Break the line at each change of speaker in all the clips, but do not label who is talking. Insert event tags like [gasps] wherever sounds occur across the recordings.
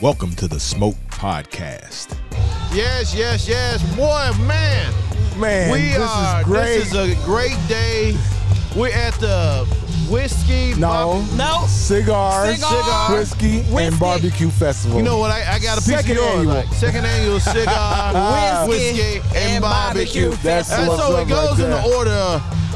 Welcome to the Smoke Podcast.
Yes, yes, yes. Boy, man.
Man,
we
this
are
is great.
this is a great day. We're at the whiskey
no,
Bobby-
No.
cigars,
Cigar.
whiskey, and
Whiskey.
barbecue festival.
You know what? I, I got a piece
Second
of yours.
annual.
Like, second annual cigar,
Whiskey
[laughs] whiskey, and,
and
barbecue.
barbecue.
That's
and
what's
so
up
it goes
right
in
there.
the order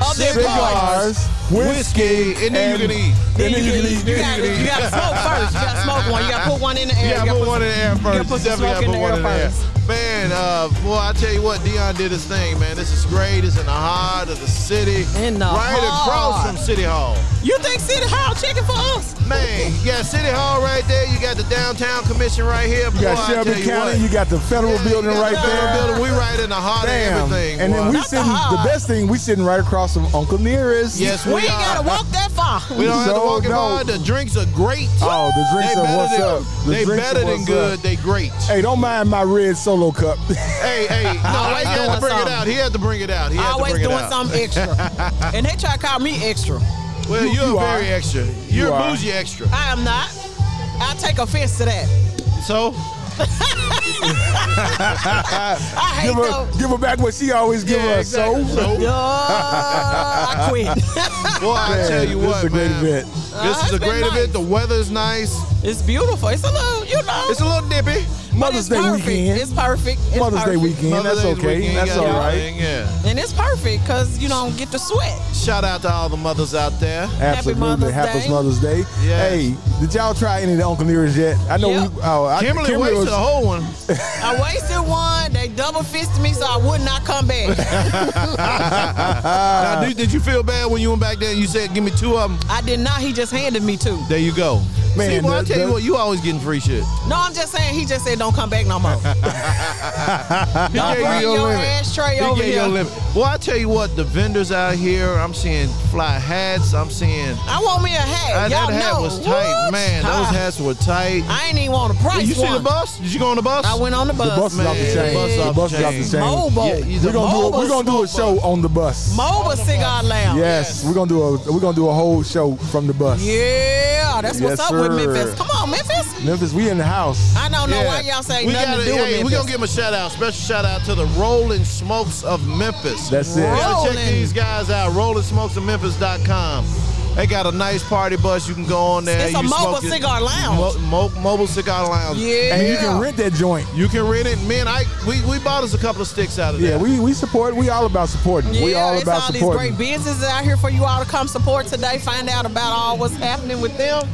Of their
cigars,
parties.
Cigars,
whiskey, and then you can eat.
Then
Then
you,
you
you,
can eat.
gotta, you gotta smoke first. You gotta smoke one. You gotta put one in the air.
Yeah,
you
put
gotta
one in the air
gotta
first.
put some
Definitely gotta
smoke
put one
in
in
the air
the air. Man, uh, boy, I tell you what, Dion did his thing, man. This is great. It's in the heart of the city,
In the
right across
heart.
from City Hall.
You think City Hall checking for us?
Man, you got City Hall right there. You got the downtown commission right here. Boy,
You
I
got
tell
Shelby
you
County.
what.
You got the federal
Yeah,
building
you got
right
the
there.
federal Building. We right in the heart
Damn.
of everything.
and then
boy.
we
Not the
sitting. The,
high.
best thing we sitting right across from Uncle Nearest.
yes, we,
We ain't
are.
gotta walk
[laughs]
that far.
We don't have to
So,
walk it
no.
far. The drinks are great.
Oh, the drinks
they
are
better
what's
than,
up. The
they
drinks are
better than
what's
good.
up.
They great.
Hey, don't mind my red solo cup. [laughs]
Hey, hey, no,
Always
he had to
doing
bring it
something.
out. He had to bring it out. He had to
Always
bring it
doing
out.
something
[laughs]
extra. and they try to call me extra.
Well,
You-
you're
you
very
are.
extra.
You
You're a
are.
bougie extra.
I am not. I take offense to that. [laughs]
So,
I hate
give
though.
her, give her back what she always give
yeah,
us.
exactly.
So. [laughs]
so, [laughs]
Yo, I quit.
boy, I
Man,
tell you
this is
what,
a great
man.
event.
This
Uh,
is
it's
a
been
great event.
nice.
The weather's nice.
it's beautiful. It's a little, you know.
It's a little dippy.
but
Mother's
it's
Day
perfect.
weekend.
It's perfect. It's
Mother's Day
perfect.
weekend.
Mother's
That's
Day's
okay.
weekend,
That's
got
all
your
right.
thing, Yeah.
And it's perfect because you don't get to sweat.
Shout out to all the mothers out there.
Absolutely.
Mother's
Happy
[laughs]
Day.
Mother's Day.
Yes.
Hey, did y'all try any of the Uncle Nearest yet? I know
Yep.
we. Oh, I,
Kimberly, wasted
was-
a whole one.
I wasted one. They double fisted me, so I would not come
[laughs]
back. [laughs]
now, did, did you feel bad when you went back there and you said, give me two of them?
I did not. He just handed me two.
There you go.
Man,
See, boy, I
the-
tell
the-
you what, you always getting free [laughs] shit.
No, I'm just saying. He just said don't come back no
[laughs]
more.
He
Don't
gave you
bring
your
your
limit.
ashtray
He
over
gave you your
here.
limit. Well, I tell you what, the vendors out here, I'm seeing fly hats. I'm seeing.
I want me a hat.
Ah,
Y'all
that hat
know.
was tight.
What?
Man, those
Ah,
hats were tight.
I ain't even want a price.
Did you see
one.
the bus? Did you go on the bus?
I went on the bus.
The bus is off the
Man,
chain.
bus
The
off
bus
the
is off
chain.
the chain.
Mobile.
Yeah, he's
We're gonna do. A, we're gonna do a
Mobile
show on the bus.
Mobile cigar lounge.
Yes, we're gonna do a. We're gonna do a whole show from the bus.
Yeah, that's what's
Yes,
up
sir.
with Memphis. Come on, Memphis.
Memphis, we in the house.
I don't know
Yeah.
why y'all say
we
nothing to
gotta,
do
hey,
with
We're
Memphis.
going to give them a shout out. Special shout out to the Rolling Smokes of Memphis.
That's it.
You gotta check
Rolling.
these guys out. RollingSmokesOfMemphis.com. They got a nice party bus. You can go on there.
It's a
You
mobile
smoke your-
cigar lounge.
Mo- mo- mobile cigar lounge.
yeah.
And you can rent that joint.
You can rent it. Me and I, we, we bought us a couple of sticks out of
Yeah,
there.
we, we support. We all about supporting. we all
it's
about
all
supporting.
these great businesses out here for you all to come support today. Find out about all what's happening with them.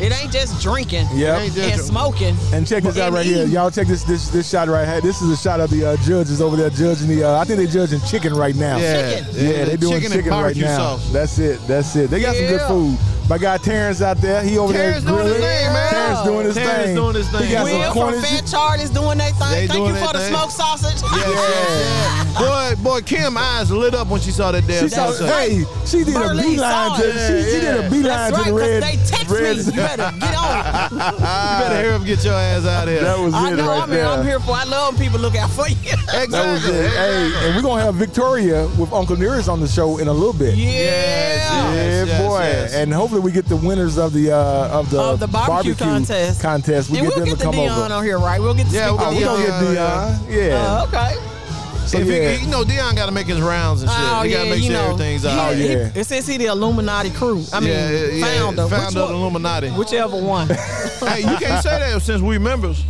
It ain't just drinking
Yep.
Ain't
and smoking.
And check this out
And
right here,
eat.
y'all. Check this this this shot right here. This is a shot of the uh, judges over there judging the. Uh, I think they're judging chicken right now.
Yeah,
Chicken.
Yeah, they doing chicken,
and
right
barbecue
now.
sauce.
That's it. That's it. They got
Yeah.
some good food. My guy Terrence out there, he over
Terrence
there
doing his
grilling.
thing, man.
Terrence doing his
Terrence
thing.
doing his thing.
He got
Will
some
from
corners.
Fairchild is doing their thing.
They
Thank
doing
you
they
for the
thing.
smoke sausage.
Yeah, yeah,
[laughs]
yeah. boy, boy, Kim eyes lit up when she saw that damn.
She saw,
pizza.
hey, she did a
Berlin
beeline to
sausage.
she, she did a
Yeah,
beeline
That's right,
to the
because
red.
they text
red
me. You better get
[laughs]
on.
you better hear him get your ass out of here.
That was
I
it
know
right
I'm
there.
here. I'm here for. I love when people look out for [laughs] you.
exactly.
That was it. Hey, and we're gonna have Victoria with Uncle Nearest on the show in a little bit.
yeah.
Yes,
Yeah,
yes,
boy,
yes.
and hopefully we get the winners of the uh, of the,
Of the barbecue, contest.
contest. We
and
get
we'll
them
get
to
the
come
Dion
over.
on here, right? We'll get to
Yeah,
speak
we'll
Oh,
to
we
Dion.
gonna get
Dion,
Dion. Yeah.
Uh, okay.
so
if he-
yeah.
you know, Dion got to make his rounds and shit.
Oh,
he got to
yeah,
make
you
sure
know.
everything's
he,
out.
Oh, yeah.
He, since he the Illuminati crew, I mean,
yeah, yeah,
founder,
yeah.
which
founder of
one-
the Illuminati.
whichever one.
[laughs] hey, you can't say that since we members.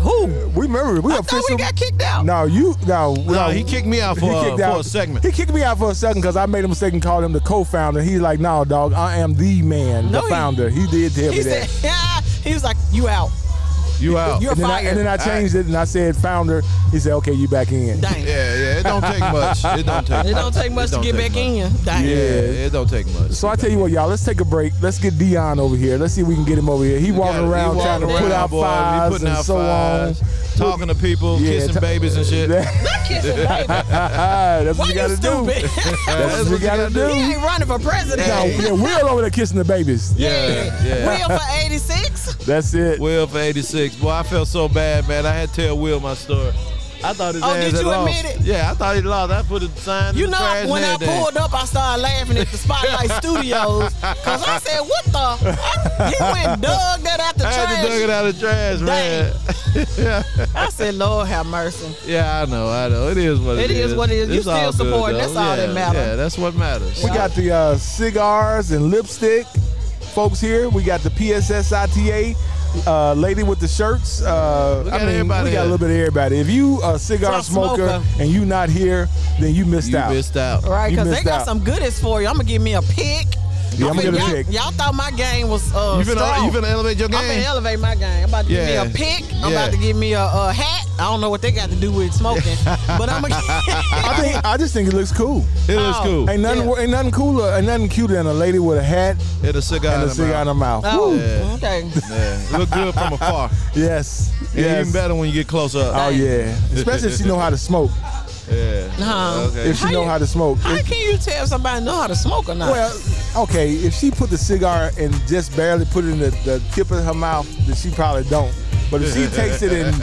Who?
we remember we
I
official.
thought we got kicked out.
no, you no,
No, he kicked me out for,
he
uh,
kicked
for
out
a segment.
He kicked me out for a second because I made a mistake and called him the co-founder. He's like, "No, dog, I am the man,
No,
the
he-
founder." He did tell me
He
that.
said, [laughs] he was like, you out.
You out.
You're
and, then I,
fired.
and then I changed it and I said founder. He said, "Okay, you back in."
Dang.
Yeah, yeah. It don't take much. It don't take.
It don't take much
It
to
don't
get back
take much.
in. Dang.
Yeah, it don't take much.
So I tell you what, y'all, let's take a break. Let's get Dion over here. Let's see if we can get him over here. He walking
Yeah,
around
he
trying to
walking
put
around,
out
boy. He
fires
putting
and
out
so
fires, Talking to people,
Yeah,
kissing
ta-
babies
[laughs]
and shit.
on. That-
Not kissing, baby.
That's
Why
what you
you
gotta do.
[laughs]
stupid?
That's what you gotta
he
do.
ain't running for president.
No, yeah, we're over there kissing the babies.
Yeah, yeah.
Will for 86?
That's it.
Will for 86. Boy, I felt so bad, man. I had to tell Will my story. I thought his
Oh,
ass
did
had
you
lost.
admit it?
Yeah, I thought he lost. I put a sign
You
in the
know,
trash
when
and
I
everything.
pulled up, I started
[laughs]
laughing at the Spotlight Studios because I said, "What the? You went and dug that out out the
I had to dug it
trash.
out of the trash, man. [laughs]
I said, Lord have mercy.
yeah, I know, I know. It is what
It
it is.
is what it is. You
It's
still
all good,
supporting.
though.
That's all that
Yeah,
matter.
Yeah, that's what matters.
We got the uh, cigars and lipstick folks here. We got the PSSITA uh, lady with the shirts. Uh,
We
I
got
mean,
everybody
we got
here.
a little bit of everybody. If you a cigar
From
smoker,
smoker.
and you not here, then you missed
you
out.
missed out.
Right,
You
because they
missed
got
out.
some goodies for you. I'm gonna give me a pick.
Yeah, I'ma
finna-
get a
y'all,
pick.
Y'all thought my game was uh,
You finna,
strong.
you finna elevate your game.
I'm gonna elevate my game. I'm about to
Yeah.
give me a pick. I'm
Yeah.
about to give me a, a hat. I don't know what they got to do with
[laughs]
smoking, but [laughs] I'm gonna.
I think I just think it looks cool.
It is
Oh.
cool.
Ain't nothing,
Yeah.
ain't nothing cooler, ain't nothing cuter than a lady with a hat
Hit a cigar
and
in
a
the
cigar in
mouth.
her mouth.
oh,
Yeah.
okay.
Yeah. Look good from afar.
[laughs] Yes,
Yeah, even
yes.
better when you get closer
Oh
up.
yeah, especially if she know how to smoke.
[laughs] Yeah.
Nah.
Okay.
If she
How
know
you-
how to smoke.
How
If-
can you tell if somebody know how to smoke or not?
Well, okay, if she put the cigar and just barely put it in the, the tip of her mouth, then she probably don't. But if she takes it and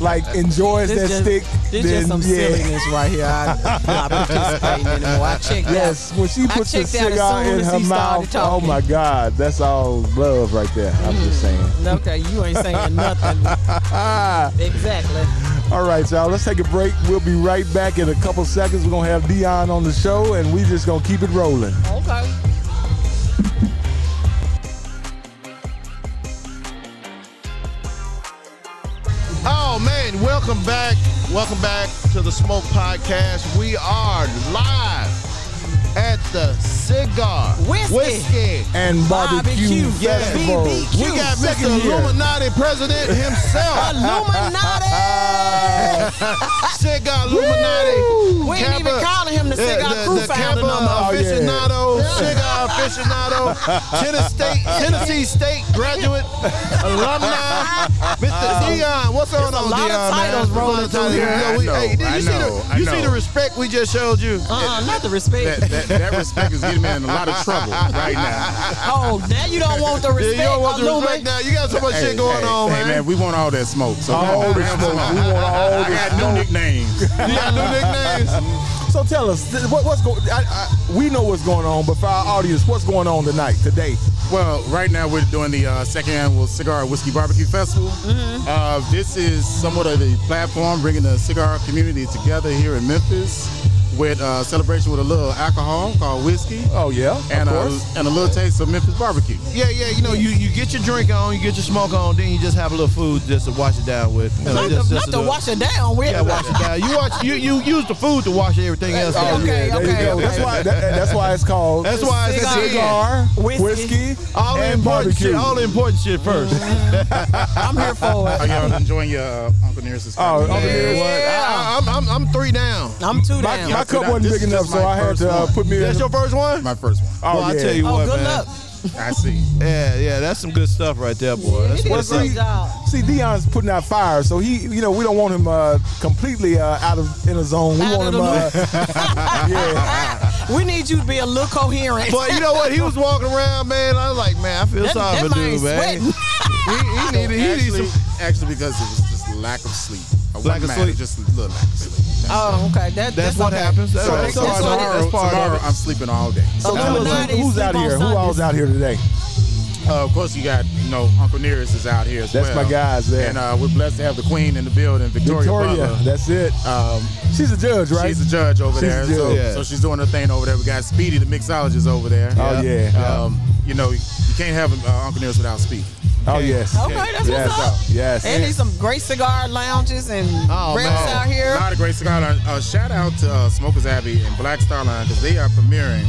[laughs]
like enjoys
This
that
just-
stick,
This
then
just some
yeah.
silliness right here.
[laughs]
I'm not participating anymore. I checked
Yes,
out.
when she
I
puts the
checked out as
cigar
soon
in
as
her
he started
mouth, oh
talking.
my God, that's all love right there. I'm just saying.
Okay, you ain't saying nothing. exactly.
[laughs] All right, y'all, let's take a break. We'll be right back in a couple seconds. We're gonna have Dion on the show, and we just gonna keep it rolling.
Okay.
Oh man, welcome back. Welcome back to the Smoke Podcast. We are live at the Cigar
Whiskey.
And barbecue,
Barbecue, yeah.
festival.
BBQ.
We got
Second
Mr.
year.
Illuminati President
[laughs]
himself.
Illuminati.
[laughs] Cigar Illuminati.
We ain't even calling him the cigar
the,
crew
the
founder
Kappa
no more.
Oh, yeah.
aficionado, cigar
[laughs]
aficionado, Tennessee State, Tennessee State graduate, alumni, Mr. Dion. What's going on,
a lot of
Dion? man?
titles
It's a lot
rolling
of
through
titles.
here.
Yo, we-
I
hey,
know,
did
I
you see
know,
the
I
you see the
know.
respect we just showed you?
Uh-uh, not the respect.
that, that, that respect is getting me in a lot of trouble right now.
oh, now you don't want the
Yeah,
respect,
you don't want the
Illumi.
respect now. You got so much
Hey,
shit going
hey,
on,
hey,
man.
We want all that smoke. So
All
all
the
that
smoke.
smoke.
We want all
I
the
got
smoke.
new nicknames.
You got new nicknames.
So tell us th- what, what's going. I, I, we know what's going on, but for our audience, what's going on tonight, today?
Well, right now we're doing the uh, second annual Cigar and Whiskey Barbecue Festival.
Mm-hmm.
Uh, this is somewhat of a platform bringing the cigar community together here in Memphis with uh, celebration with a little alcohol called whiskey
Oh yeah,
and,
of
a,
course.
and a little taste of Memphis barbecue.
Yeah, yeah, you know, you, you get your drink on, you get your smoke on, then you just have a little food just to wash it down with. You know,
Not,
just,
to,
just
not to
do it.
wash it down with.
Yeah, wash it down. You watch. You you use the food to wash everything else.
Oh,
down.
Okay,
yeah, there
okay,
you go.
okay.
That's why. That, that's why it's called.
That's why it's
Cigar.
at the end.
cigar,
Whiskey.
whiskey,
All the
and
important
barbecue.
shit. All the important shit first.
[laughs]
I'm here for
Are
it.
y'all enjoying your uh, Uncle Nearest?
Oh, Uncle
Man,
Nearest. Ah,
what? I, am I'm I'm three down.
I'm too
my,
down.
my
Y'all
cup
see that?
wasn't
This
big
is
enough,
just
so
my
I had to
first
uh,
one.
put me
That's
in.
your first one.
My first one.
well, I
yeah.
tell you
oh,
what,
good
man.
luck.
I see.
Yeah, yeah, that's some good stuff right there, boy. That's
He did a
what's
great
up.
job.
See, Dion's putting out fire, so he, you know, we don't want him uh, completely uh, out of in a zone. We
Out of
want him, uh,
the [laughs]
yeah.
We need you to be a little coherent.
But you know what? He was walking around, man. I was like, man, I feel
That-
sorry
that
for
man
dude,
sweating.
man. [laughs] He, he needed, he needed
actually,
some.
actually, because it was just lack of sleep. I
Lack of
wasn't mad,
sleep?
Just a little lack of sleep.
oh, okay. That,
That's what
okay.
happens. That's
So,
all right.
so
That's what it-
tomorrow,
that's part of
tomorrow
it.
I'm sleeping all day.
[laughs] So
Oh,
tell us,
Illuminati
who's
sleep
out
on
here? Who all's
Sundays.
out here today?
Uh, of course, you got you know Uncle Nearest is out here as
That's
well.
my guys there.
And uh, we're blessed to have the Queen in the building, Victoria.
Victoria,
Butler.
that's it.
Um,
She's a judge, right?
She's a judge over
She's a
there,
judge.
So,
Yeah.
so she's doing her thing over there. We got Speedy, the mixologist, over there.
Oh, yeah.
Um, you know, you can't have uh, Uncle Nearest without Speedy.
oh yes.
Okay, that's
yes.
what's up.
Yes.
And there's some great cigar lounges and
Oh,
reps
man.
out
A
here.
lot of great cigar. line. Uh, shout out to uh, Smokers Abbey and Black Star Line because they are premiering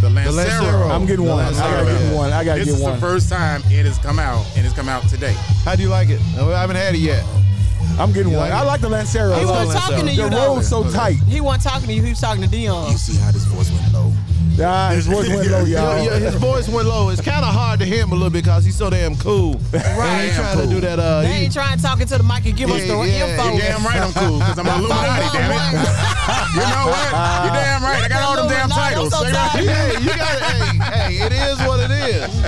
the Lancero.
Lancero.
I'm getting
No,
one. I
that's
gotta
all right.
get one. I gotta
this
get
is
one.
the first time it has come out, and it's come out today.
How do you like it? No, I haven't had it yet.
I'm getting
You
one.
like
I
it?
like the Lancero.
He
I love
though.
wasn't
Lancero.
talking to
The
you though.
road's so
Okay.
tight.
He wasn't talking to you. He was talking to Dion.
see how this voice went low.
Ah, his voice went low,
Yo, yo,
y'all.
his voice went low. It's kind of hard to hear him a little bit because he's so damn cool.
[laughs]
Right,
I
he's
am
trying to
cool.
do that. Uh,
They
he-
ain't trying to talk into the mic and give us
Yeah,
the
yeah,
info.
yeah.
Damn right I'm cool
[laughs]
because I'm an Illuminati, damn it.
[laughs]
You know what?
Uh,
You're damn right. I got all them damn
Illuminati,
titles.
I'm so tired.
hey, you gotta, hey, hey, it is what it is.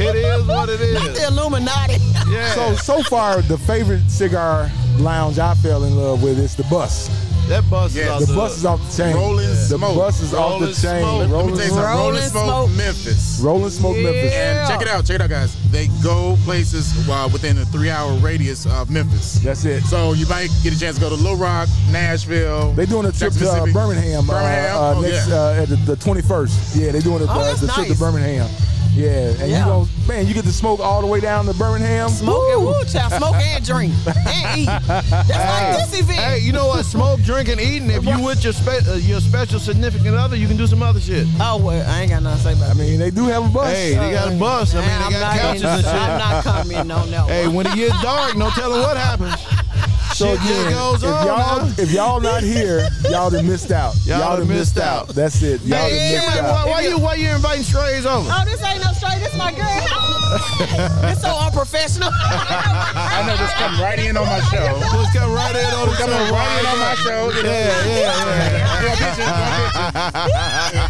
It is what it
Not the
is.
Illuminati.
Yeah.
So so far, the favorite cigar lounge I fell in love with is the Bus.
That bus
Yes.
is
The
also
bus is off the chain.
Rolling
the
smoke.
bus is off
Rolling
the chain.
smoke. Let me
Let
Rolling
me tell
smoke.
you something.
Smoke.
Rolling Smoke,
Smoke.
Memphis.
Rolling smoke, Memphis.
Yeah.
And check it out, check it out, guys. They go places uh, within a three-hour radius of Memphis.
That's it.
So you might get a chance to go to Little Rock, Nashville.
They doing a trip
Jackson,
to uh,
Mississippi.
Birmingham, uh,
Birmingham.
uh,
oh,
next
yeah.
uh, at the, the 21st. Yeah, they doing a,
Oh,
uh,
that's
the trip to
nice.
Birmingham. Yeah, and
Yeah.
you going man, you get to smoke all the way down to Birmingham.
Smoke and woo, child. Smoke and drink and eat. That's like this event.
Hey, you know what? Smoke, drink, and eating. If you with your spe- uh, your special significant other, you can do some other shit.
Oh, well, I ain't got nothing to say about
I
it.
mean, they do have a bus.
Hey, they got a bus. I mean,
Nah,
they got
I'm,
couches
not
and
in-
shit.
I'm not coming on that
Hey,
one.
when it gets dark, no telling what happens.
so
shit just
again,
goes
if
on,
y'all
huh?
if y'all not here, y'all done missed out.
Y'all done
done
missed out.
That's it. Y'all
Hey,
done missed
Cameron, why,
out.
why you why you inviting strays over?
Oh, this ain't no straight. This my
uh,
[laughs]
girl. it's so unprofessional.
I know just come right in on my show.
Just come right in on the
Come
show,
right in on my show. You know?
Yeah, yeah, yeah.
You want pictures? You want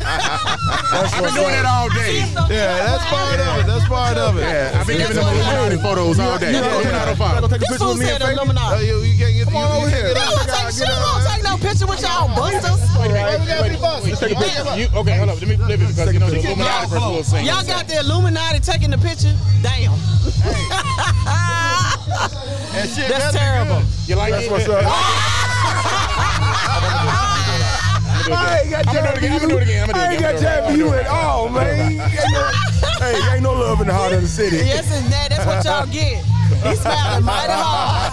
pictures? I've been doing that all day.
Yeah, that's part of it. That's part of it.
Yeah, I've been giving them
what I'm
Illuminati photos all day.
You know,
Illuminati
y'all
photos.
gonna take a
This
picture
fool
with me
said
and Facebook?
Oh,
Illuminati.
you, you can't get, Come
on over here.
They don't take shit. They don't take no picture with y'all busters.
we got the bus.
Wait,
Let's take a
wait,
picture.
you- Okay, hold up. Let me flip it because you know the
Take a
Illuminati
picture.
person will sing.
Y'all got the Illuminati taking the picture. Damn. [laughs]
That shit
That's
better be
terrible.
good.
You like
That's
it?
what's up. I ain't got
I'ma do
time
it
for
again, I'ma
you.
do it again, I'ma do it
I ain't
again,
got
I'ma do it
time for
again.
you at all, man. You ain't no- Hey, ain't no love in the heart of the city.
Yes,
[laughs]
and that. That's what y'all get. He's smiling mighty hard.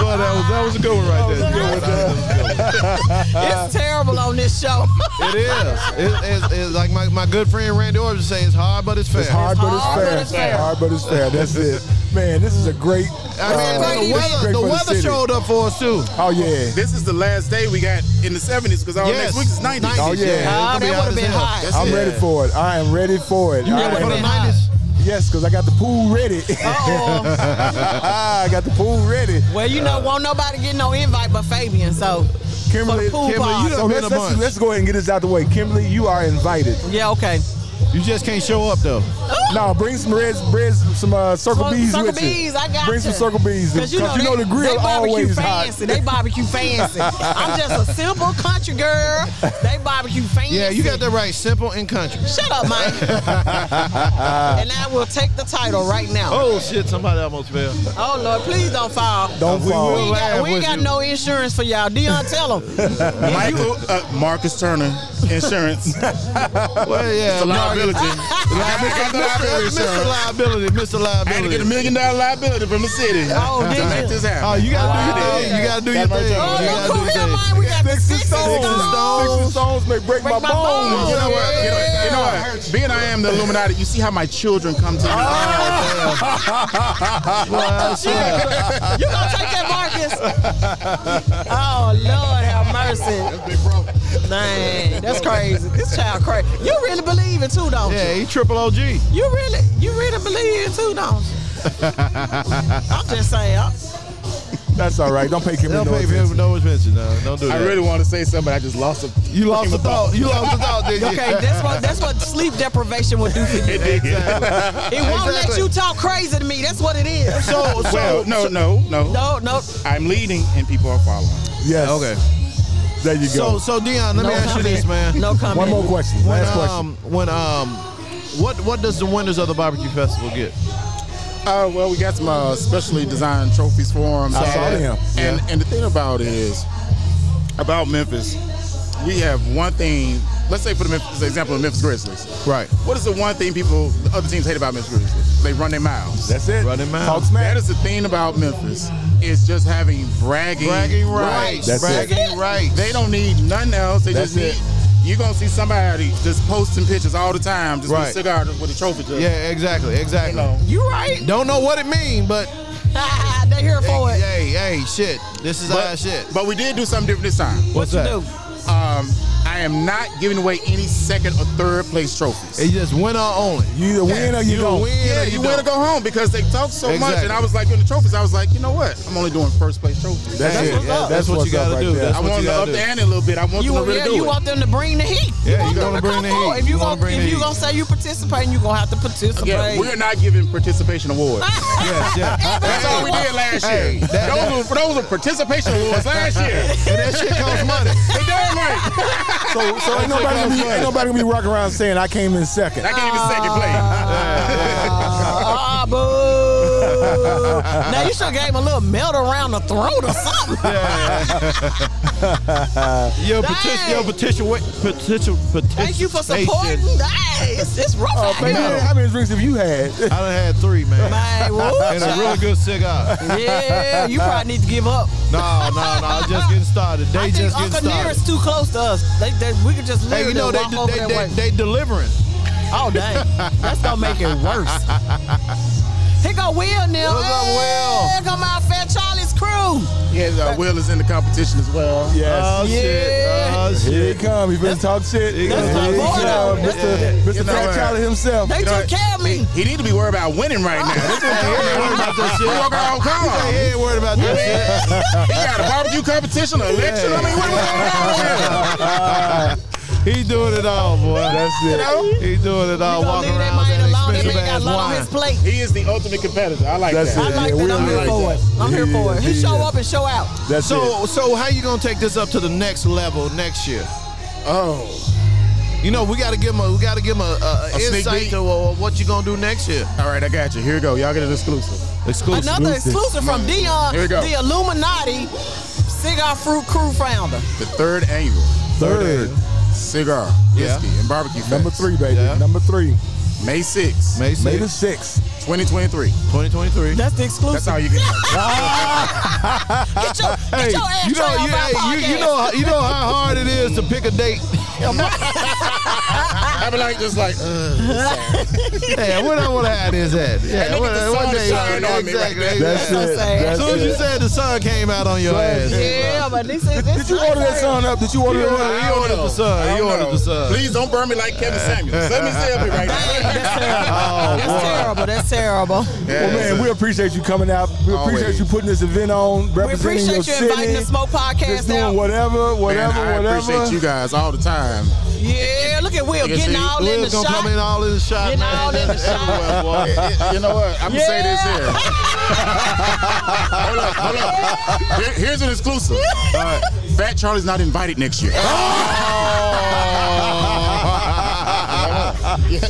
Well, that was that was a good one right there.
It's terrible on this show.
[laughs] It is. It- it's, it's like my, my good friend Randy Orton say, it's hard but it's fair.
It's hard, but it's
hard,
fair.
but it's fair.
Hard, but it's fair. That's it. Man, this is a great.
I mean,
uh,
the
this is great
weather, the
for
weather
city.
showed up for us too.
Oh yeah.
This is the last day we got in the 70s because all
Yes.
next week is 90s.
90s.
Oh, yeah.
Oh, that
it's gonna be hot
would've
as
been
hell.
hot.
That's
I'm
it.
ready for it. I am ready for it. I
Ready
am-
for the
Been
90s?
yes, because I got the pool ready.
Uh-oh.
[laughs] I got the pool ready.
Well, you know, won't nobody get no invite but Fabian, so. For
Kimberly,
the pool
Kimberly,
party.
you done so
been
let's,
a
let's,
bunch.
let's go ahead and get this out the way. Kimberly, you are invited.
Yeah, okay.
You just can't show
[gasps]
up though.
No, bring some reds, breads, some uh, circle
Circle-
bees
circle
with you.
bees, I got
Bring
you.
some circle bees
Cause you know, they,
the grill
they barbecue
always
fancy.
hot.
They
[laughs]
barbecue fancy. I'm just a simple country girl. They barbecue fancy.
Yeah, you got that right. Simple and country.
Shut up, Mike.
[laughs]
and I will take the title right now.
Oh shit! Somebody almost fell.
Oh, Lord, please don't fall.
Don't
We
fall.
We ain't got, we
Laugh with
ain't got
you.
no insurance for y'all. Dion, tell
[laughs]
them.
Michael uh, Marcus Turner Insurance.
Well, yeah.
It's a liability.
[laughs]
Liability,
Mr.
liability
Mr.
insurance.
Liability, Mr.
I had to get a
Liability.
million dollar liability from the city
Oh,
to
did
make
you?
this happen.
Oh, you gotta do your
Wow.
thing. You gotta do your
That's my
thing. You
turn.
Oh, look
gotta
who
do your
here,
thing.
Mike. We got the
Sticks and
six
stones. Sticks and stones may break,
Break
my,
my bones.
You know what? You know, you know
Yeah.
what? Being I am the Illuminati, you see how my children come to
[laughs]
me.
Well, shit.
You gonna take that, Marcus?
[laughs]
oh Lord, have mercy!
Big bro.
Dang, that's crazy. This child crazy. You really believe it too, don't
Yeah, he triple OG.
you? You really, you really believe it too, don't you? I'm just saying. I'm-
That's all right. Don't pay Kimberly
Don't
no
pay
attention.
him no attention. No, don't do that.
I really want to say something, but I just lost a.
you lost the
fucking
thought. You lost the thought, didn't you?
Okay, that's what
[laughs]
that's what sleep deprivation will do for you. It
Exactly.
won't let
Exactly.
you talk crazy to me. That's what it is.
So, so
Well, no, no, no.
No, no.
I'm leading and people are following.
Yes.
Okay.
There you
So,
go.
so Dion, let
no
me ask you this, man.
No comment.
One more question.
When,
Last question.
um, when, um, what, what does the winners of the barbecue festival get?
Uh, well, we got some uh, specially designed trophies for him.
I saw them.
And, and the thing about it is, about Memphis, we have one thing. Let's say for the Memphis, example of Memphis Grizzlies.
Right.
What is the one thing people, the other teams hate about Memphis Grizzlies? They run their mouths.
That's it.
Running mouth.
Talk smack.
That is the thing about Memphis. It's just having bragging,
Bragging rights.
That's
bragging
it.
rights.
They don't need nothing else. They
That's
just need.
it.
You're gonna see somebody just posting pictures all the time, just with
Right.
a cigar with a trophy. Just,
Yeah, exactly,
You
exactly.
know.
You right?
Don't know what it mean, but
they here for it.
hey, hey, hey, shit. This is our shit.
But we did do something different this time.
What
What's
you
that?
do?
Um, I am not giving away any second or third place trophies.
It's just winner only.
You either win or you, don't.
win
yeah,
or
you,
you,
win to
don't.
go home because they talk so much,
Exactly.
and I was like, in the trophies, I was like, you know what? I'm only doing first place trophies.
That's,
Hey,
it.
yeah,
that's, what you gotta do. That's,
I
That's what
want
you
to
gotta
up
do.
the ante a little bit. I want
You,
them to really
yeah,
do
you
it.
want them to bring the heat. You
Yeah,
want them
you gotta
to
bring
come
the
forward.
heat.
If
You
you
wanna
gonna
bring the
if you
heat.
gonna say you participating, you gonna have to participate.
yeah, we're not giving participation awards.
Yes, yes.
That's all we did last year. those, were, those were participation awards last year.
and that shit costs
[laughs]
money.
They damn right.
so so ain't, nobody gonna be, ain't nobody gonna be walking around saying I came in second.
I came in second place.
Ah, boo. now you should gave him a little melt around the throat or something.
Your
Dang.
petition, your petition, wa- petition, petition.
Thank you for supporting. Dang, it's, it's rough
Oh,
out
Baby,
here.
how many drinks have you had?
I done had three,
[laughs]
man.
Man, woo,
And a
child.
really good cigar.
Yeah, you probably need to give up.
No, no, no. Just getting started. They
I think
just getting
Uncle
started.
Nearest too close to us. They, they, we could just
Hey,
literally
you know they
walk over
they,
that
they,
way.
they delivering.
oh dang, that's gonna make it worse. Here go Will now.
What's up, Will?
Here go my Fat Charlie's crew.
[laughs] Yes, uh, Will is in the competition as well.
Yes.
Oh shit! Oh
Ah, Here he
shit!
come. He finna talk shit. Here he
that's my boy,
come.
though.
Mr.
You
Mr.
know
Fat
what?
Charlie himself.
They took care of me.
He need to be worried about winning right now. This is-
Hey, ain't worried about that
he walk
shit.
around
Hey,
calm.
he ain't worried about that shit.
He got a barbecue competition, an election. I mean, what was going on with him?
[laughs] He doing it all, boy. That's
know?
it. He doing it all.
Gonna
Walking
leave that
around with
man alone. That
that
man
expensive
got
ass
a lot on his
wine.
plate.
He is the ultimate competitor. I like
That's
that.
I
it.
like
Yeah,
that.
we
I'm here
really like
for
that.
it. I'm here
He
for it.
is,
He
he
show
is.
up and show out.
That's
So, so how you gonna take this up to the next level next year?
Oh,
You know, we gotta give him a we gotta give him a, a, a
A sneak
insight
peek?
to uh, what you gonna do next year.
all right. I got you. Here we go. Y'all get an exclusive.
Exclusive.
Another exclusive from Dion,
Here we go.
the Illuminati Cigar Fruit Crew founder.
The third annual
it. Third.
cigar,
Yeah.
whiskey, and barbecue fest.
Number three, baby.
Yeah.
Number three.
May 6th,
May
May the
6th,
6th.
2023.
2023.
That's the exclusive.
That's
[laughs]
[laughs]
all you get.
[laughs] Get
[laughs]
your, get your ass
you know,
off
you,
our
hey, you, you
podcast.
know, you know how hard it is to pick a
[laughs]
date.
I be like, just like, uh,
[laughs] Yeah, where I want to have this at? Yeah,
look
what,
at the
what
sun
day?
shining on me right
exactly.
there.
That's
That's, it.
so sad.
As
That's
soon as you
it.
said the sun came out on your ass.
Yeah, but this is this
Did you order that song up? Did you order it
ordered-
up?
he ordered the sun. He ordered the sun.
Please don't burn me like Kevin Samuels. Let me tell me right now.
[laughs] Oh,
That's terrible. That's terrible.
Well, man, we appreciate you coming out. We appreciate
Always.
you putting this event on,
We
representing
appreciate
your
you
city.
inviting the Smoke Podcast
just doing
out.
whatever,
Man,
whatever,
I
whatever.
appreciate you guys all the time.
Yeah, look at Will
You can
getting
see
all in the
Will's gonna
shot.
come in all in the shot.
Getting
man.
all in the shot.
[laughs]
[laughs]
Everywhere, boy.
It- it- you know what? I'm gonna say this
Yeah.
here. hold up, hold up. Here- here's an exclusive.
[laughs]
Uh, Fat Charlie's not invited next year. [laughs]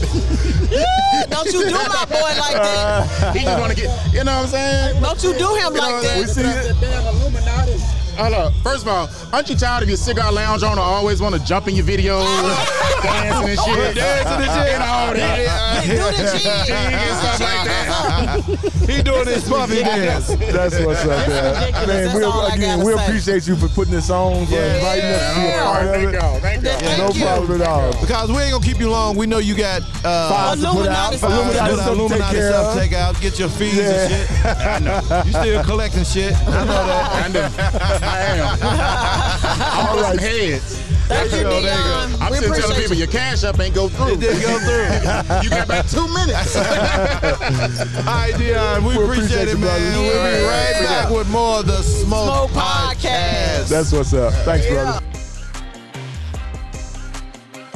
Don't you do my boy like that.
He just want to get. You know what I'm saying?
Don't you do him like
We
that.
see
[laughs]
it.
Hold up. First of all, aren't you tired of your cigar lounge owner always want to jump in your
[laughs]
videos, dancing and shit,
Dancing and shit.
[laughs] and all [laughs] that?
Do the cheese.
and stuff like that.
[laughs] He doing his puffy dance.
That's what's up there.
ridiculous.
Man,
That's
we,
all I
again,
gotta
we
say.
appreciate you for putting this on, for
Yeah.
inviting us to be a
Yeah.
part
Thank
of it.
y'all. Thank y'all.
No
Thank you.
problem at all.
Because we ain't gonna keep you long. We know you got uh,
Files to put out.
Illuminati stuff.
Illuminati stuff to
Illuminati,
take
Illuminati
care
stuff
of.
take out. Get your fees and
Yeah. [laughs]
shit. You still collecting shit. I know
I
that. [laughs]
know. I am. I'm
All
all
right.
right. Heads.
Thank you,
There you go, there you
Dion.
go.
I'm
We
still telling
appreciate
people
you.
your cash up ain't go through.
It did go through.
[laughs] you got about two minutes.
All right, Dion, we,
appreciate you,
appreciate, it, man.
brother.
We'll be
Yeah.
right
Yeah.
back with more of the
Smoke [laughs]
Smoke,
Podcast.
Podcast.
That's what's up. Thanks,
Yeah.
brother.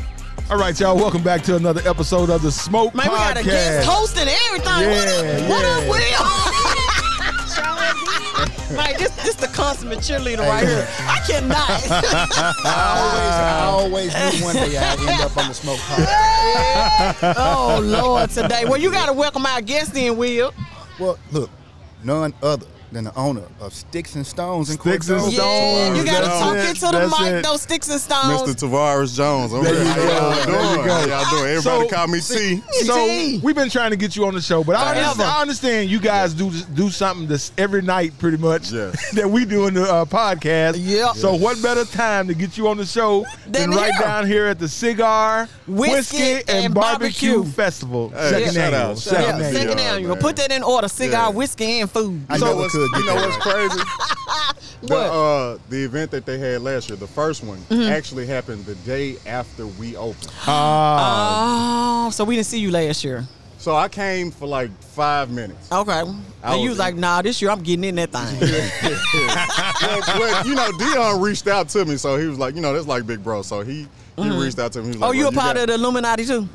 All right, y'all. Welcome back to another episode of the Smoke
Man, we got a
Podcast.
guest host and everything.
Yeah,
what up?
yeah.
What
[laughs]
[laughs] up, Will? Like this, this the consummate cheerleader right here. I
[laughs]
cannot.
I
[laughs]
always, I always do one day I end up on the smoke pot.
oh Lord, today. Well, you got to welcome our guest in, Will.
Well, look, none other than the owner of Sticks and Stones and
Sticks and
Cordones.
Yeah,
Stones,
you gotta
that's
talk
it,
into the
that's
mic,
it.
those sticks and stones.
Tavares Jones. I'm
There you go. There you go. So-
me T.
So
T.
we've been trying to get you on the show, but I
Forever.
understand, I understand you guys do do something this every night, pretty much.
Yes.
[laughs] that we do in the uh, podcast.
Yep.
So what better time to get you on the show
Than
than right
here.
down here at the Cigar,
Whiskey, and Barbecue.
Festival,
Yeah.
second
shout
annual.
out, shout
second
yeah,
out.
annual.
second
Yeah,
annual.
man.
Put that in order: cigar,
Yeah.
whiskey, and food.
I
You know
never
what's,
could get
you
[laughs]
know
that
what's
right.
crazy?
The,
What? Mm-hmm.
uh, the event that they had last year, the first one, actually happened the day after we opened.
Ah.
Oh, so we didn't see you last year.
So I came for like five minutes.
Okay.
I
And you
was-
was like, nah, this year I'm getting in that
[laughs]
thing. Oh,
Well, but, you know, Dion reached out to me, so he was like, you know, that's like Big Bro. So he he reached out to me. He was like,
oh, you
well,
a part
[laughs] got-
of the Illuminati too?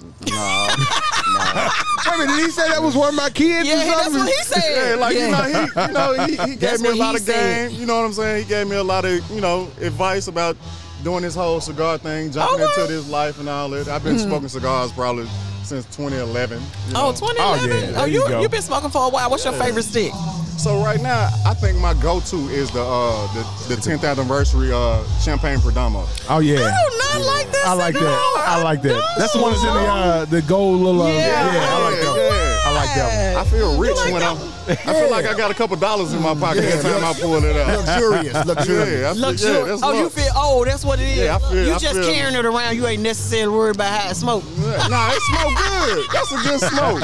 Wait a minute, did he say that was one of my kids
Yeah, he-
or
that's
something?
what he said.
[laughs]
Yeah, like
Yeah.
you know, he, you know, he, he gave
That's
me a
what
lot
he
of
said.
game. You know what I'm saying? He gave me a lot of you know advice about doing this whole cigar thing, jumping
Okay.
into this life and all that. I've been smoking cigars probably since 2011. you
Oh,
know.
2011?
Oh, yeah.
Oh,
There you
you,
go.
you been smoking for a while. What's your favorite stick?
So right now, I think my go-to is the uh, the, the 10th anniversary uh, Champagne Perdomo.
Oh yeah.
I do not like that.
I like that.
cigar.
I like that. That's the one that's in the uh, the gold little. Uh, yeah.
Yeah.
I like that. One. I like that.
I feel rich when I'm. I feel like I got a couple dollars in my pocket every time I pull it out.
Luxurious, luxurious.
Yeah, I feel,
Look,
yeah,
you-
that's
oh, you
lux.
feel oh, that's what it is.
Yeah, I feel-
you
I
just
feel-
carrying it around. You ain't necessarily worried about how it smoke.
Yeah, Nah, it smoke good. That's
[laughs]
a good smoke.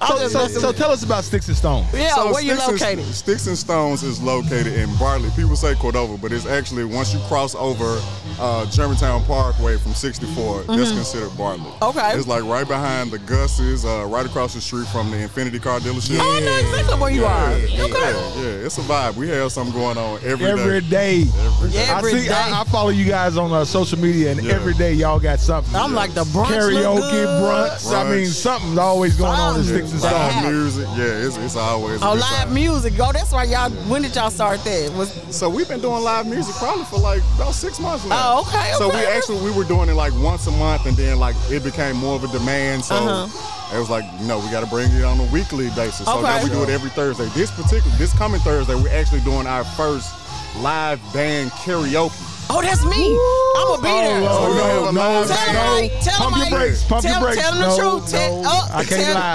I'm
So,
just
so,
messing
so
with-
tell us about Sticks and Stones.
yeah,
So
where you
Sticks and-
located?
Sticks and Stones is located in Bartley. People say Cordova, but it's actually once you cross over uh, Germantown Parkway from 64, that's considered Bartley.
Okay.
It's like right behind the Gus's, uh, right across the street from the Infinity Car dealership.
Oh, I know exactly where you
yeah,
are.
yeah,
Okay.
yeah, yeah. it's a vibe. We have something going on every day.
Every day.
Every day.
I
Every
see. I, I follow you guys on uh, social media, and
Yeah.
every day y'all got something.
I'm like the brunch look
karaoke
good.
brunts. I mean,
Brunch.
something's always going on in
Something.
Sticks and
That
Stones.
happened.
Live music, yeah, it's, it's always. a
Oh,
good
live
time.
music. Oh, that's why y'all. When did y'all start that? Was
So we've been doing live music probably for like about six months now.
Oh, okay,
So we
okay.
actually we were doing it like once a month, and then like it became more of a demand. So it was like, no, we got to bring it on a weekly basis. So now
Uh-huh. Okay.
we do it every Thursday. This particular, this coming Thursday, we're actually doing our first live band karaoke.
oh, that's me. I'ma
Oh,
be there.
Lord.
no, Oh, no, no,
Tell
Tell him,
no.
Mike. Tell
Pump
him,
your
Mike.
brakes. Pump
tell,
your brakes.
Tell him
no,
the truth.
No,
tell, oh,
I
tell,
can't lie.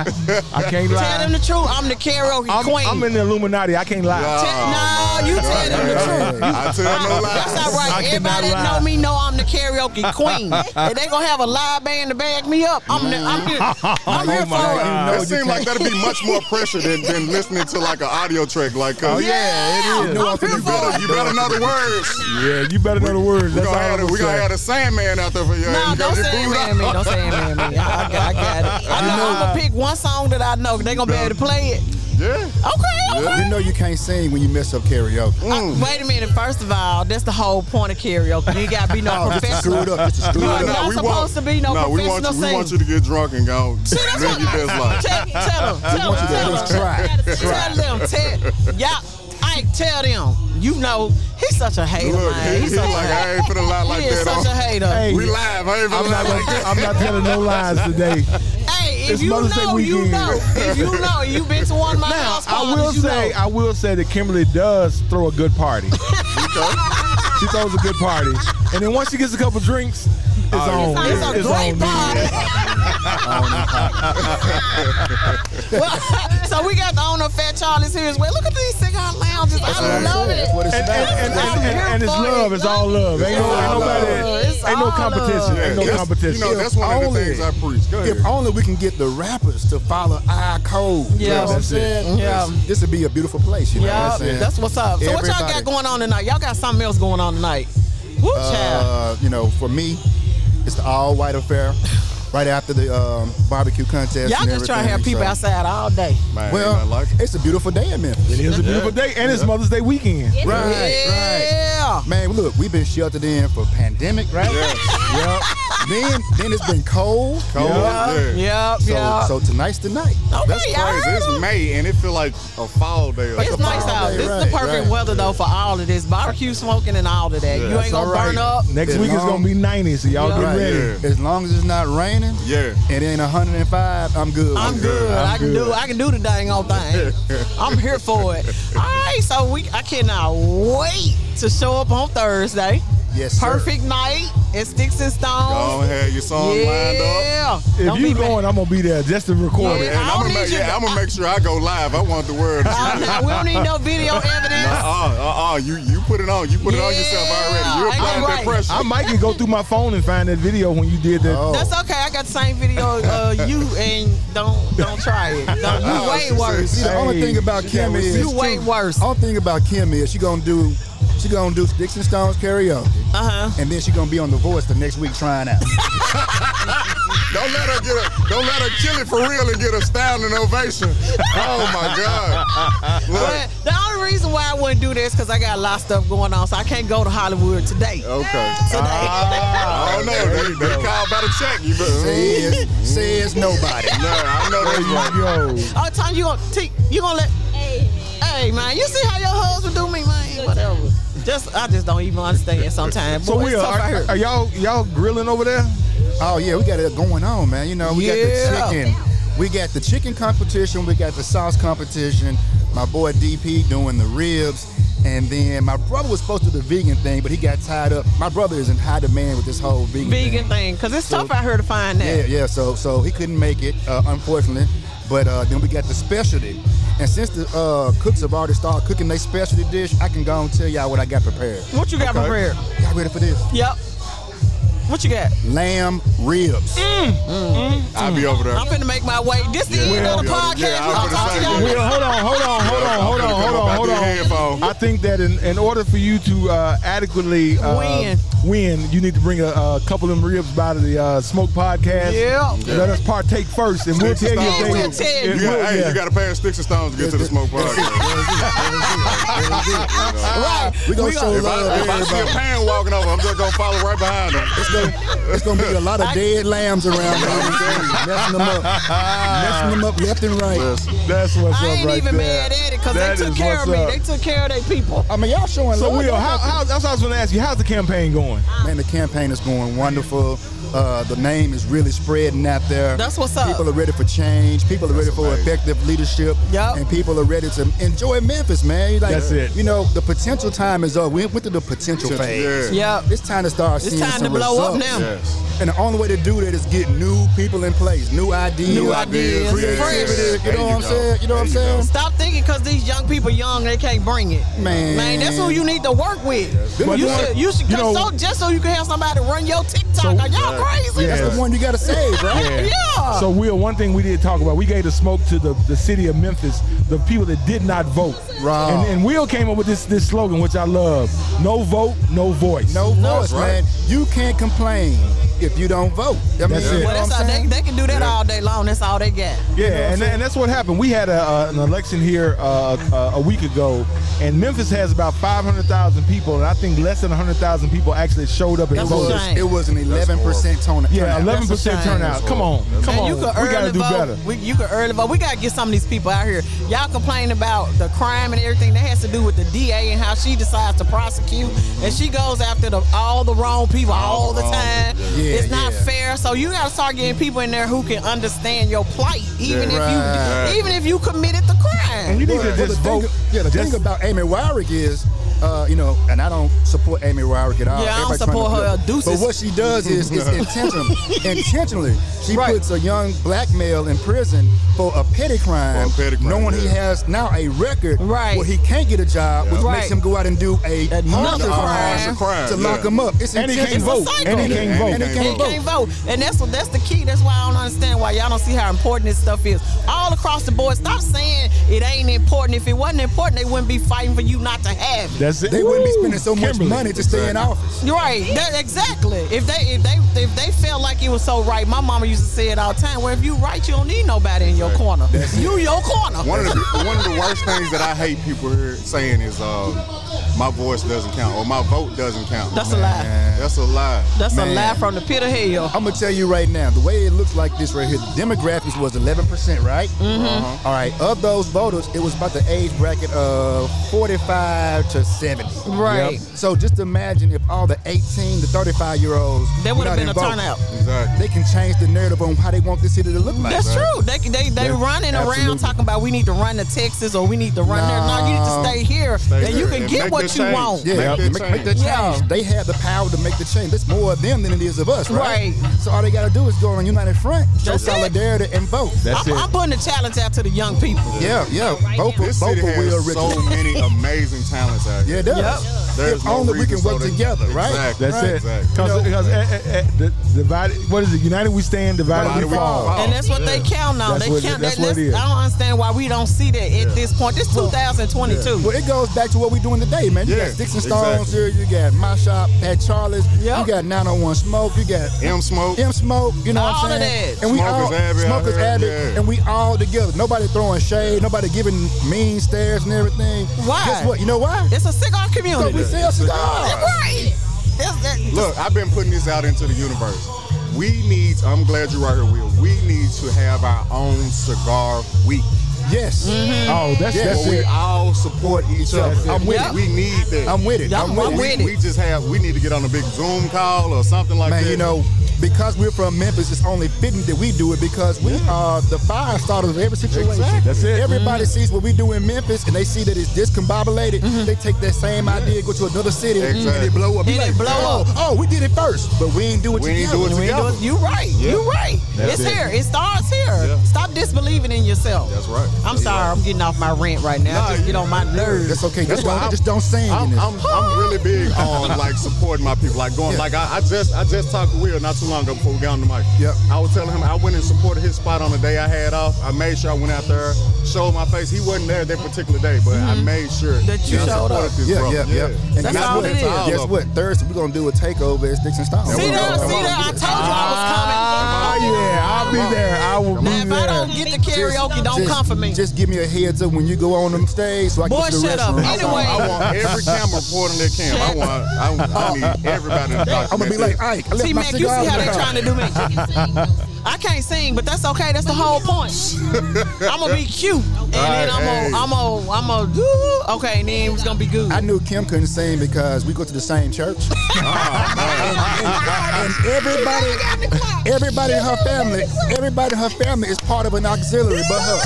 I can't lie.
[laughs] Tell him the truth. I'm the karaoke
I'm,
queen.
I'm in the Illuminati. I can't lie.
Yeah.
Tell- no, you tell him the truth.
I tell no
That's all
lies.
I
right.
cannot
Everybody
lie.
that know me know I'm the karaoke
[laughs]
queen. if they gonna have a live band to back me up, I'm, the, I'm here.
[laughs]
I'm
[laughs] Oh
here
my
for
God.
it.
No,
It
you
seemed like that'd be much
[laughs]
more pressure than, than listening to like an audio track. Like,
Oh,
'cause
Yeah, it is.
I'm here
you
for
better
it.
you better know the words.
Yeah, you better know the words.
We're
That's all
gonna,
I'm
have a,
gonna
we gonna
say.
have a Sandman out there for you.
No,
You
don't
got your
say
boot
man
up.
me. Don't say man
[laughs]
me. I, I got, I got it. I know I'm gonna pick one song that I know. They gonna be able to play it.
Yeah. Mm.
Okay, okay.
You know you can't sing when you mess up karaoke.
I- wait a minute. First of all, that's the whole point of karaoke. You ain't gotta
[laughs]
be no
Screw it
professional.
up, just screw
You
it
are
up.
not supposed to be no
no we, want
professional
you, we
singer.
want you to get drunk and go live your best life.
Tell, tell them. Tell
want you to
them.
just try.
Tell them. Tell yeah. Ike, tell them. You know he's such a hater,
Look,
man.
he,
He's
he
such a
like, I ain't finna lie like
he is
that.
such a
on-
hater.
Hey,
We live. I ain't finna
I'm
lie
not,
like
gonna, I'm not telling no lies today.
Hey, if
It's
you
Mother's Day
know, you
weekend.
know. If you know, you been to one of my house
I
parties,
will
you
say,
know.
I will say that Kimberly does throw a good party.
[laughs]
she throws a good party, and then once she gets a couple drinks, it's
Oh,
on.
It's a great
on.
party. [laughs] well, so we got the owner of Fat Charlie's here as well. Look at these cigar lounges. I love it.
That's what it's
And,
about.
and, and,
I'm
and,
here
and it's
for
love.
it.
It's all love. Ain't no,
It's
ain't
all
nobody.
love. It's
Ain't no
all
competition.
love.
that.
Ain't no
That's-
competition.
You know, that's one of the
Only.
things I preach. Go ahead.
If only we can get the rappers to follow our code. You
Yeah.
know what I'm
That's it.
saying?
Yeah.
This would be a beautiful place. You know
Yeah,
what I'm saying?
that's what's up. So what y'all
Everybody.
got going on tonight? Y'all got something else going on tonight? Woo, child.
Uh, you know, for me, it's the all white affair. [laughs] Right after the um, barbecue contest. and
y'all just trying to have
everything,
people
so-
outside all day.
Man, ain't
Well,
nothing like it.
it's a beautiful day in Memphis.
It is a beautiful day, and it's Mother's Day weekend.
Right, right.
yeah.
Man, look, we've been sheltered in for pandemic, right? [laughs] Yep. Then, then it's been cold.
Cold, yeah.
Yep, yep.
So, so tonight's the night.
okay,
That's
y'all
crazy.
heard
It's
'em.
May and it feel like a fall day. Like
It's
a
nice
fall
out.
day.
This is
Right,
the perfect
right.
weather though for all of this barbecue smoking and all of that. you ain't gonna burn up.
Next week it's gonna be 90, so y'all
Yeah.
get
Right.
ready.
Yeah.
As long as it's not raining.
Yeah.
It ain't 105. I'm good.
I'm good. i can do. I can do the dang
[laughs]
old thing. I'm here for it. All right, so we. I cannot wait to show up on Thursday.
Yes, sir.
Perfect night at Sticks and
Go
Stones.
have your song lined up.
yeah.
If
Don't
you
be mad.
going, I'm gonna be there just to record
Yeah.
it.
And
I
I'm
don't
gonna
need
make,
you
yeah,
to-
I'm gonna make sure I go live. I want the word.
Uh, no, we don't need no
[laughs]
video evidence.
Uh, uh, uh, you you put it on. You put it on yourself already. You
Yeah,
applied
ain't
that
right.
pressure.
I might can go through my phone and find that video when you did that.
Oh.
That's okay. I got the same video uh, you and don't don't try it. Don't, you
Uh-uh,
way
she said-
worse.
Ah, See, the only
Hey,
thing about
she got
Kim
receipts
is
You way worse.
only thing about Kim is she gonna do She gonna do Dixon Stones karaoke,
Uh-huh.
and then she gonna be on The Voice the next week trying out.
Don't let her get a, don't let her kill it for real and get a standing ovation. Oh my God. Look,
But the only reason why I wouldn't do this because I got a lot of stuff going on, so I can't go to Hollywood today.
okay.
Today. [laughs]
I don't know. They, they called by the check. You better. [laughs]
says says
[laughs]
nobody.
No, I know that's right.
Yo,
All the time Oh, you gonna t- you gonna let? Hey man, you see how your husband do me, man? Whatever. Just I just don't even understand sometimes.
[laughs] so
Boy,
we
it's tough
are,
out here.
are, are y'all y'all grilling over there?
Oh yeah, we got it going on, man. You know, we
Yeah.
got the chicken. We got the chicken competition. We got the sauce competition. My boy DP doing the ribs, and then my brother was supposed to do the vegan thing, but he got tied up. My brother is in high demand with this whole vegan.
vegan thing because it's tough out here to find that.
Yeah, yeah. So so he couldn't make it, uh, unfortunately. But uh, then we got the specialty, and since the uh, cooks have already started cooking their specialty dish, I can go and tell y'all what I got prepared.
What you got prepared?
Y'all ready for this?
Yep. What you got? Mm.
Lamb ribs.
I'll be over there.
I'm finna make my way. This the end of the
Yeah,
podcast.
yeah,
We'll
I'm finna
talk to
say,
y'all.
Well, hold on, hold on, hold on, hold on, hold on, hold on.
Headphone.
I think that in, in order for you to uh, adequately uh,
Win.
win, you need to bring a, a couple of them ribs by the uh, Smoke Podcast.
Yeah.
Let us partake first, and we'll tell you if they
We'll tell you.
You got, hey, you got to pass sticks and stones to get to the smoke podcast.
Right. We gonna
We
show
If
love
I,
to
if I see a
everybody.
pan walking over, I'm just gonna follow right behind him.
It's gonna, it's gonna be a lot of dead lambs around here.
[laughs]
I'm telling you, messing them up, messing them up left and right.
That's what's
I
up
ain't
right
even
there.
mad at it because
That
they took
is
care of me.
what's
They
up.
took care of their people.
I mean, y'all showing
So,
love.
Will, how, how, that's what I was going to ask you. How's the campaign going?
Man, the campaign is going wonderful. Uh, the name is really spreading out there.
That's what's up.
People are ready for change. People are ready for effective leadership.
Yup.
And people are ready to enjoy Memphis, man. You Like,
That's it.
You know, the potential time is up. We went through the potential phase.
Yup.
It's time to start
It's
seeing
time to
some
blow up
results.
now.
Yes.
And the only way to do that is get new people in place, new ideas,
New ideas,
creativity.
fresh.
You
There
know
you
what I'm
go.
saying? You know what I'm
There you
saying?
Stop thinking because these young people young, they can't bring it.
Man.
Man, that's who you need to work with.
But
you
one-
should, you should,
you know-
so just so you can have somebody run your TikTok. Are y'all crazy?
Yeah.
That's the one you gotta save, right?
Yeah.
[laughs] Yeah.
So, Will, one thing we did talk about, we gave the smoke to the, the city of Memphis, the people that did not vote.
Right.
And, and Will came up with this, this slogan, which I love no vote, no voice.
No voice,
right.
man. You can't complain if you don't vote. I mean,
That's it.
you know
Well,
Well, that's
what
all
I'm
they,
saying?
they can do that all day long. That's all they got.
Yeah, and, and that's what happened. We had a, uh, an election here uh, uh, a week ago, and Memphis has about 500,000 people, and I think less than 100,000 people actually showed up and
That's
voted.
a shame.
It was an 11% tone.
Yeah,
turnout.
11 percent
That's a shame.
turnout. Come on, come
Man,
on.
you could
we gotta
early
do
vote.
better.
We, you could early vote. We gotta get some of these people out here. Y'all complain about the crime and everything that has to do with the DA and how she decides to prosecute, and she goes after the, all the wrong people all, the time.
Yeah,
it's not
yeah.
fair. So you gotta start getting people in there who can understand your plight, even if
Right.
you even if you committed the
And
crime.
you need to
But the
just
thing-
vote.
yeah, the
Just-
thing about Amy Wyrick is, uh, you know, and I don't support Amy Wyrick at all.
Yeah, I don't
Everybody trying to
support her,
flip.
deuces.
But what she does is,
[laughs]
is intentional. intentionally, she
Right.
puts a young black male in prison for a petty crime,
For a petty crime,
knowing he
yeah.
has now a record
Right.
where he can't get a job, which
Right.
makes him go out and do a
Another
harder crime
crime.
Crime,
to
yeah.
lock him up. It's
And he can't
intentional.
vote. And
cycle.
he can't
And he
vote.
And he
Can't
can't
And
vote.
can't vote, and that's what that's the key. That's why I don't understand why y'all don't see how important this stuff is. All across the board, stop saying it ain't important. If it wasn't important, they wouldn't be fighting for you not to have it.
That's it.
They wouldn't be
Woo!
spending so much
Kimberly.
money to stay in office.
You're right. That, exactly. If they if they if they felt like it was so right, my mama used to say it all the time. Well, if you right, you don't need nobody in your corner. You your corner.
One of the one of the worst things that I hate people here saying is uh, my voice doesn't count or my vote doesn't count.
That's a lie.
That's a lie.
That's a
Man.
lie from the pit of hell.
I'm gonna tell you right now, the way it looks like this right here, the demographics was 11%, right? Mm-hmm. right, of those voters, it was about the age bracket of 45 to 70.
Right. Yep.
So just imagine if all the 18 to 35 year olds
There would
went out
have been a
and voted.
turnout.
Exactly.
They can change the narrative on how they want this city to look like.
That's true. They they they
Yeah,
running around
absolutely.
talking about we need to run to Texas or we need to run there. No, you need to
No.
stay here
Stay
and you
here
can
and
get
make
what
that
you
change.
want.
Yeah,
Make that
make, make that
change.
change.
Yeah.
They have the power to make the change. That's more of them than it is of us, right?
Right.
So all they gotta do is go on United Front, show
That's it.
solidarity, and vote.
That's
I'm,
it.
I'm putting a challenge out to the young people.
yeah, yeah. Vote for,
This
vote
city
for Will
has
Richardson. [laughs]
so many amazing talents out
Yeah,
here.
it does.
Yep.
That's There's
if
no
only we
reason
can work
so that-
together, right?
Exactly.
That's it.
Exactly.
Because
You know,
eh, divided, what is it? United we stand, divided
Divided
we
we
fall.
fall.
And that's what they count on.
That's
they
what it-
count
that's
that. let's-
what it is.
I don't understand why we don't see that at this point. This 2022.
Well, it goes back to what we're doing today, man. You
Yeah,
got Sticks and Stones
exactly.
here, you got My Shop, Pat Charles,
Yep.
you got 901 Smoke, you got
M Smoke.
M Smoke, you know
All
what
of
I'm saying?
that.
And we
Smoke
all
is Abbott out
Smoke is
here,
Abbott,
yeah.
and we all together. Nobody throwing shade, nobody giving mean stares and everything.
Why?
Guess what? You know why?
It's a cigar
Because
community.
we sell cigars.
right. That's that.
Look, I've been putting this out into the universe. We need. I'm glad you're right here, Will. We need to have our own cigar week.
Yes.
Mm-hmm.
Oh, that's
Yeah,
that's
where we
it.
all support each other.
That's it.
I'm with
Yep.
it. We need that.
I'm with it.
Y'all
I'm with
I'm
it.
we,
with it.
we just have. We need to get on a big Zoom call or something like
Man,
that.
you know, because we're from Memphis, it's only fitting that we do it because we are the fire starters of every situation.
That's it.
Everybody
Mm-hmm.
sees what we do in Memphis and they see that it's discombobulated. They take that same idea, go to another city, and
Exactly.
it blow up. You
And it blow
oh,
up.
Oh, we did it first, but we ain't do it
We ain't
together.
do it
We
together.
do it- You right. You right.
That's
it's
it.
here. It starts here.
Yeah.
Stop disbelieving in yourself.
That's right.
I'm
That's
sorry. I'm getting off my rant right now.
Nah,
just get on my nerves.
That's okay.
That's
Just
why
don't,
I'm-
just don't sing. in
I'm,
this.
I'm, I'm really
[laughs]
big on like supporting my people. Like going,
Yeah.
like I, I just I just talked to Will not too long ago before we got on the mic.
Yep.
I was telling him I went and supported his spot on the day I had off. I made sure I went out there, showed my face. He wasn't there that particular day, but I made sure
Mm-hmm. That you
I
showed
supported
up.
This
yeah,
brother.
yeah, yeah, And
That's
guess
all
what?
it is.
Guess what? Thursday we're gonna do a takeover at Sticks and Stones. Ah,
See
We're
there,
gonna-
see there. I told you I
Oh
was coming.
yeah, I'll be there. I will be
Now, if I don't
there.
get the karaoke, don't
just,
come for me.
Just give me a heads up when you go on them stage so I can
Boy,
get to the
shut up.
restroom.
I want, I
Anyway.
want [laughs]
[laughs]
every camera reporting their camera. I want I, I
[laughs]
need everybody to document
I'm gonna be
this.
like, Ike, I left
See,
my
Mac, you see
cigar
how
in
they
the car.
trying to do me. I can't sing, but that's okay. That's the whole point. I'm gonna be cute, and then
All
I'm
right,
gonna,
hey.
I'm gonna, I'm gonna do. Okay, and then it's gonna be good.
I knew Kim couldn't sing because we go to the same
[laughs]
church. Oh, and, and everybody, everybody in her family, everybody in her family is part of an auxiliary but her.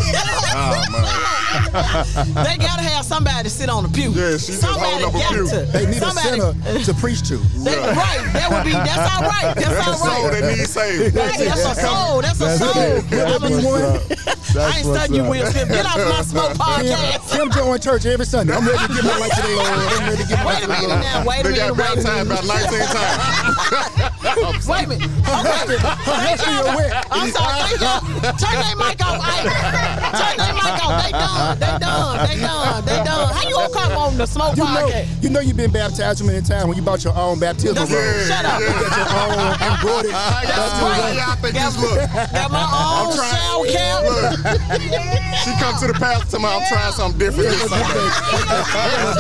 oh, man.
They gotta have somebody to sit on the pew.
Yeah, she just
somebody
holding up a
got
pew.
to.
They need
somebody,
a center to preach to.
They, right, that would be. That's all right. That's
That's the
all right.
soul that needs saved.
Right, that's a soul. That's a
That's
soul.
it. That's
I,
what's
believe-
up.
I ain't
That's what's
studying you,
up.
Will Smith. Get off
[laughs]
my smoke
Kim,
podcast.
Kim joined church every Sunday. I'm ready to give my life to the Lord. I'm ready to give my life to the
Wait a minute
Lord.
now. Wait a
They got
minute. Wait a
baptized
minute.
about 19 times.
Wait a minute. Okay. Thank y'all. I'm sorry. Thank y'all. Turn their mic off, Ike. Turn their mic off. They done. They done. They done. They done. How you gonna come on the smoke
You know,
podcast?
you know you've been baptized too many times when you bought your own baptismal
That's-
robe.
Shut up.
You got your own embroidered.
That's right.
I think this look.
Got my own shower cap.
She come to the pastor tomorrow. I'm trying something different. this Sunday."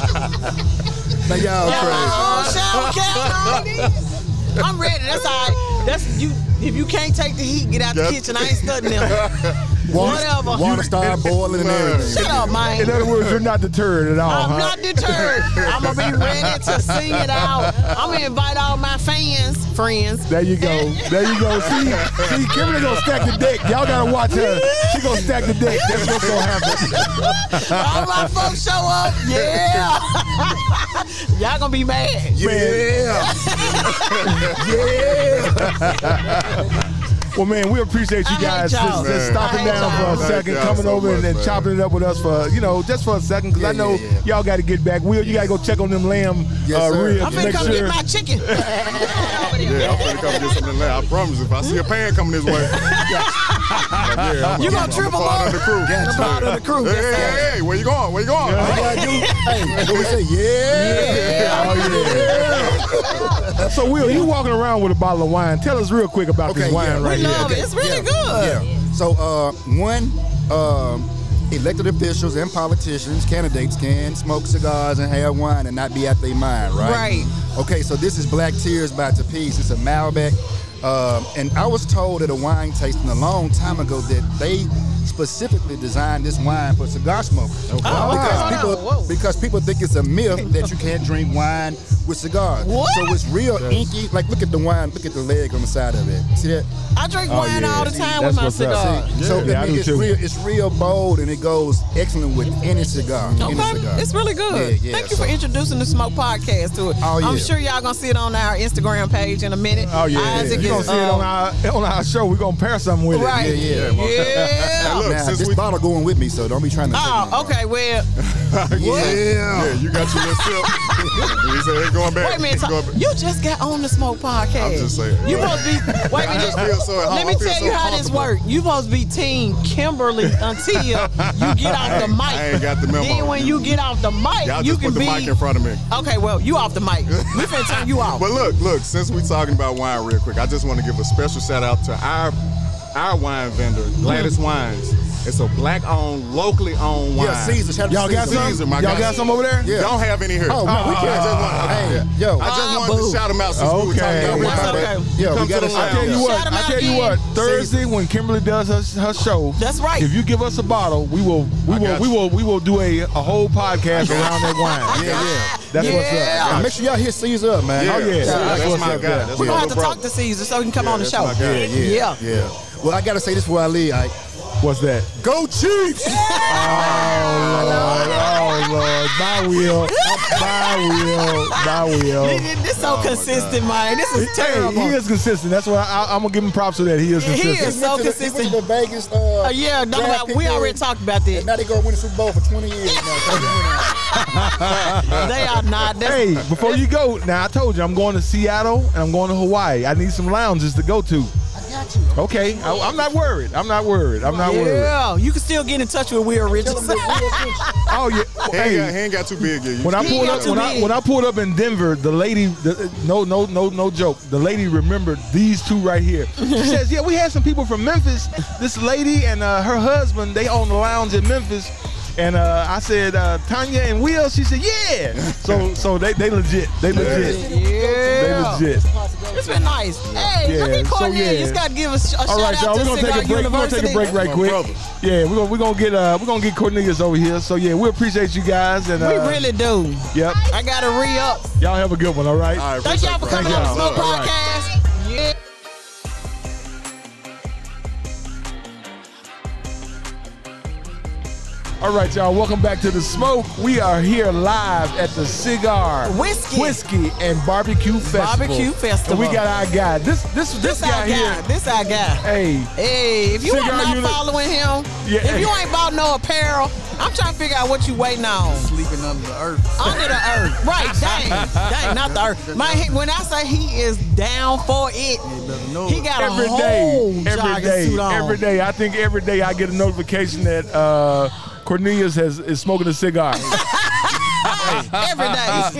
Now y'all
Got
crazy.
my own shower cap on. I'm ready. That's all right. That's you. If you can't take the heat, get out the kitchen. I ain't studying them. Whatever.
[laughs] Water, water
[laughs]
start boiling
[laughs]
and everything.
Shut up, man.
In other words, you're not deterred at all,
I'm
uh-huh.
huh?
not deterred. I'm gonna be ready to sing it out. I'm gonna invite all my fans, friends.
There you go. There you go. See, see, Kimberly gonna stack the deck. Y'all gotta watch her. She gonna stack the deck. That's what's gonna happen.
All my
[laughs]
folks
[laughs]
show up. Yeah. [laughs] Y'all gonna be mad.
Yeah.
Well, man, we appreciate
I
you
hate
guys
y'all.
just, just
Man.
stopping
I hate
down for
y'all.
a second,
Thank y'all
coming
so
over and
much,
then
man.
chopping it up with us for you know just for a second because I
Yeah,
know
yeah, yeah.
y'all got to get back. Will, you gotta go check on them lamb
Yes,
uh,
sir.
ribs.
I'm finna
Make
come
sure.
get my chicken.
Yeah, I'm finna come get something later. I promise. If I see a pan coming this way,
You gonna trip
I'm part of
along?
the crew.
That's
Part of the crew.
Hey,
That's all.
hey, hey, where you going? Where you going?
All I do, hey, what we say, yeah.
Oh,
So, Will, you walking around with a bottle of wine? Tell us real quick about this
Okay,
wine
yeah.
right
We
here.
love it. It's really good.
Yeah. So, uh, one, um, elected officials and politicians, candidates can smoke cigars and have wine and not be out their mind, right?
Right.
Okay, so this is Black Tears by Tapiz. It's a Malbec. Um, and I was told at a wine tasting a long time ago that they specifically designed this wine for cigar smokers. Okay.
wow.
because,
Whoa.
people, because people think it's a myth that you can't drink wine with cigars.
What?
So it's real inky. Like, look at the wine. Look at the leg on the side of it. See that?
[laughs] I drink
Oh,
wine all the time with
Oh, That's
my
what's up.
cigar.
So
Yeah, I
I mean,
do
it's
too.
real, it's real bold, and it goes excellent with any cigar. Any cigar.
Okay, it's really good.
Yeah, yeah,
Thank you
so-
for introducing the Smoke Podcast to it.
Oh,
I'm
yeah.
sure y'all gonna see it on our Instagram page in a minute.
Oh yeah,
Isaac
you gonna
is,
see it
um,
[laughs] on our on our show. We're gonna pair something with it.
Right.
Yeah, yeah.
Yeah,
look,
Now,
since
this
we-
bottle going with me, so don't be trying to.
Oh, okay.
[laughs]
Well,
Yeah.
Yeah, you got your little sip. [laughs] he said, ain't going back.
wait a minute.
Ain't
Tom.
going back.
You just got on the smoke podcast.
I'm just saying.
You supposed to
[laughs]
be. Wait a minute.
I feel so at home.
Let
I
me
feel
tell
so
you how this
comfortable.
work. You supposed to be Team Kimberly until you get off the
ain't-
mic.
[laughs] I ain't got the memo.
Then when you get off the mic,
Y'all
you
just
can
put the
be.
mic in front of me.
Okay, well, you off the mic. We
[laughs]
finna turn [laughs] you off.
But look, look, since we're talking about wine real quick, I just want to give a special shout out to our our wine vendor, Gladys
Mm-hmm.
Wines. It's a black owned, locally owned wine.
Yeah, Caesar. Shout out to
Y'all got
Caesar.
some?
Caesar, my
Y'all
guy.
got some over there?
Yeah.
Don't have any here.
Oh, no, we
I
can't.
just want-
Hey,
okay.
yo.
I just
Ah,
wanted
boo.
to shout them out since we were
Okay.
talking
That's
about
okay.
wine.
Yeah,
Come
we
to
gotta
the
shout
I tell
lounge.
you what.
Shout 'em
I
out
tell you what.
again.
Thursday when Kimberly does her, her show,
That's right.
If you give us a bottle, we will we will
got
we
you.
will we will do a, a whole podcast around that wine.
Yeah, yeah.
That's
Yeah.
what's
And make sure y'all hit Caesar up, man.
Yeah.
Oh, yeah.
Caesar,
That's
That's
what's
my
up,
guy.
yeah.
That's
We're
my
gonna have to
bro.
talk to Caesar so he can come
Yeah,
on the
that's
show.
my guy.
yeah,
Yeah.
yeah. Well, I gotta say this before I leave. I,
up. What's that?
Go Chiefs!
Oh Lord, oh Lord, my will, my will, my will.
Nigga, [laughs] This
Oh,
so consistent, man. This is
Hey,
terrible.
he is consistent. That's why I, I'm gonna give him props for that. He is
He is.
consistent.
So
He went to the-
consistent.
he went to the Vegas. Uh,
Uh, yeah, no,
draft
no,
pick
we already
game,
talked about this.
and Now they gonna win the Super Bowl for 20 years now.
[laughs]
Thank you, man.
They are not. That's,
Hey, before you go, now I told you I'm going to Seattle and I'm going to Hawaii. I need some lounges to go to.
I got you.
Okay, I, I'm not worried. I'm not worried. I'm not worried.
yeah, you can still get in touch with Will
Tell 'em
Richardson.
this real
[laughs]
shit.
Oh yeah.
He ain't, got,
Hey,
he ain't got too big yet. You
when I
He ain't
pulled
got
up
too
when I,
many.
when I pulled up in Denver, the lady, the, no no no no joke, the lady remembered these two
[laughs]
right here. She says, "Yeah, we had some people from Memphis. This lady and uh, her husband, they own the lounge in Memphis." And uh, I said, uh, Tanya and Will. She said, Yeah. So so they they legit. They legit. They
yeah.
legit.
It's been nice. Hey,
Yeah,
look at
so
Cornelius.
yeah.
You got to give us a sh- a
All
shout
right,
out
y'all.
to
We're gonna take a
Cigar
break. We're gonna take a
University.
break right
My
quick.
brother.
Yeah, we're gonna we're gonna get uh we're gonna get Cornelius over here. So yeah, we appreciate you guys and uh,
We really do.
yep.
I got to re up.
Y'all have a good one. All right.
All right,
Thank y'all for coming
appreciate it,
on the
bro.
Smoke
All right.
Podcast. Yeah.
All right, y'all. Welcome back to the smoke. We are here live at the cigar
Whiskey.
whiskey and barbecue festival.
Barbecue festival.
And we got our guy. This this this,
This our
guy,
guy.
here.
This our guy.
Hey,
Hey, if you
Cigar
are not
unit.
following him,
Yeah.
if you ain't bought no apparel, I'm trying to figure out what you waiting on.
Sleeping under the earth.
Under the earth. Right, dang. Dang, not
[laughs]
the earth. My, he- when I say he is down for it,
Better know
he
it.
got
every
a whole
day, every
jogging
day,
suit on.
every day. I think every day I get a notification that uh, Cornelius has is smoking
[laughs]
a cigar. Uh,
Every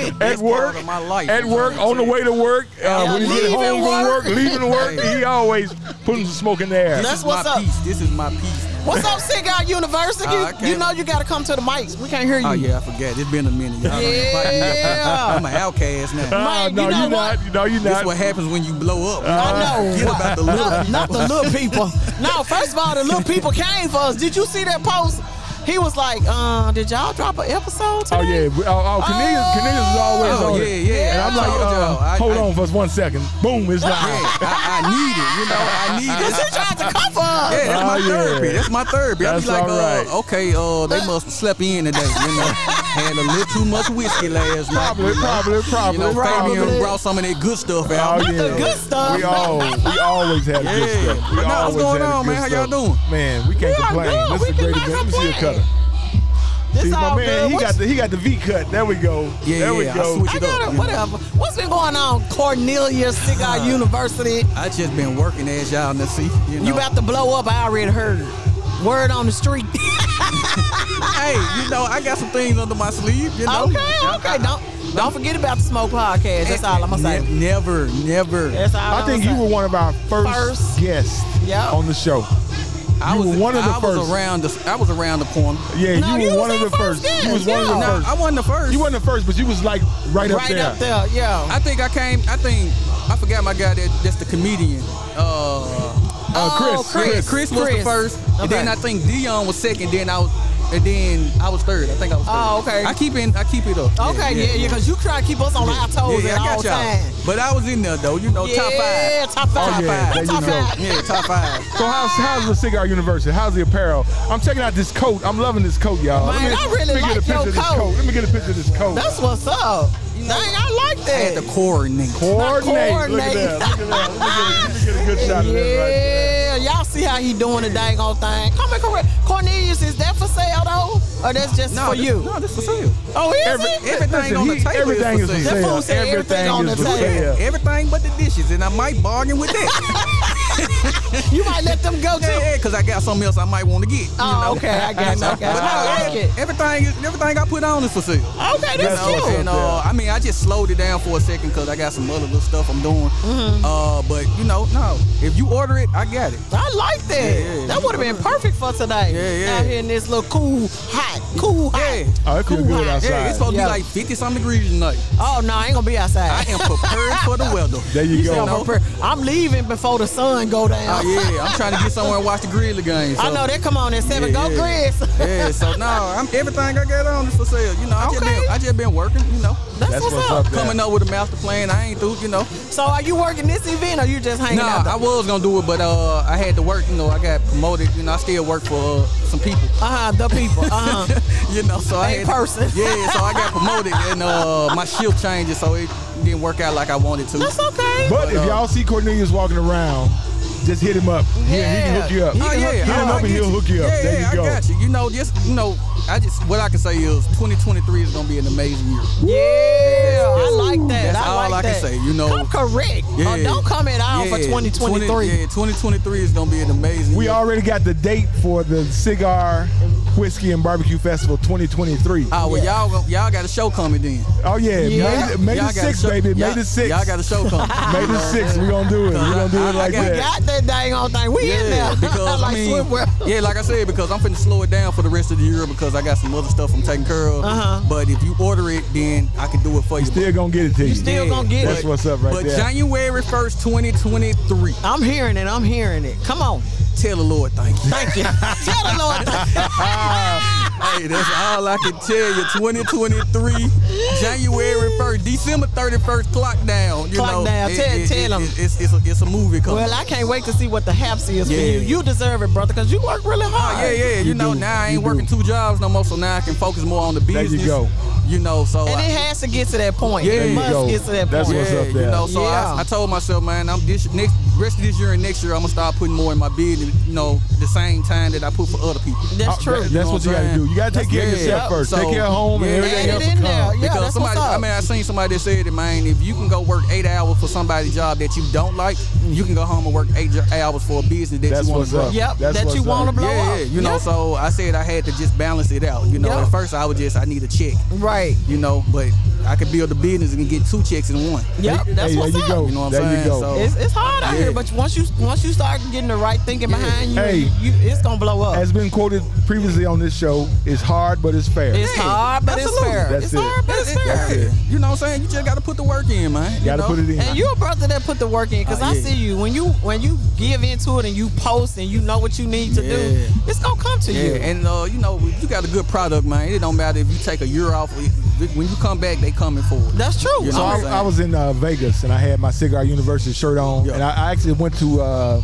day.
at
Best
work,
part of my life.
at work, on the way to work, uh, when you get
leaving
home from
work.
work,
[laughs]
leaving work, he always putting some smoke in there.
That's
This is
what's
my
up.
Piece. This is my piece.
What's up, Cigar University?
Uh, I can't-
you know you got to come to the mics. We can't hear you.
Oh yeah, I forgot. It's been a minute. Y'all don't invite me.
Yeah.
I'm an outcast now.
Ah,
Man,
[laughs] no,
you know
are
what?
not. No, you're
This
not.
what happens when you blow up.
I know.
Uh, Forget about the little
not,
people.
not the little people. No, first of all, the little people came for us. Did you see that post? He was like, uh, did y'all drop an episode
Oh
today?
yeah, oh, oh Cornelius,
Oh.
Cornelius is always
Oh,
on
yeah,
it.
yeah.
And I'm
I
like,
told
uh,
y'all. I-
hold
I-
on for us one second. Boom, it's
Yeah, I,
live.
I need it. You know, I need it.
Because he tried to cover us.
Yeah, that's
Oh,
my
yeah.
therapy. That's my therapy. I
That's
be like,
all right.
uh, okay, uh, they must have slept in today. You know, had a little too much whiskey last night.
Probably, probably,
You
probably,
know, Fabian
probably.
brought some of that good stuff out.
Oh,
Not the
yeah.
good stuff.
We all, we always had
Yeah.
good stuff. We
But now what's
always
going
had
on,
good
man? How y'all
stuff.
doing?
Man, we can't
We are
complain.
good.
This
We
is
can
a great
make
event. Let me see a
complain.
cutter.
This
See, my
all
man,
good.
he
What's-
got the he got the V cut. There we go.
Yeah,
there we
yeah, I
go.
switched
I
it
got
up,
it.
you know.
Whatever. What's been going on? Cornelia Cigar University.
I just been working as y'all now see. Uh, You, know.
You about to blow up? I already heard. Word on the street. [laughs]
Hey, you know, I got some things under my sleeve. You know.
okay, okay. Don't don't forget about the smoke podcast. That's all I'm gonna say.
Ne- Never, never.
That's all.
I
I'm
think
gonna
you
say.
were one of our first,
First.
guests
Yeah.
Oh. on the show.
I
you
was
were one of the
I was
first.
around the I was around the corner.
Yeah,
No,
you
you
were one
was
of
our
the
first
first. You was
guest,
one of the
yeah.
No,
first.
I wasn't the first.
You wasn't the first, but you was like right, up
right
there.
up there. Yeah.
I think I came. I think I forgot my guy that that's the comedian. Uh,
Uh,
Oh,
Chris,
yeah,
Chris.
Chris was the
Chris.
first, and then
Okay.
I think Dion was second. Then I was, and then I was third. I think I was. Third.
Oh, okay.
I keep in. I keep it up.
Okay, yeah, yeah, because you try to keep us on our toes
Yeah,
at
I
all
got y'all.
times.
But I was in there though. You know, top five.
Yeah, top five.
Oh, yeah, there you
Top
go.
five.
Yeah, top five.
So how's how's the cigar university? How's the apparel? I'm checking out this coat. I'm loving this coat, y'all.
Man, I really
let me get a
like
picture
your
of this
coat.
coat. Let me get a picture of this
[laughs]
coat.
That's what's up. Dang, I like
At
that.
the coordinate.
coordinate. Look at
coordinate.
that. Look at that. Let me get a, let me get a good shot of that right there.
yeah, y'all see how he doing the dang old thing. Come and correct. Cornelius, is that for sale though? Or that's just for
this-
you?
No, this for sale.
Oh, is
Every-
it?
everything on the
he-
table is
everything
for
is
sale.
That fool
for
said
sale.
everything on
Everything
the
is for
table.
sale.
Everything but the dishes, and I might bargain with that.
[laughs] You might let them go too.
yeah, because I got something else I might want to get.
Oh, okay, I got
And,
you,
uh,
okay.
But no,
I like it.
everything, is- everything I put on is for sale.
Okay, that's
You know,
cute.
And uh, I mean, I just slowed it down for a second because I got some other little stuff I'm doing.
Mm-hmm.
Uh, but you know, no, if you order it, I got it.
I like that.
Yeah, yeah.
That would have been perfect for today.
Yeah, yeah.
Out here in this little cool, hot, cool, hot.
Yeah.
Oh, it feel
Cool.
good outside.
Yeah, it's supposed
Yeah.
to be like 50 some degrees tonight.
Oh no, I ain't gonna be outside.
I am prepared for the
[laughs]
weather.
There you go.
know?
I'm, prepared. I'm leaving before the sun go down.
Oh yeah, I'm trying to get
[laughs]
somewhere and watch the Grizzly game. So.
I know they come on at
Yeah,
seven. go,
yeah.
Chris.
[laughs] Yeah, so no, I'm everything I got on is for sale. You know, I just
Okay.
been I just been working. You know,
That's,
That's
what's,
what's
up.
up. Yeah.
coming up with a master plan. I ain't through. You know,
So are you working this event or you just hanging
Nah,
out?
I was gonna do it, but uh, I had to work. You know, I got promoted. You know, I still work for uh, some people.
Uh huh. The people. Uh
[laughs]
huh.
you know, so I
A
had
person.
[laughs] yeah, so I got promoted, and uh, my shift changes, so it didn't work out like I wanted to.
That's okay.
But if
uh,
y'all see Cornelius walking around, just hit him up. Yeah, he can hook you up.
Oh yeah,
Hit him
I- I
up and
get
he'll
you.
hook you up.
Yeah,
there
yeah,
you go.
I got you. You know, just you know, I just what I can say is 2023 is gonna be an amazing year.
Yeah, I like that.
That's
I
all
like
I can
that.
say, you know.
come correct.
Yeah.
Or don't come at all for 2023.
20, yeah, 2023 is gonna be an amazing.
We
year.
already got the date for the Cigar, Whiskey, and Barbecue Festival 2023.
Oh well, y'all gon- y'all got a show coming then.
oh, yeah.
Yeah.
May, the- May the
Y'all got a
6th,
show-
baby. May
y'all-
the 6th.
Y'all got a show
[laughs]
coming.
May the 6th. We're going to do it. We're going to do
I- I
it like
got-
that.
We got that dang old thing. We in there. [laughs]
because
like
I mean,
swimwear.
yeah, like I said, because I'm finna slow it down for the rest of the year because I got some other stuff I'm taking care of.
Uh-huh.
But if you order it, then I can do it for you.
Still going to get it to you.
still gonna get
That's
it.
what's up right
but
there.
January 1st, 2023,
I'm hearing it. I'm hearing it. Come on.
tell the Lord thank you. [laughs]
Thank you. Tell the Lord. Thank you.
hey, that's all I can tell you. 2023, January 1st, December 31st, clock down. You
Clock
know,
down. Tell- tell 'em.
it's, it's, a, it's a movie [laughs] coming.
[laughs] Well, I can't wait to see what the haps is for
Yeah.
you. You deserve it, brother, because you work really hard.
Oh, yeah, yeah. You,
You
know,
do.
now I ain't
You
working two jobs no more, so now I can focus more on the
There you
business.
go.
You know, so
And
I,
it has to get to that point.
There
It
you
must
go.
get to that
That's
point.
what's
yeah,
up there.
you know. So
Yeah.
I, I told myself, man, I'm this next rest of this year and next year, I'm gonna start putting more in my business. You know, the same time that I put for other people.
That's
Oh,
true.
that- that's
know what
what you
I'm
got to
saying?
do. You got to take care of
That's- yeah.
yourself first.
So-
take care of home
Yeah.
and everything
Add
else
it in
will
there.
come.
Yeah,
because
that's
somebody,
what's up.
I mean, I seen somebody that said it, man. If you can go work eight hours for somebody's job that you don't like, you can go home and work eight jo- hours for a business that
That's
you want
what's
to grow.
up.
yep,
That's
that you
what's
want to
up.
blow
yeah,
up.
yeah, you know.
Yep.
So I said I had to just balance it out. You know,
Yeah.
at first I was just I need a check.
Right.
You know, but I could build a business and get two checks in one.
Yep,
Hey,
that's
hey,
what's
there you
up.
go.
You know what
there
I'm saying?
you go.
So-
It's, it's hard out
Yeah.
here, but once you once you start getting the right thinking
Yeah.
behind you,
Hey.
you, it's gonna blow up.
Has been quoted previously on this show, it's hard, but it's fair.
it's hard, but
absolutely.
it's fair.
That's
it's
it.
hard, but it's fair.
Yeah. You know what I'm saying? You just gotta put the work in, man. You
got to
know?
put it in.
And you're a brother that put the work in, cause
Oh,
I
yeah.
see you when you when you give into it and you post and you know what you need to do,
Yeah.
it's gonna come to you.
Yeah, and uh, you know, if you got a good product, man. It don't matter if you take a year off. it- When you come back, they coming for it.
that's true.
You
So
know what I'm
I,
saying?
I was in uh, Vegas and I had my Cigar University shirt on,
Yeah.
and I, I actually went to uh,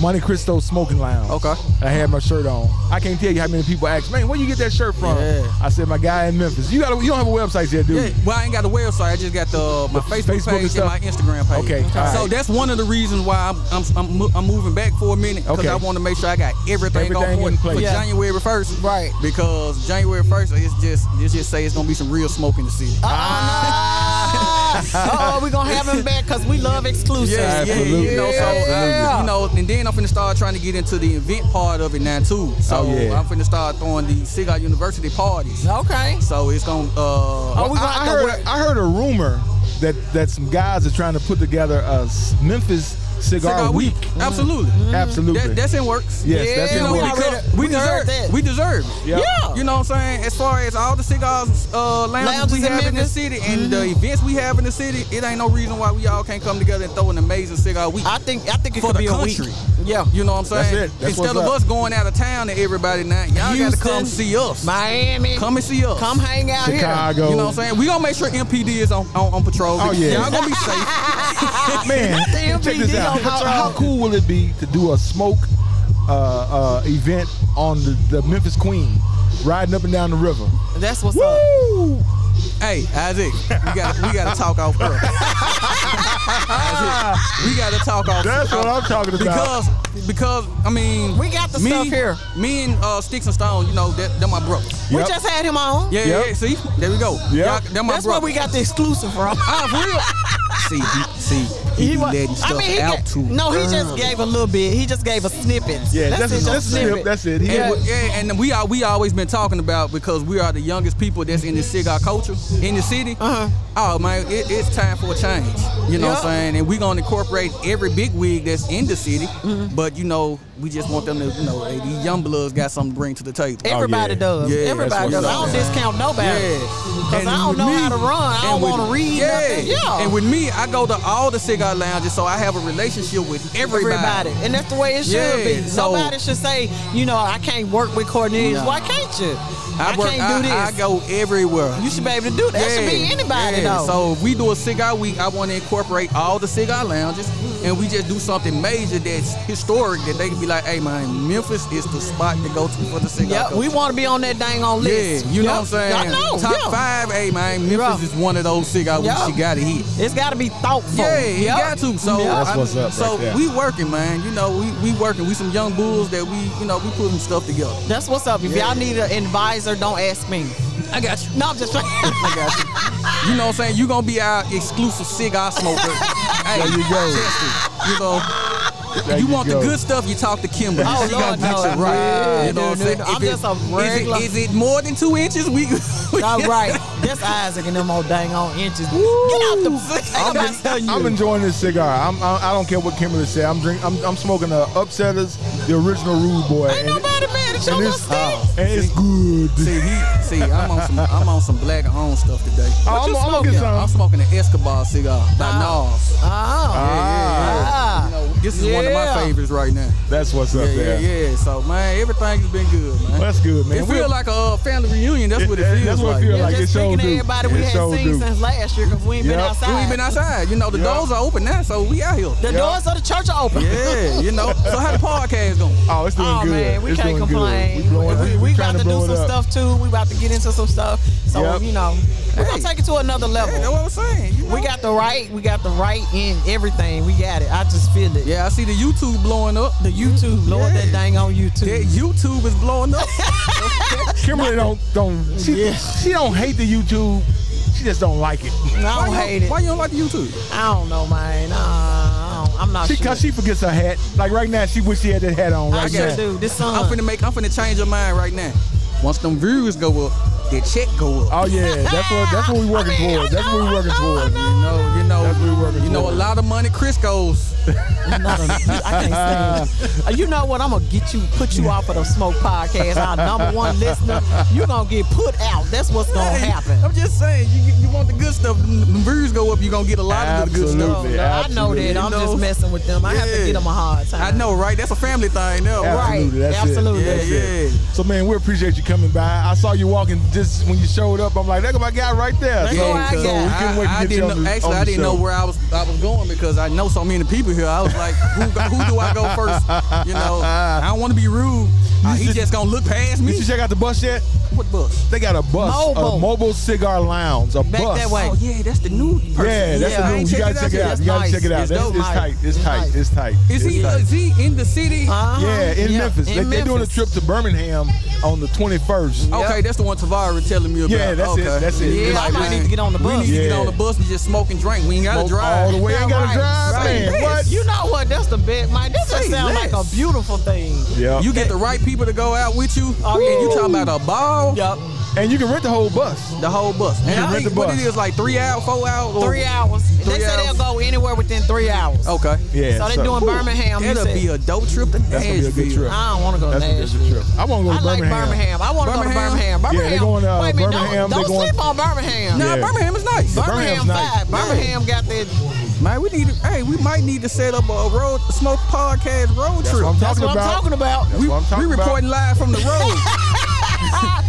Monte Cristo Smoking Lounge.
Okay.
I had my shirt on. I can't tell you how many people ask, man, where you get that shirt from?
Yeah.
I said, my guy in Memphis. You got to you don't have a website yet, do you?
Yeah, well, I ain't got a website. I just got the uh, my Facebook,
Facebook and
page and, my
stuff?
Instagram page.
Okay, all
So
right.
that's one of the reasons why I'm I'm, I'm, mo- I'm moving back for a minute because
Okay.
I want to make sure I got everything, on
Everything in
point
place.
for
Yeah.
January first.
Right.
Because January first, it's just it's just say it's gonna be some real smoke in the city. [laughs]
oh, we're gonna have him back because we love exclusives.
Yeah, yeah, you know, so
Yeah.
uh, you know, and then I'm finna start trying to get into the event part of it now too. So
Oh, yeah.
I'm finna start throwing the Cigar University parties.
Okay.
So it's gonna. Uh,
Are Oh, we
I,
gonna
I
have to
heard,
wear-
I heard a rumor that, that some guys are trying to put together a s- Memphis Cigar,
Cigar Week, absolutely.
Absolutely.
Mm-hmm. That, that's in works.
Yes, that's
Yeah,
in
we
works.
already-
because we,
we
deserve
deserve that.
We deserve it.
Yep.
Yeah.
You know what I'm saying? As far as all the cigars uh, lounges,
Lounges
we
in
have in the
Memphis. Mm-hmm.
city and the events we have in the city, it ain't no reason why we all can't come together and throw an amazing cigar week.
I think I think it
For
could
the
be a
country.
week. Yeah.
you know what I'm
That's
saying?
it. That's
Instead
what's
of
up.
us going out of town to everybody now, y'all got to
Houston,
come see us.
Miami.
Come and see us.
Come hang out here.
You
Chicago.
know what I'm saying? We gonna make sure MPD is on, on, on patrol.
Oh, yeah.
Y'all gonna be safe.
[laughs]
[laughs] Man,
[laughs]
Damn
check this
BD
out.
on
How,
patrol.
how cool will it be to do a smoke uh, uh, event on the, the Memphis Queen, riding up and down the river?
That's what's up.
Woo!
Hey, Isaac, we got we got to talk off earth. Isaac, we got to talk off.
That's what I'm talking about.
Because because I mean
We got the
me,
stuff here.
Me and uh, sticks and stone, you know, that they're my brothers.
We
Yep.
just had him on.
Yeah,
Yep.
yeah. See, there we go.
Yep.
Y'all- they're my
That's where
brothers.
we got the exclusive from.
Ah, [laughs] for real. see, he, see, he, be
wa-
letting stuff
he
out
ga-
too.
No, he just
early.
gave a little bit. He just gave a snippet.
Yeah, that's,
it,
that's,
just
that's, it. That's it. He
And,
had-
we- yeah, and we are we always been talking about because we are the youngest people that's in the cigar culture in the city.
Uh-huh.
Oh man, it, it's time for a change. You know what
Yeah.
I'm saying? And we're gonna incorporate every big wig that's in the city.
Mm-hmm.
But you know, we just want them to you know hey, these young bloods got something to bring to the table.
Everybody does.
Oh, Yeah, that's
Everybody
what
does. I
I'm
don't
saying.
discount nobody.
Yeah.
Cause
And
I don't
with
know
me-
how to run. I
and
don't
with-
want to read.
Yeah.
nothing. yeah.
And with me, I go to all the cigar lounges, so I have a relationship with everybody.
everybody. And that's the way it should
Yeah,
be.
so-
Nobody should say, you know, I can't work with Cornelius.
No.
Why can't you?
I, work,
can't do this.
I, I go everywhere.
you should be able to do that. That should be
Yeah,
anybody
yeah.
though.
So if we do a cigar week, I want to incorporate all the cigar lounges, and we just do something major that's historic that they can be like, "Hey, man, Memphis is the spot to go to for the cigar."
Yep,
culture."
we want to be on that dang on
yeah,
list.
you know what
Yep.
I'm saying.
I know.
Top
yeah.
five, hey man, Memphis
Yeah.
is one of those cigar
Yeah.
weeks you got to hit.
It's got to be thoughtful.
Yeah, you
Yep.
got to. So
Yeah.
That's what's up
So
right there.
we working, man. You know, we we working. We some young bulls that we, you know, we putting stuff together.
That's what's up. If y'all need an advisor, don't ask me.
I got you.
No, I'm just [laughs]
I got [laughs] you. You know what I'm saying? You gonna be our exclusive cigar
[laughs]
smoker. hey, there you go. you know. you,
you
want
go.
the good stuff? You talk to Kimber.
Oh,
[laughs] she
Lord,
gonna get
no.
you right. You know what I'm
No,
saying?
no,
If
no. I'm just a regular-
Is it, is it more than two inches? We. [laughs]
all right. That's Isaac and them old dang on inches. Get off the. I'm just telling you.
I'm enjoying this cigar. I'm, I, I don't care what Kimberly said. I'm drink. I'm, I'm smoking the Upsetters, the original Rude Boy.
Ain't
and,
nobody mad at your
and
little
it's, uh,
stick.
and it's good.
See, he, [laughs] see, I'm on some, I'm on some black owned stuff today.
Oh, I'm,
you
I'm gonna get
smoking?
some.
I'm smoking an Escobar cigar by Nas.
Oh.
Yeah, yeah, yeah. You know, this is one of
Ah. Yeah.
my favorites right now.
That's what's up
Yeah, yeah,
there.
yeah. So man, everything has been good, man.
Well, that's good, man.
It
We're-
feel like a uh, family reunion. That's
It-
what it
that-
feels
that's what it
like.
feel
Yeah.
like.
just
it sure
speaking to
do.
everybody we
It
had
sure
seen
do.
since last year because we ain't been
Yep.
outside.
We ain't been outside. You know, the
Yeah.
doors are open now, so we out here.
The
Yep.
doors of the church are open.
yeah, you know. So how the podcast going?
[laughs] Oh, it's doing
Oh
good.
man, we
It's
can't
doing good.
complain.
We blowing
we
up.
we
We
about
trying
to
to
do
blow
some
it up.
stuff too. We about to get into some stuff. So
Yep.
you know, we're gonna
Hey.
take it to another level.
Yeah, that's what I'm saying. you
we
know.
got the right. We got the right in everything. We got it. I just feel it.
Yeah, I see the YouTube blowing up.
The YouTube, Lord,
Yeah.
that dang on YouTube.
That YouTube is blowing up.
[laughs] Kimberly don't don't she,
Yeah.
she don't hate the YouTube. She just don't like it.
I don't
Why you-
hate it.
Why you don't like the YouTube?
I don't know, man. Uh, I don't- I'm not
She
sure.
cause she forgets her hat. Like right now, she wish she had that hat on.
I
Right
sure
now.
do. This
I'm
song.
finna make. I'm finna change your mind right now. Once them views go up, their check go up.
Oh yeah, that's what that's what we working
[laughs] I mean,
towards.
I
That's what we
know,
working
I know, I
towards.
know.
You know, you know,
That's what we working
you know, a
towards.
lot of money Crisco's.
Not a- I can't stand it. You know what? I'm gonna get you, put you off of the smoke podcast. Our number one listener, you gonna get put out. That's what's gonna
Hey,
happen.
I'm just saying, you, you want the good stuff. When the views go up, you're going to get a lot of the good stuff.
I
Absolutely.
know
absolutely.
that. I'm
You know.
just messing with them. I have to
Yeah.
get them a hard
I
time.
know, right? That's a family thing, though.
Right.
Absolutely, that's it.
absolutely.
That's
Yeah,
it.
yeah.
So man, we appreciate you coming by. I saw you walking just when you showed up. I'm like, look at my guy right there.
That's
so
who I
so we
got.
couldn't wait to
I, I
get you
didn't
on
know,
the-
actually,
on
I
the
didn't
show.
know where I was I was going because I know so many people here. I was like, who, who do I go [laughs] first? You know, I don't want to be rude. Uh, he
should-
just gonna look past me.
Did you check out the bus yet?
What bus?
They got a bus,
Mobile.
a mobile cigar lounge, a
Back
bus.
that way.
Oh yeah, that's the new person.
Yeah, that's
Yeah, I
the new.
ain't
You gotta check it
yet.
out.
That's
You gotta check it out.
nice.
It's,
It's dope.
it's tight. It's
Nice.
tight. It's tight.
Is
It's
he uh,
tight.
is he in the city?
Uh-huh.
Yeah, in
Yeah,
Memphis.
in
they, They're doing a
Memphis.
trip to Birmingham on the 21st.
Okay,
[laughs]
that's the one Tavara was telling me about.
Yeah, that's it,
okay.
that's it.
Yeah, I
Like,
might
man,
need to get on the
We
bus.
need to get
Yeah.
on the bus and just smoke and drink. We ain't gotta
Smoke
drive.
all the way.
Yeah,
ain't gotta drive, man. What?
You know what? That's the best, man. This just
Say
sounds
less.
like a beautiful thing.
Yeah.
You get the right people to go out with you,
Oh,
and you
yeah.
talking about a ball,
Yup.
and you can rent the whole bus.
the whole bus. And
can
I
rent
think
the
what
bus.
it is like three hours, four hours, or-
Three hours. they
Oh. Three
say
hours.
they'll go anywhere within three hours.
Okay,
Yeah.
so they're doing Birmingham. you
that'll
said.
be a dope trip to
That's gonna be a
Nashville.
good trip.
I don't want to go to
That's a
Nashville.
good trip. I want to go
I
to
like Birmingham. I want to go to Birmingham.
Birmingham?
Birmingham.
Yeah, they're going, uh,
Wait a minute,
Birmingham,
Don't,
they're
don't
going-
sleep on Birmingham.
Nah,
Yeah.
Birmingham is nice.
Birmingham
Birmingham's nice.
vibe. Birmingham got that.
Man, we need. To, hey, we might need to set up a road smoke podcast road
That's
trip.
what I'm
That's
talking
what I'm
about.
talking about.
That's what I'm
we
[laughs]
talking about.
reporting live from the road.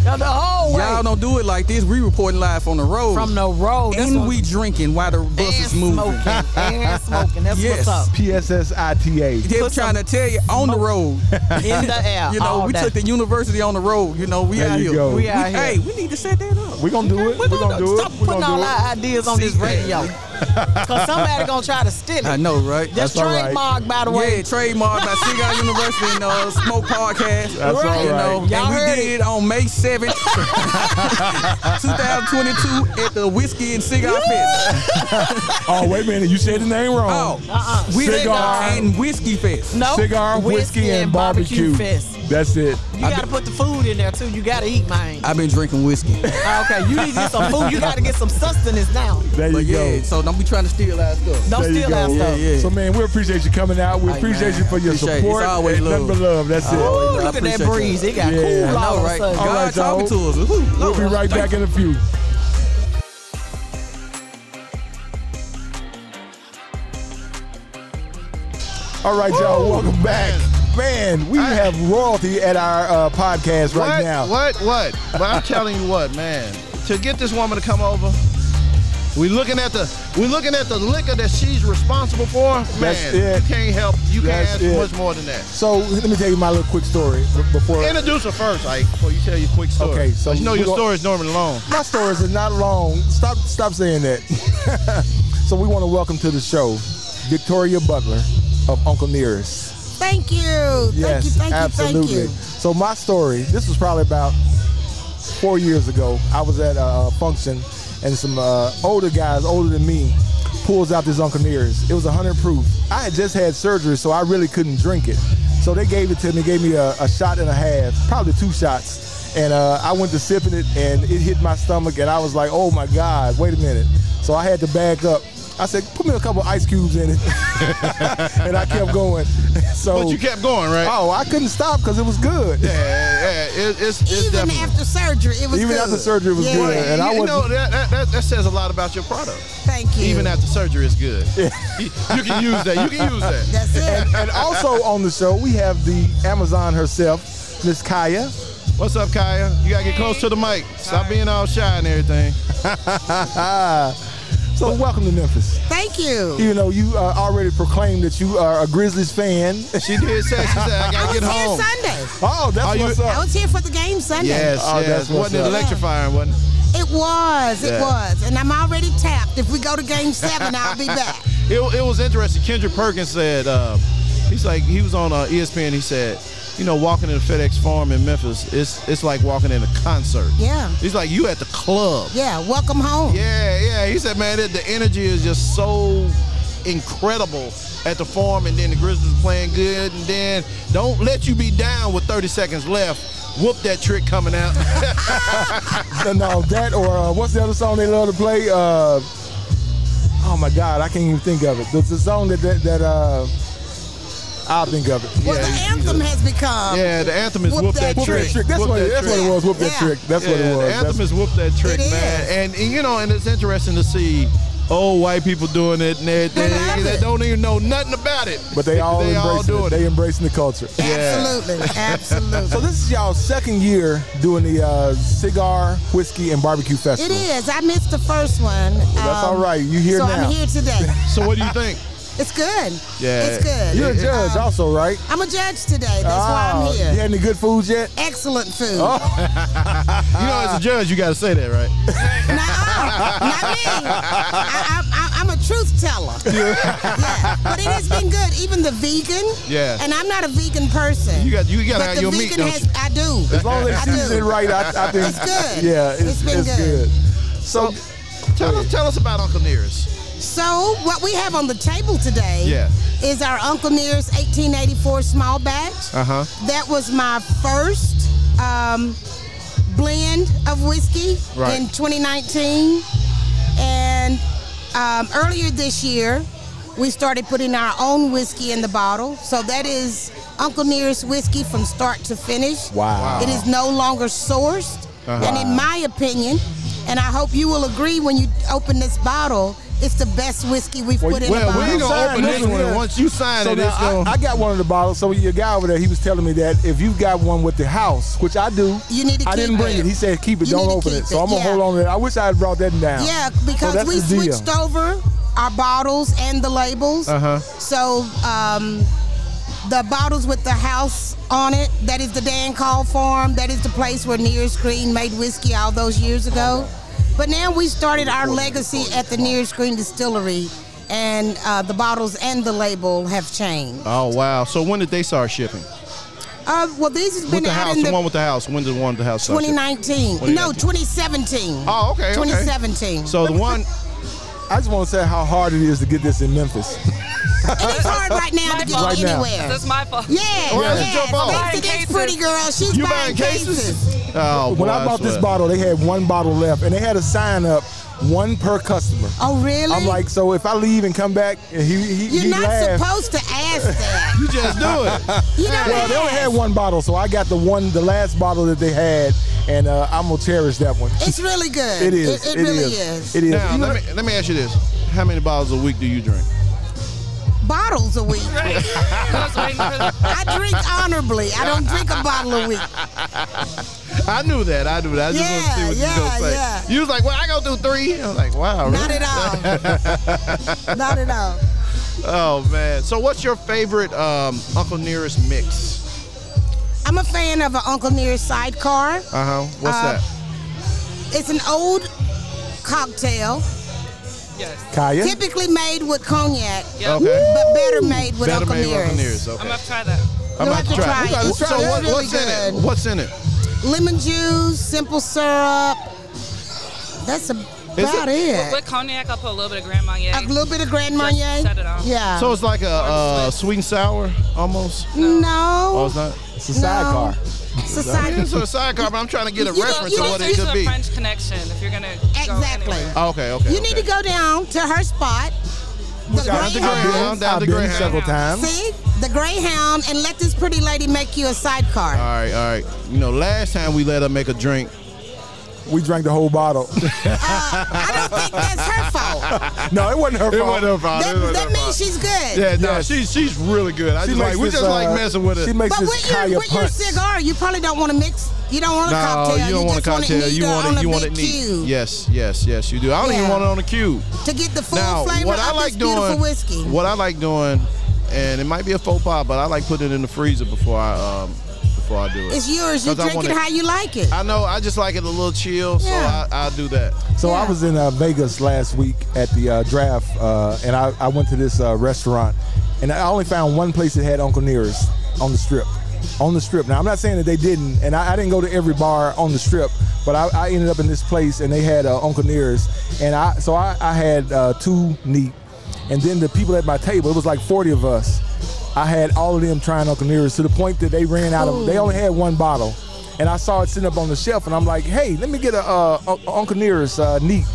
The the whole way.
Y'all don't do it like this. We reporting live from the road.
From the road. That's
and
what-
we drinking while the bus
and
is moving.
smoking. and smoking.
[laughs]
That's
Yes.
what's
PSSITA.
They're
Put
trying to tell you on the road.
up. [laughs] In the air.
You know,
all
we
day.
took the university on the road. You know, we
There
out
you
here.
go.
We out here.
Hey, we need to set that up.
We're gonna do it.
We're
We're gonna do
stop
it. We're
putting all
gonna
our ideas on this
See, [laughs]
radio. Because somebody going to try to steal it.
I know, right?
That's,
all right.
trademark, by the
yeah,
way.
trademark by [laughs] Cigar University and uh, Smoke Podcast.
That's all
You
right.
know,
Y'all
and we
heard
did
it.
it on May
[laughs]
7th, 2022 at the Whiskey and Cigar Fest.
do it. [laughs] Oh wait a minute, you said the name
Oh,
wrong.
Uh-uh.
Whiskey
Cigar.
and Whiskey Fest.
No.
Cigar, whiskey, and barbecue.
fest.
That's it.
You got to put the food in there, too. You got to eat, man.
I've been drinking whiskey.
Ah, okay, you need to get some food. You got to get some sustenance now.
There
But
you go.
yeah, so don't be trying to steal our
[laughs]
stuff.
Don't
There you
steal
go.
our
Yeah,
stuff.
yeah.
So man, we appreciate you coming out. We
Hey,
appreciate
man.
you for your
Appreciate it. It's
support.
always
and
love.
nothing but love. That's
Ooh,
it.
I
look at that
appreciate
breeze. It got
Yeah.
cool
I
I
all
know, right?
of a
God
sudden.
All right,
talking to
y'all.
us. Woo,
We'll be
Lord.
right back in a few. All right, y'all. Welcome back, man. We
Hey.
have royalty at our uh, podcast right
what,
now.
What? What? But I'm telling you what, man. To get this woman to come over, we looking at the we looking at the liquor that she's responsible for. Man,
That's it.
you can't help. You can't
That's
ask
it.
much more than that.
So let me tell you my little quick story b- before.
Introduce her first, Ike, before you tell your quick story.
Okay, so
you know
we
your
gon-
story is normally long.
my stories are not long. Stop, stop saying that. [laughs] so we want to welcome to the show Victoria Butler of Uncle Nearest.
Thank you. thank you,
Yes,
thank you,
absolutely.
thank you.
So my story, this was probably about four years ago. I was at a, a function, and some uh, older guys, older than me, pulls out this Uncle Nearest. It was 100 proof. I had just had surgery, so I really couldn't drink it. So they gave it to me, gave me a, a shot and a half, probably two shots, and uh, I went to sipping it, and it hit my stomach, and I was like, "Oh my God, wait a minute!" So I had to back up. I said, "Put me a couple ice cubes in it," [laughs] and I kept going. So
But you kept going, right?
Oh, I couldn't stop because it was good.
Yeah, yeah, it, it's, it's
Even
definitely.
after surgery, it was
Even
good.
after surgery, it was
yeah.
good.
Right,
and I
you know
wasn't-
that, that, that, that says a lot about your product.
Thank you.
Even after surgery is good. [laughs] you can use that. You can use that.
That's it.
And also on the show, we have the Amazon herself, Miss Kaya. [laughs]
What's up, Kaya? You gotta get close to the mic. Stop being all shy and everything.
So welcome to Memphis.
Thank you.
You know, you uh, already proclaimed that you are a Grizzlies fan.
She did say she said I
I
gotta
was
get
here
home.
Sunday.
Oh, that's
Are you-
what's
I
up.
was here for the game Sunday.
Yes,
Oh,
yes.
that's what's
Wasn't it
up.
electrifying? Wasn't
It was.
Yeah.
It was. And I'm already tapped. If we go to game seven, I'll be
[laughs]
back.
it? it? It was interesting. Kendrick Perkins said uh, he's like he was on uh, ESPN. He said, you know, walking in the FedEx Forum in Memphis, it's it's like walking in a concert.
Yeah.
He's like you at the club.
Yeah. Welcome home.
Yeah, yeah. He said, man, that the energy is just so incredible at the farm, and then the Grizzlies playing good, and then don't let you be down with 30 seconds left. Whoop that trick
[laughs]
coming out. [laughs]
No, no, that or uh, what's the other song they love to play? Uh, oh my God, I can't even think of it. There's a song that that, that uh, I'll think of it.
Well,
Yeah,
the
you-
anthem has become.
yeah, the anthem is whoop,
Whoop
that,
that
Whoop
trick.
that trick. That's
Whoop
what
that
it, that's what
trick.
it was. Whoop that
Yeah.
trick. That's what
Yeah,
it was.
The anthem is whoop that trick,
It
man.
is.
And, and, you know, and it's interesting to see old white people doing it and everything.
They love
They
it.
don't even know nothing about it.
but they all
they all
embracing it.
doing
They embracing the culture.
Absolutely. Absolutely.
So this is y'all second year doing the uh, cigar, whiskey, and barbecue
It
festival.
is. I missed the first one. Um,
that's all right. You here
so
now.
I'm here today.
So what do you think?
It's good.
Yeah.
It's good.
You're a judge
Um,
also, right?
I'm a judge today. That's why
Oh,
I'm here.
You had any good foods yet? Uh,
Excellent food.
Oh. You know, as a judge, you got to say that, right?
Nuh-uh. [laughs] not me. I, I, I, I'm a truth
[laughs]
teller. Yeah. But it has been good. Even the vegan.
Yeah.
And I'm not a vegan person.
You got you got to
but
have
the
your meat,
vegan
don't
has.
you?
I do.
As long as they
I
season it
do.
right, I, I think
It's good.
Yeah, it's,
It's been
it's
good.
good. So
Tell us, tell us about Uncle Nearest.
So what we have on the table today
Yeah.
is our Uncle Nearest 1884 small batch.
Uh-huh.
huh.
That was my first um, blend of whiskey
Right.
in 2019. And um, earlier this year, we started putting our own whiskey in the bottle. So that is Uncle Nearest whiskey from start to finish.
Wow.
It is no longer
Uh-huh.
sourced. And in my opinion, and I hope you will agree when you open this bottle, It's the best whiskey we've put in
Well,
the
we
bottle.
ain't gonna open this
Listen,
one.
yeah.
Once you sign
So
it,
now
it's
I,
gonna.
I got one of the bottles. So your guy over there, he was telling me that if you got one with the house, which I do,
You need to
I
keep
didn't bring
it.
it. He said keep it,
You
don't
need to
open
keep
it. So
it,
I'm gonna
yeah.
hold on to it. I wish I had brought that down.
Yeah,
Oh,
So
because
that's
we
the deal.
switched over our bottles and the labels. Uh-huh. So um, the bottles with the house on it, that is the Dan Call Farm. That is the place where Nears Green made whiskey all those years ago. But now we started our legacy at the Nears Green Distillery, and uh, the bottles and the label have changed.
Oh wow! So when did they start shipping?
Uh, well, these has
With
been
the
out
house,
in
the,
the
one with the house. When did the one with the house start? shipping?
2019. No, 2017.
Oh, okay, okay.
2017.
So the one.
I just want to say how hard it is to get this in Memphis.
And it's hard right now to get
Right
it
now.
anywhere.
That's my fault.
Yeah,
Well, it's your fault.
yeah.
Buying
Thanks to this
cases.
pretty girl, she's
You
buying,
buying cases? Oh,
when
boy,
I bought this
swear.
bottle, they had one bottle left, and they had a sign up, one per customer.
Oh, really?
I'm like, so if I leave and come back, and he he,
you're
he
not
laughed.
supposed to ask that.
[laughs] you just do it.
You don't
well, they only
ask.
had one bottle, so I got the one, the last bottle that they had, and uh, I'm gonna cherish that one.
It's really good.
It is.
It, it really is.
It is.
now
You know-
let me let me ask you this: How many bottles a week do you drink?
Bottles a week.
Right. [laughs] I was waiting for the-
I drink honorably. I don't drink a bottle a week.
I knew that. I knew that. I just
Yeah,
want to see what
yeah,
you gonna say.
yeah.
You was like, "Well, I gonna do three. I was like, "Wow."
Not
really?
at
[laughs]
all. not at all.
Oh man. So what's your favorite um, Uncle Nearest mix?
I'm a fan of an Uncle Nearest sidecar.
Uh huh. What's
Uh,
that?
It's an old cocktail,
Yes.
Kaya.
typically made with cognac,
Yeah.
Okay.
but better made with
Better
Uncle
made with
Nearest.
Uncle Nearest.
I'm gonna try
Okay.
that.
I'm
You'll have to try
We gotta
it.
So
It's
what,
really
what's in it?
good.
What's in it?
lemon juice, simple syrup. That's about it.
With cognac, I'll put a little bit of Grand Marnier.
A little bit of Grand
Just
Marnier.
set it on.
Yeah.
So it's like a uh, sweet and sour almost. Oh,
no.
it's not.
It's a sidecar.
It's a
Yeah,
side-
so a sidecar, but I'm trying to get a
You don't-
reference
you
of
don't
what
It's
it
usually a
could be.
French connection if you're gonna
Exactly.
Go anywhere.
Oh, okay, okay.
You need to go down to her spot. The
Down to Greyhound.
Greyhound.
down
I've
to
been
Greyhound.
several times.
See? The Greyhound and let this pretty lady make you a sidecar.
All right, all right. You know, last time we let her make a drink.
We drank the whole
[laughs]
bottle.
Uh, I don't think that's her fault.
no, [laughs] it wasn't her fault.
That,
[laughs]
that means she's good.
Yeah, no,
Yes.
she's she's really good. I
She
just
makes
like we
this,
just like
uh,
messing with her.
She makes
But
this
with your
Kaya
with your
punch.
cigar, you probably don't want to mix. You don't want a
no,
cocktail.
you don't want a
just want
cocktail.
it
you
neat
want
on
it.
a
You want
big
it neat.
cube
Yes, yes, yes. You do. I don't even
Yeah.
want it on the cube.
To get the full
Now,
flavor
what
of
I like
this
doing,
beautiful whiskey.
what I like doing, and it might be a faux pas, but I like putting it in the freezer before I um before I do it.
It's yours. You
Because I
drink it
wanna-
how you like it.
I know. I just like it a little chill,
Yeah.
so I, I do that.
So I
Yeah.
was in uh, Vegas last week at the uh, draft, uh, and I, I went to this uh, restaurant, and I only found one place that had Uncle Nearest on the strip. On the strip. Now I'm not saying that they didn't, and I, I didn't go to every bar on the strip, but I, I ended up in this place, and they had uh, Uncle Nearest, and I so I, I had uh, two neat, and then the people at my table, it was like 40 of us. I had all of them trying Uncle Nearest to the point that they ran out of. They only had one bottle, and I saw it sitting up on the shelf, and I'm like, "Hey, let me get a uh, Un- Uncle Nearest uh, neat."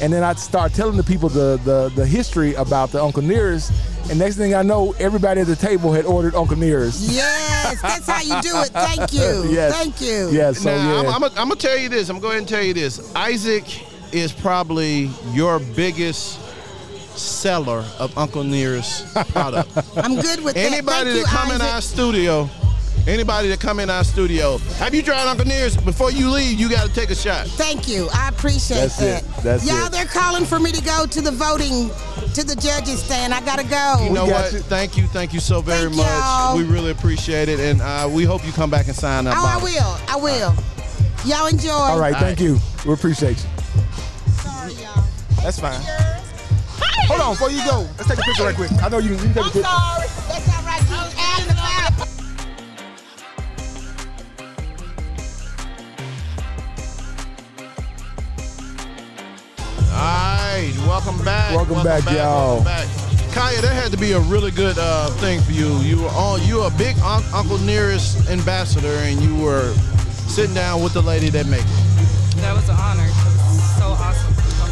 And then I start telling the people the, the the history about the Uncle Nearest, and next thing I know, everybody at the table had ordered Uncle Nearest.
Yes, that's how you do it. Thank you.
[laughs] Yes.
Thank you.
Yeah. So
now,
yeah.
I'm, I'm, I'm gonna tell you this. I'm gonna go ahead and tell you this. Isaac is probably your biggest seller of Uncle Nearest product.
[laughs] I'm good with
anybody that
that. Thank you,
come in our
Isaac.
studio, anybody that come in our studio, have you tried Uncle Nearest? Before you leave, you got to take a shot.
Thank you. I appreciate
That's
that.
it. That's
Y'all,
it.
they're calling for me to go to the voting, to the judges stand. I gotta go.
You know
got
what?
you.
Thank you, thank you so very
Oh. Thank
much.
y'all.
We really appreciate it, and uh, we hope you come back and sign up.
oh, I will. I will. Y'all enjoy.
all right. Thank you. We appreciate you.
Sorry, y'all.
That's fine. Hold on, before you go, let's take a picture right quick. I know you. you can take a
I'm
picture.
sorry. That's all right. Keep adding the fire.
All right, welcome back.
Welcome back, y'all.
Welcome back. Kaya, that had to be a really good uh, thing for you. You were on. You were a big un- Uncle Nearest ambassador, and you were sitting down with the lady that made it.
That was an honor. It was so awesome. Oh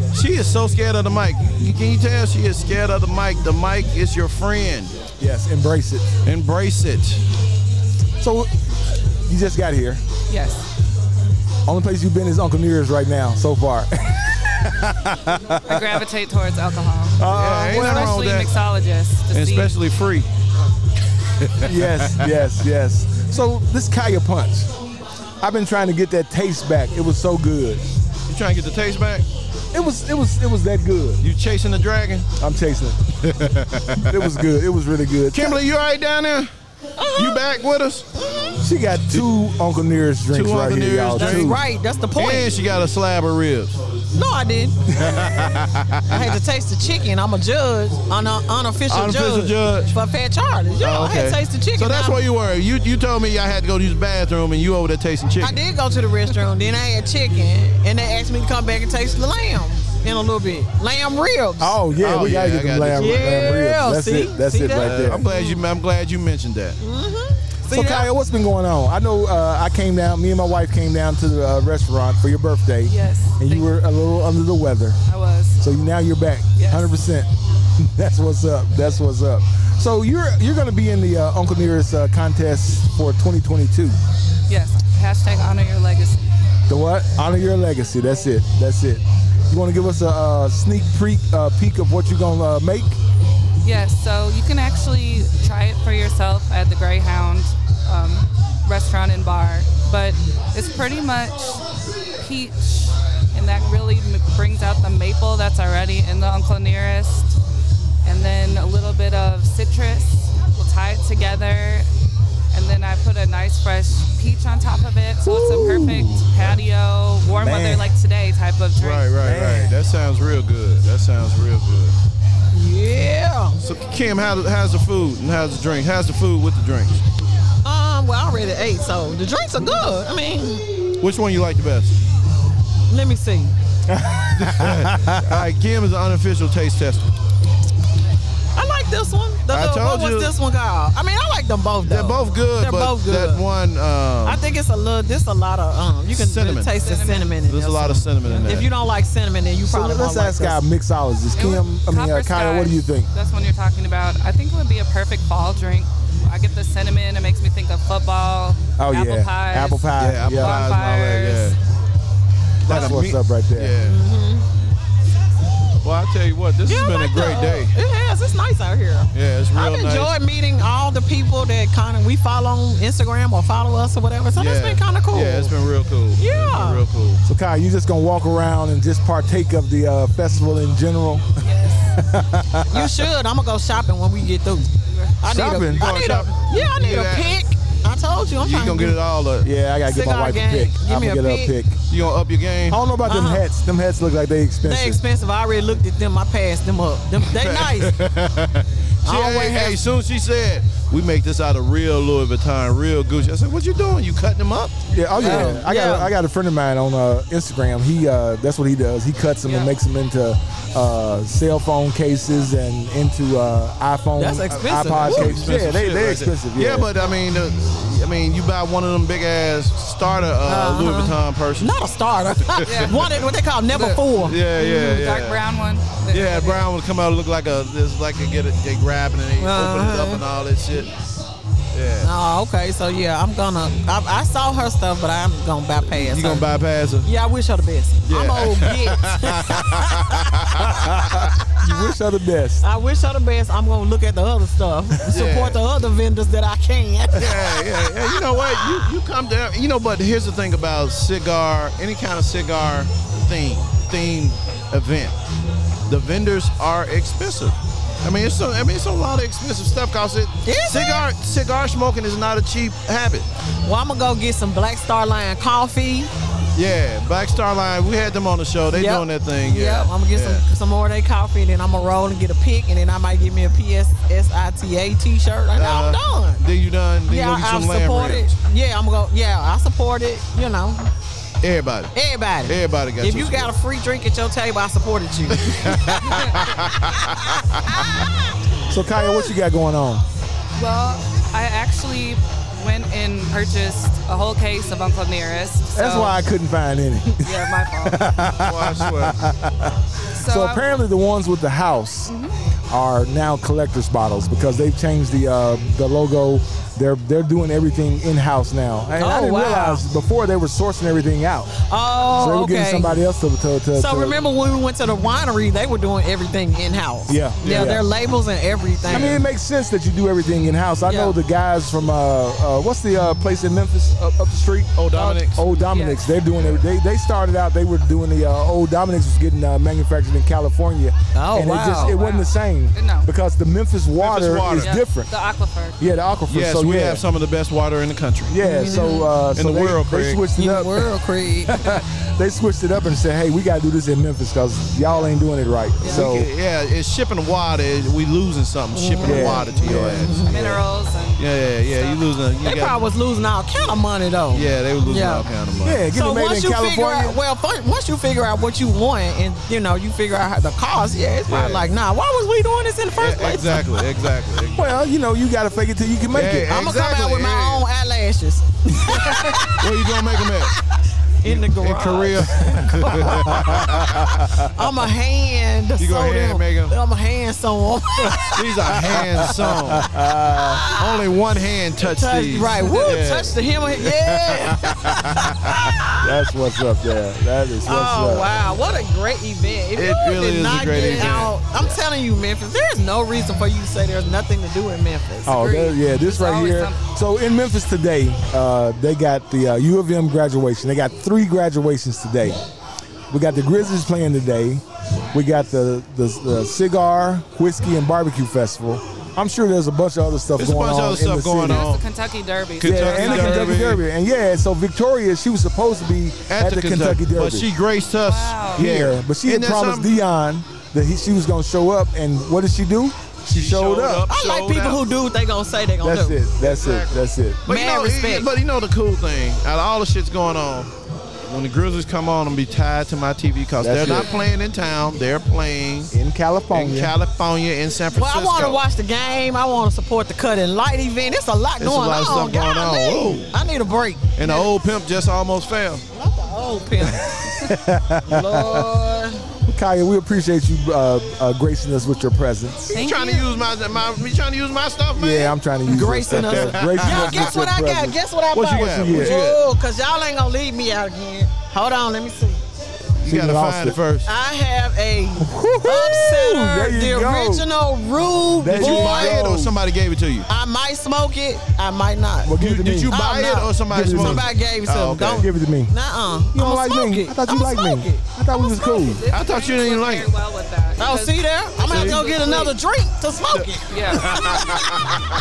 my gosh.
She is so scared of the mic. You, can you tell she is scared of the mic? The mic is your friend.
Yes, embrace it.
Embrace it.
So you just got here.
Yes.
Only place you've been is Uncle Nearest right now so far.
[laughs] I gravitate towards alcohol.
Yeah, ain't nothing wrong
especially
Uh, with that.
mixologists. To
And
see.
especially free.
yes, yes, yes. So this Kaya Punch, I've been trying to get that taste back. It was so good.
You trying to get the taste back?
It was, it was, it was that good.
You chasing the dragon?
I'm chasing it. it was good. It was really good.
Kimberly, you all right down there?
Uh-huh.
You back with us?
Mm-hmm. She got two Uncle Nearest drinks
Two
right
Uncle
here,
Nearest
y'all.
drinks.
Two.
Right, that's the point.
And she got a slab of ribs.
No, I
[laughs]
didn't. I had to taste the chicken. I'm a judge, an unofficial,
Unofficial judge.
for Fat Charlie. Yeah, I had to taste the chicken.
Oh, So that's
I,
where you were. You you told me I had to go to use the bathroom and you over there tasting chicken.
I did go to the restroom. Then I had chicken, and they asked me to come back and taste the lamb in a little bit. Lamb ribs.
Oh yeah,
Oh,
we gotta get
yeah, I
them
got
lamb,
this.
lamb
Yeah,
ribs. That's
see?
it. That's
See
it
that?
right there.
Uh, I'm glad you I'm glad you mentioned that.
So Kaya, what's been going on? I know uh, I came down. Me and my wife came down to the uh, restaurant for your birthday.
Yes.
And you were a little under the weather.
I was.
So now you're back,
Yes.
hundred percent. [laughs] That's what's up. That's what's up. So you're you're going to be in the uh, Uncle Nearest uh, contest for 2022.
Yes. Hashtag honor your legacy.
The what? Honor your legacy. That's it. That's it. You want to give us a uh, sneak peek, uh, peek of what you're going to uh, make?
Yes, so you can actually try it for yourself at the Greyhound um, restaurant and bar, but it's pretty much peach, and that really m- brings out the maple that's already in the Uncle Nearest, and then a little bit of citrus. We'll tie it together, and then I put a nice fresh peach on top of it, so it's a perfect patio, warm weather like today type of drink.
Right, right, right. That sounds real good. That sounds real good.
Yeah.
So Kim, how, how's the food and how's the drink? How's the food with the drinks?
Um. Well, I already ate, so the drinks are good. I mean,
Which one you like the best?
[laughs]
let me see.
All right, Kim is an unofficial taste tester.
I like this one. The,
I
little-
told
what
you.
was this one called? I mean, I like them both. Though.
They're both good,
They're
but
both good.
that one,
I
um,
think it's a little. This a lot of um. You can really
Cinnamon.
taste the cinnamon. In
there's
this
a lot of
one.
cinnamon in
If you
that.
don't like cinnamon, then you
So
probably
let's
won't
ask
like
our
this.
mixologist,
It
Kim.
would-
I mean,
Copper
uh, Kaya, what do
Sky,
you think?
That's one you're talking about. I think it would be a perfect fall drink. I get the cinnamon. It makes me think of football.
Oh
apple
yeah,
pies.
apple pie.
yeah, apple
yeah.
pies and all
Bonfires.
that. Yeah,
That's
Like a
what's
meat-
up right there.
Yeah. Well, I tell you what, this
Yeah,
has
I
been
like
a great
the- uh,
day.
It has. It's nice out here.
Yeah, it's real
I've
nice.
enjoyed meeting all the people that kind of we follow on Instagram or follow us or whatever. So that's
Yeah.
been kind of cool.
Yeah, it's been real cool. It's been
Yeah.
real cool.
So Kyle, you just gonna walk around and just partake of the uh, festival in general?
Yes.
[laughs]
you should. I'm gonna go shopping when we get through. I
Shopping? You
Need a, I
going
need
shopping?
a yeah. I
You
need a
gonna-
pick. I told you. I'm
You
trying
gonna
to
get it all up.
Yeah, I gotta get my
Cigar
wife
gang.
a pick.
Give
I'm
me
gonna
a
get her a
pick.
pick.
You gonna up your game?
I don't know about them
Uh-uh.
hats. Them hats look like they expensive.
They expensive. I already looked at them. I passed them up. Them,
[laughs]
they nice.
She,
I
hey,
always
hey, soon she said, we make this out of real Louis Vuitton, real Gucci. I said, what you doing? You cutting them up?
Yeah, oh
Oh,
yeah. I got a,
yeah.
I got a friend of mine on uh, Instagram. He uh, that's what he does. He cuts them and
Yeah.
makes them into uh, cell phone cases and into uh, iPhone,
That's
uh,
expensive.
iPod
Woo.
cases. Yeah,
Expensive
they
shit
they
right
expensive.
there.
Yeah.
but I mean, uh, I mean, you buy one of them big ass starter uh, Louis Vuitton purses.
Uh-huh. Not a
[laughs]
starter. [laughs] One that what they call never four. Mm-hmm.
Yeah, yeah,
The
yeah.
Dark Mm-hmm. brown one.
Yeah, brown would come out and look like a this like they get it, they grab it and they open it up and
Uh-huh.
all that shit. Yeah,
Oh, okay. So yeah, I'm gonna. I, I saw her stuff, but I'm gonna bypass.
you gonna
her.
bypass it?
Yeah, I wish her the best. I'm old bitch.
[laughs]
you wish her the best.
I wish her the best. I'm gonna look at the other stuff, support the other vendors that I can.
Yeah, yeah, yeah. You know what? You you come down. You know, but here's the thing about cigar, any kind of cigar theme theme event, the vendors are expensive. I mean, it's so, I mean, it's a lot of expensive stuff because it
Is it?
cigar cigar smoking is not a cheap habit.
well, I'm gonna go get some Black Star Line coffee.
Yeah, Black Star Line, we had them on the show. They
Yep.
doing that thing. Yeah,
Yep, I'm gonna get
Yeah.
some some more of their coffee, and then I'm gonna roll and get a pick, and then I might give me a PSSITA t-shirt, and
Uh,
I'm done.
Then you done. Then
Yeah,
you gonna get
I've
some lamb
supported.
ribs.
Yeah, I'm gonna. Yeah, I support it. You know,
Everybody.
everybody.
Everybody got
If
your
you got a free drink at your table, I supported
[laughs]
you. [laughs]
So Kaya, what you got going on?
Well, I actually went and purchased a whole case of Uncle Nearest.
That's
so-
why I couldn't
[laughs]
find any.
Yeah, my fault.
[laughs]
Boy, I swear.
So,
So
I-
apparently the ones with the house
Mm-hmm.
are now collector's bottles because they've changed the uh, the logo. They're they're doing everything in house now. And I
Oh,
didn't
wow.
realize before they were sourcing everything out. so they
Oh,
were
okay.
getting somebody else to. to, to
so
to-
remember when we went to the winery, they were doing everything in house.
Yeah,
Yeah,
yeah.
their labels and everything.
I mean, it makes sense that you do everything in house. I know
Yeah.
the guys from uh, uh, what's the uh, place in Memphis up, up the street?
Old Dominic's.
Old Dominic's. They're doing it. They, they started out. They were doing the uh, Old Dominic's was getting uh, manufactured in California.
Oh,
and
wow.
It, just, it wasn't the same
No.
because the Memphis water,
water.
is
Yeah,
different.
The aquifer.
yeah, the aquifer.
Yes,
so
we
yeah.
have some of the best water in the country.
Yeah, so uh, so
the
they,
world,
they
Craig.
switched it
Mm-hmm. in the
up.
world, Creed.
[laughs] They switched it up and said, "Hey, we gotta do this in Memphis because y'all ain't doing it right." So
Yeah, it's shipping water. We losing something.
Mm-hmm.
Shipping
Yeah.
water to your
Yeah.
ass.
Minerals and
Yeah, yeah, yeah. You losing. You
they
got,
probably was losing all kind of money though.
yeah, they were losing
Yeah.
all kind of money.
yeah, getting
So
it made
once
in
you figure
California.
out, well, fir- once you figure out what you want, and you know you figure out how the cost, yeah, it's probably
Yeah.
like, nah, why was we doing this in the first
[laughs] Yeah,
place?
exactly,
[laughs]
exactly.
Well, you know, you gotta fake it till you can make it.
Yeah,
I'm gonna come out
exactly,
with my
yeah.
own eyelashes
[laughs] Where you gonna make them at?
in the garage.
In
[laughs]
Korea.
I'm a hand.
You
sew
gonna hand
them.
make 'em?
I'm a hand sew 'em.
[laughs] These are hand sewn.
[laughs]
[laughs]
Only one hand touched
touch,
these.
right? Woo!
Yeah.
Touch the hem. Of, yeah.
That's what's up there. That is what's
Oh
up.
wow, what a great event! If
It
you
really
did
is a
not
great
get
event.
out, I'm telling you, Memphis, there's no reason for you to say there's nothing to do in Memphis.
Oh
Agreed.
there- yeah, this
It's
right
always
here.
something.
So in Memphis today, uh, they got the uh, U of M graduation. They got three graduations today. We got the Grizzlies playing today. We got the the, the cigar, whiskey, and barbecue festival. I'm sure there's a bunch of other stuff
There's a
going
bunch of
on.
other
in
stuff
the
going
city.
on.
that's the Kentucky Derby.
Kentucky
Yeah, and the Kentucky
Derby.
Derby, and yeah, so Victoria, she was supposed to be at, the, Kentucky, Derby.
But she graced us
Wow.
here.
Yeah, but she
Isn't
had
that
promised
something?
Dion that he, she was going to show up, and what did she do? She, showed,
showed
up.
up.
I like
Sold
people
out.
who do what they gonna say they gonna
That's
do.
it. That's it. That's it.
But you,
Mad
know,
respect.
but you know the cool thing, out of all the shit's going on, when the Grizzlies come on, I'm be tied to my TV because
That's
they're not
it.
playing in town. They're playing
In California.
in California, in San
Well,
Francisco.
I want to watch the game. I want to support the cut and light event. It's a lot
It's a
going
lot of
on.
stuff going on.
Golly.
Whoa.
I need a break.
And the old pimp just almost fell.
Not the old
[laughs]
pimp. Lord.
Kaya, we appreciate you uh, uh, gracing us with your presence.
Thank
you trying to
you.
use my, my you trying to use my stuff, man?
Yeah, I'm trying to use
Gracing
us.
us.
gracing
Y'all,
us
guess
with
what I
your
got?
presence.
Guess what I
What
bought?
you got? What you got?
Ooh, cause y'all ain't gonna leave me out again. Hold on, let me see.
You gotta
She lost
find
it.
it first.
I have a
There
upsetter,
you
the
go.
original rude
There you
Did you
Boy.
buy
boy.
it or somebody gave it to you?
I might smoke it. I might not.
Well, give it to
Did
me.
you
I
buy
don't
it
know.
or somebody
Give it to
smoked
me.
Somebody gave it to
Oh,
me.
okay.
Don't.
Give it to me.
Nuh-uh. You
You don't like me. I thought you liked me. I thought we was cool.
This
I thought you
drink
didn't
went
like
very
it.
well with that.
Oh,
because-
see there? I'm gonna have to go
See?
get another drink to smoke it.
Yeah.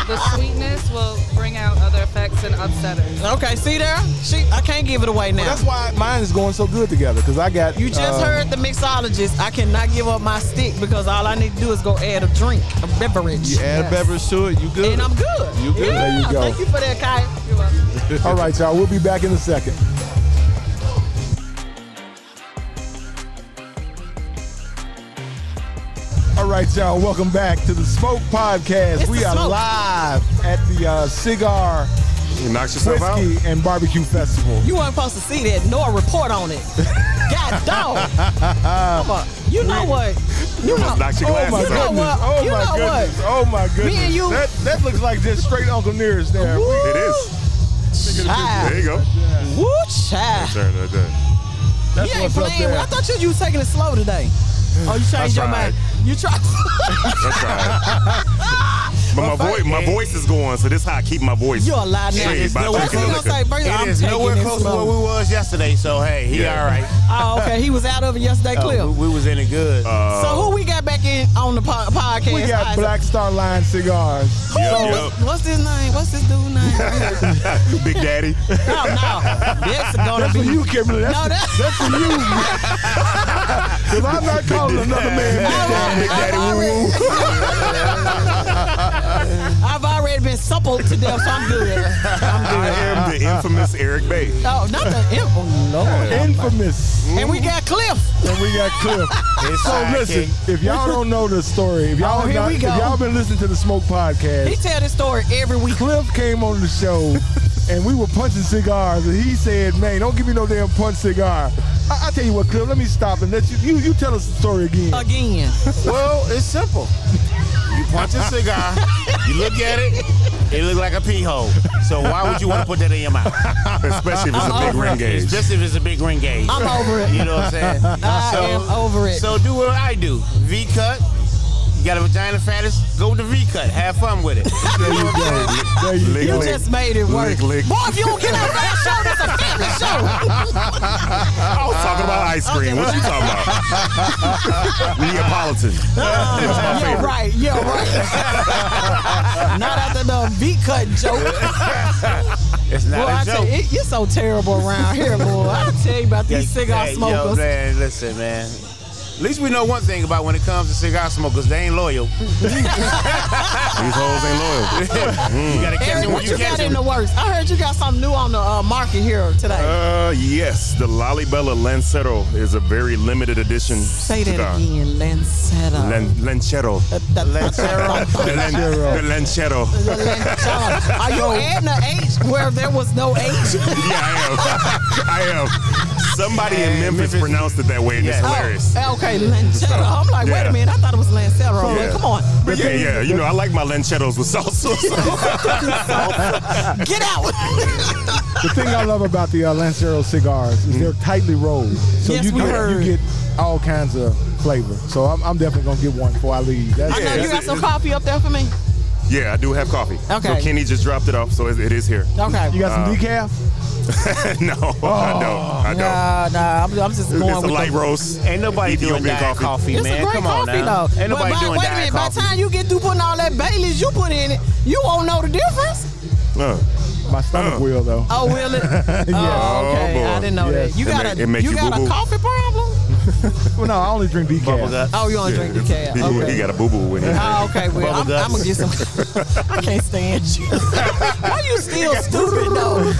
the sweetness will bring out other effects and upsetters.
Okay, see
[laughs]
there? She, I can't give it away now.
That's why mine is going so good together because I got.
[laughs] you just
uh,
heard the mixologist. I cannot give up my stick because all I need to do is go add a drink, a beverage,
You add a beverage to it, you good.
and I'm good.
You good.
Yeah,
There you go.
Thank you for that, Kai.
You're welcome.
All right, y'all. We'll be back in a second. All right, y'all. Welcome back to the Smoke Podcast.
It's
we
the
are
Smoke.
live at the uh, Cigar,
You knocked yourself out.
Whiskey, and Barbecue Festival.
You weren't supposed to see that nor report on it. God dog. Come on. You know what? You know.
knocked your
Oh
glasses
my
You
out.
know
goodness!
what?
Oh
You know
my
what?
goodness! Oh my goodness!
and you-
That, that looks like just straight Uncle Nearest there. We-
It is. There
Child.
you go.
Woo, child.
There, there, there.
That's
You ain't
what's up
playing.
there.
I thought you, you was taking it slow today. Oh, you changed your
right.
mind. You tried.
That's right.
[laughs]
But my, voice, my voice is going, so this is how I keep my voice.
You're a lie now.
Straight by
That's
drinking
what I'm gonna
liquor.
say. First, I'm
It is
taking
nowhere
it
close to where
slow.
we was yesterday, so hey, he
Yeah.
all right.
Oh, okay. He was
[laughs]
out of it yesterday, clear.
Uh, we, we was in it good.
Uh,
so who we got back in on the po- podcast?
We got
Isaac?
Black Star Line cigars.
Yep,
Oh,
yep.
what's, what's his name? What's this dude name?
[laughs]
no,
[laughs] Big Daddy.
no. This is gonna
That's
be.
for you, Kimberly. That's,
No, that's.
that's for you. Because I'm not calling another man.
Big Daddy woo woo.
[laughs] I've already been suppled to death, so I'm good.
I am the infamous Eric Bay.
Oh, not the imp. Oh, Lord.
Infamous.
And we got Cliff.
And we
[laughs]
got Cliff.
His
So
sidekick.
listen, if y'all don't know the story, if y'all
Oh,
have
here
not,
we
if
go.
y'all been listening to the
[laughs]
Smoke
He
Podcast,
tell this story every week.
Cliff came on the show and we were punching cigars, and he said, "Man, don't give me no damn punch cigar." I, I tell you what, Cliff, let me stop and let you you you tell us the story again.
Again.
Well, it's simple.
punch a cigar, you look at it, it look like a pee hole. So why would you want to put that in your mouth?
Especially if it's a
I'm
big
over
ring
it.
gauge.
Especially if it's a big ring gauge.
I'm over it.
You know what I'm saying?
[laughs] I am over it.
So do what I do. V cut. You got a vagina fattest? Go with the V cut. Have fun with it.
There
[laughs]
you go. There you
Lick,
go.
You
lick.
just made it work.
Lick, lick.
Boy, if you don't get out of that show, that's a family show.
[laughs]
[laughs]
I was talking about ice cream. What you talking about? Neapolitan. That's my
yeah,
favorite.
right. Yeah, right. Not after the V cut joke.
It's not
Boy,
a
I
joke.
tell you, it, you're so terrible around here, boy. I tell you about these
Hey,
cigar
hey, Yo,
smokers.
man, listen, man. At least we know one thing about when it comes to cigar smokers, they ain't loyal.
These hoes ain't loyal.
[laughs] You gotta catch
Eric,
them
what
when
you,
you catch
got in
them.
the works? I heard you got something new on the uh, market here today.
Uh, yes, the Lalibela Lancero is a very limited edition
Say that
cigar.
again, Lancetta.
Lan- Lancero.
Da- da- da-
Lancero.
The, lan- the Lancero.
da- Lancetta. Are you adding an H where there was no H?
Yeah, I am. I am. Somebody in
And
Memphis,
Memphis-
pronounced it that way, and
Yes.
it's
Oh.
hilarious.
[laughs] Oh, okay, Lancetta. I'm like, wait
Yeah.
a minute. I thought it was Lancero. I'm
Yeah.
like, Come on,
But yeah, yeah, you know, I like my Lancheros with
[laughs]
salsa. [laughs]
get out.
The thing I love about the uh, Lancero cigars is they're tightly rolled,
Mm-hmm.
so
Yes,
you
we
get
heard.
you get all kinds of flavor. So I'm, I'm definitely gonna get one before I leave. That's
I know
Yeah,
you got
it's-
some coffee up there for me.
yeah, I do have coffee.
Okay.
So Kenny just dropped it off, so it, it is here. Uh,
Okay.
You got some decaf?
[laughs] no, I don't. I don't.
Nah, nah. I'm, I'm just going
it's a
with
light
the,
roast.
Ain't nobody doing
Ethiopian
dyed coffee,
It's
man.
a great
Come on
coffee
now.
though.
Ain't
but
nobody
by,
doing
wait a
dyed
minute,
coffee.
by the time you get through putting all that Bailey's you put in it, you won't know the difference.
Uh,
My
Uh.
stomach will though.
Oh, will
[laughs]
it? Oh, okay.
Oh, boy.
I didn't know
Yes.
that. You
It
got
make-
a
it make
you
you
got a
boo-boo. [laughs]
coffee problem?
Well, no, I only drink
Bubble
decaf.
guts.
Oh, you only drink decaf.
he,
Okay.
he got a boo boo with him.
Oh, okay. Well, I'm,
Bubble
I'm gonna get some. I can't stand you. Why you still stupid
[laughs]
though?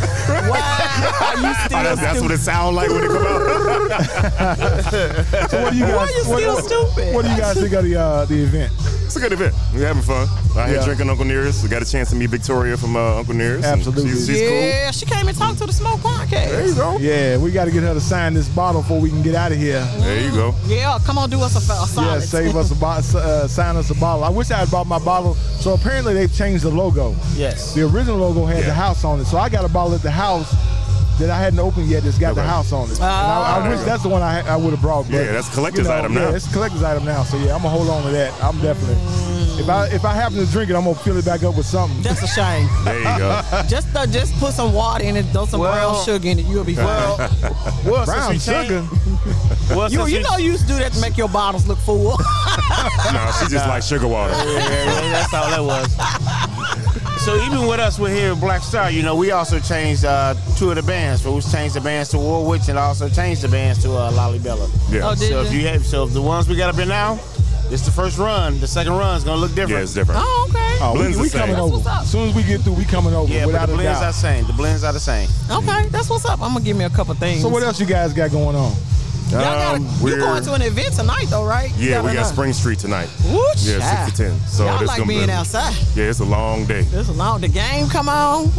Why are you
[laughs]
still
Oh,
[laughs]
that's, that's what
stupid?
it sounds like when it come out.
So what do you guys?
Why you
what,
still stupid?
what do you guys think of the uh, the event?
It's a good event. We're having fun. Out here
Yeah.
drinking Uncle Nearest. We got a chance to meet Victoria from uh, Uncle Nearest. and
Absolutely.
She's, she's cool.
Yeah, she came and talked to the Smoke
There you
Podcast.
go.
Yeah, we got to get her to sign this bottle before we can get out of here.
There you go.
Yeah, come on, do us a, fa- a
Yeah,
solid. [laughs]
save us a bottle. Uh, sign us a bottle. I wish I had bought my bottle. So apparently they've changed the logo.
Yes.
The original logo had
Yeah.
the house on it, so I got a bottle at the house that I hadn't opened yet that's got the
Okay.
house on it. And I, I
Ah.
wish that's the one I, I would have brought. But,
Yeah, that's collector's item
yeah,
now.
It's a collector's item now, so yeah, I'm gonna hold on to that. I'm definitely. If I if I happen to drink it, I'm gonna fill it back up with something.
That's a shame.
There you go.
[laughs] Just uh, just put some water in it, throw some brown
Well-
sugar in it, you'll
[laughs]
be fine.
Well, well, since
Brown
we
sugar.
changed, well,
you
since
you
we-
know you used to do that to make your bottles look full. [laughs]
no, she just like sugar water.
Yeah, yeah, yeah, that's all that was. So even with us, we're here at Black Star. You know, we also changed uh, two of the bands. We changed the bands to War Witch and also changed the bands to uh, Lolly Bella.
Yeah.
Oh, did
So if
you?
you have, so if the ones we got up here now, it's the first run. The second run is gonna look different.
yeah, it's different.
Oh, okay.
Oh, we,
Blends the
we
same.
coming
That's
over.
what's up.
As soon as we get through, we coming over
Yeah, but
without
the
a
blends are the
doubt.
same. The blends are the same.
Okay, that's what's up. I'm gonna give me a couple things.
So what else you guys got going on?
Y'all gotta,
Um,
you
we're-
going to an event tonight though, right? You
Yeah, we got
another-
Spring Street tonight.
Woo,
Yeah,
child.
six to ten. So
Y'all
this
like
gonna
being
be,
outside.
Yeah, it's a long day. Mm-hmm.
This is long. The game come on.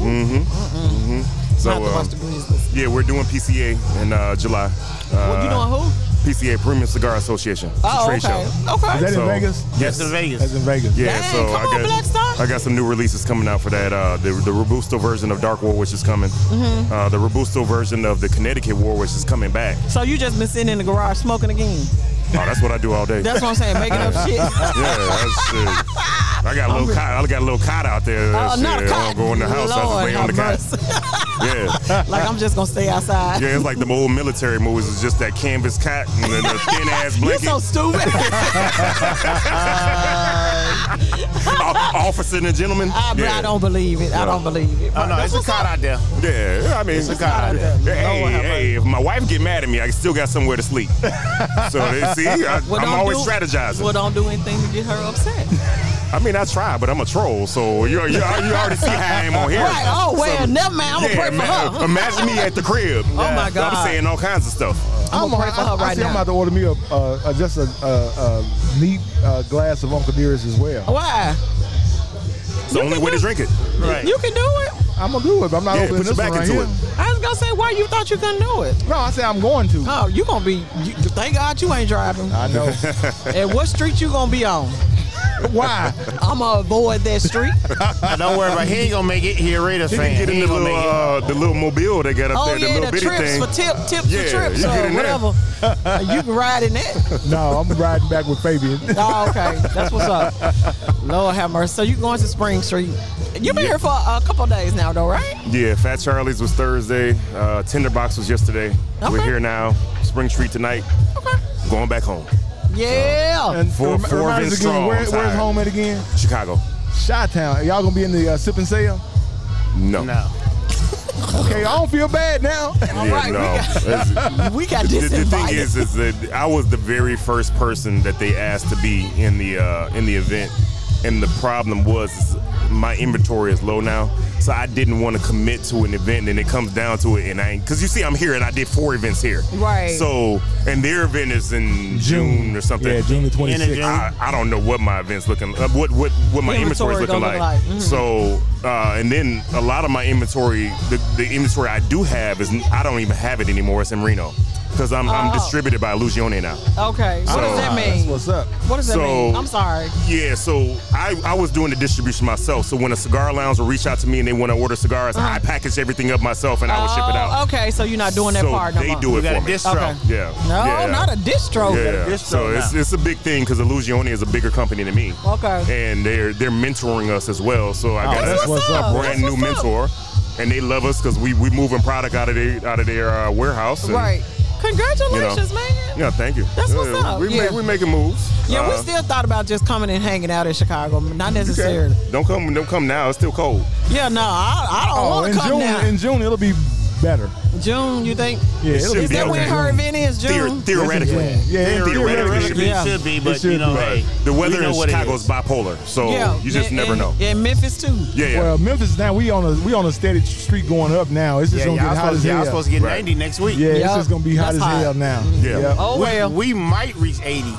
So
Not to watch
um,
the Grizzlies.
yeah, we're doing PCA in uh, July.
What you doing?
Uh,
Who?
PCA Premium Cigar Association. It's a
Oh,
trade
okay.
show.
Is that
Okay.
in
So-
Vegas?
Yes, in
That's
Vegas.
in Vegas.
Yeah,
Dang,
so
come
I
on,
got
Black Star.
I got some new releases coming out for that. Uh, the the Robusto version of Dark War, which is coming.
Mm-hmm.
Uh, the Robusto version of the Connecticut War, which is coming back.
So you just been sitting in the garage smoking again.
Oh, that's what I do all day.
That's what I'm saying. Making up
[laughs]
shit.
yeah, that's shit. I got a little cot. I got a little cot out there.
Oh,
That
not
shit.
a
I
cop.
don't go in the house. I just
Lord,
lay on the cot.
have mercy.
[laughs] Yeah.
[laughs] Like I'm just gonna stay outside.
Yeah, it's like the old military movies. It's just that canvas cot and then
[laughs]
a thin ass
You're
blanket. [laughs]
so stupid.
O- officer and a gentleman.
Ah, I, but
yeah.
I don't believe it. I don't believe it.
Oh no, it's a cot out there.
Yeah, I mean, it's
a cot out there.
Hey,
Lord have
hey, if my wife get mad at me, I still got somewhere to
[laughs]
sleep. so they, see, I,
Well,
I'm
don't
always
do-
strategizing.
Well, don't do anything to get her upset.
I mean, I try, but I'm a troll. So you you, you already
[laughs]
see how I am on here.
Right. Oh well,
So,
never mind. I'm gonna
yeah,
pray for
man,
her.
imagine me at the crib.
[laughs] Oh, my
I'm
God.
saying all kinds of stuff.
I'm gonna pray for
I,
her
I
Oh, right
see I'm
now.
about to order me a, uh, uh, just a, a, a neat uh, glass of Uncle Dearest as well.
Why?
It's the only way to drink it.
Right.
You can do it.
I'm gonna do it, but I'm not
Yeah,
opening
put your
this
back
one right
into
here.
it.
I was gonna say why you thought you couldn't do it.
No, I said I'm going to.
Oh, [laughs] you gonna be? You, thank God you ain't driving.
I know.
and what street you gonna be on?
Why?
I'ma avoid that
[laughs]
street.
don't worry about it. He ain't gonna make it. He a Raiders
You
fan.
can get in
he
the
ain't gonna
little
make it.
uh, the little mobile they got up
Oh
there, the
yeah,
little
the
bitty
trips
thing.
for tip, tips
Yeah,
for trips
you
or
get in there. [laughs]
whatever. you can ride in that.
[laughs] No, I'm riding back with Fabian.
[laughs] Oh, okay, that's what's up. Lord have mercy. So you going to Spring Street? You've been here for a couple of days now, though, right?
Yeah, Fat Charlie's was Thursday. Uh, Tinderbox was yesterday. We're
Okay.
here now. Spring Street tonight. Going back home.
Yeah.
And
Four-
remi-
four
remind
been
us again,
strong,
where-
I'm
where's
tired.
home at again?
Chicago.
Chi Town. Y'all gonna be in the uh, sip and sale?
No.
No.
Okay, I don't feel bad now.
yeah,
right, we
no.
got-
That's-
[laughs] we got
[laughs] the, the thing
disinvited.
is, is that I was the very first person that they asked to be in the uh, in the event, and the problem was is my inventory is low now, so I didn't want to commit to an event, and it comes down to it, and I because you see I'm here and I did four events here,
Right.
So and their event is in June, or something.
Yeah, June the
In the
26th.
gym.
I, I don't know what my events looking, uh, what what what my inventory,
Inventory
is looking
gonna
like.
look like. Mhm.
So, uh, and then a lot of my inventory, the, the inventory I do have is I don't even have it anymore. It's in Reno because I'm I'm
Oh.
distributed by Illusione now.
Okay. What
So-
does that
That's
mean?
what's up.
What does that
Uh, So-
mean? I'm sorry.
Yeah, so I, I was doing the distribution myself. So when a cigar lounge will reach out to me and they want to order cigars, I package everything up myself and I will ship it
Uh-huh. Oh,
out.
Okay, so you're not doing that
so
part no
they
more.
do
You
it
got a
for me.
distro.
Okay.
Yeah.
No,
yeah.
not a distro.
Yeah.
distro
So it's,
now.
it's a big thing because Illusione is a bigger company than me.
Oh, Okay. Oh,
And they're they're mentoring us as well. So I got
That's
a
what's up,
brand
That's
new
what's up.
mentor, and they love us because we we moving product out of their out of their uh, warehouse. and,
Right. Congratulations,
You
man.
Yeah, thank you.
That's what's
Yeah,
up.
We,
Yeah.
make, we making moves.
Yeah, we
Uh,
still thought about just coming and hanging out in Chicago. Not necessarily.
okay. Don't come don't come now. It's still cold.
Yeah, no, I, I don't
Oh,
want
in
to come
June,
now.
in June it'll be better.
June, you think?
Yeah,
It
it'll
should
be
Is
be
that
better.
when
okay.
her event is? June.
Theor- theoretically.
Yeah, yeah,
theoretically, it should be.
Yeah.
It should be, but
should
you know,
be.
hey,
The weather
we know
in
what it
Chicago
is.
is bipolar, so you just
and-
never
and-
know.
And Memphis too.
Yeah, yeah.
Well, Memphis now we on a we on a steady street going up now. It's just
Yeah,
gonna
y'all
get hot
supposed,
as
y'all
hell.
supposed to get
Right.
90 next week.
yeah, it's
Yup.
just gonna be hot
That's
as
hot.
hell now.
Yeah.
Oh
We,
well.
we might reach 80.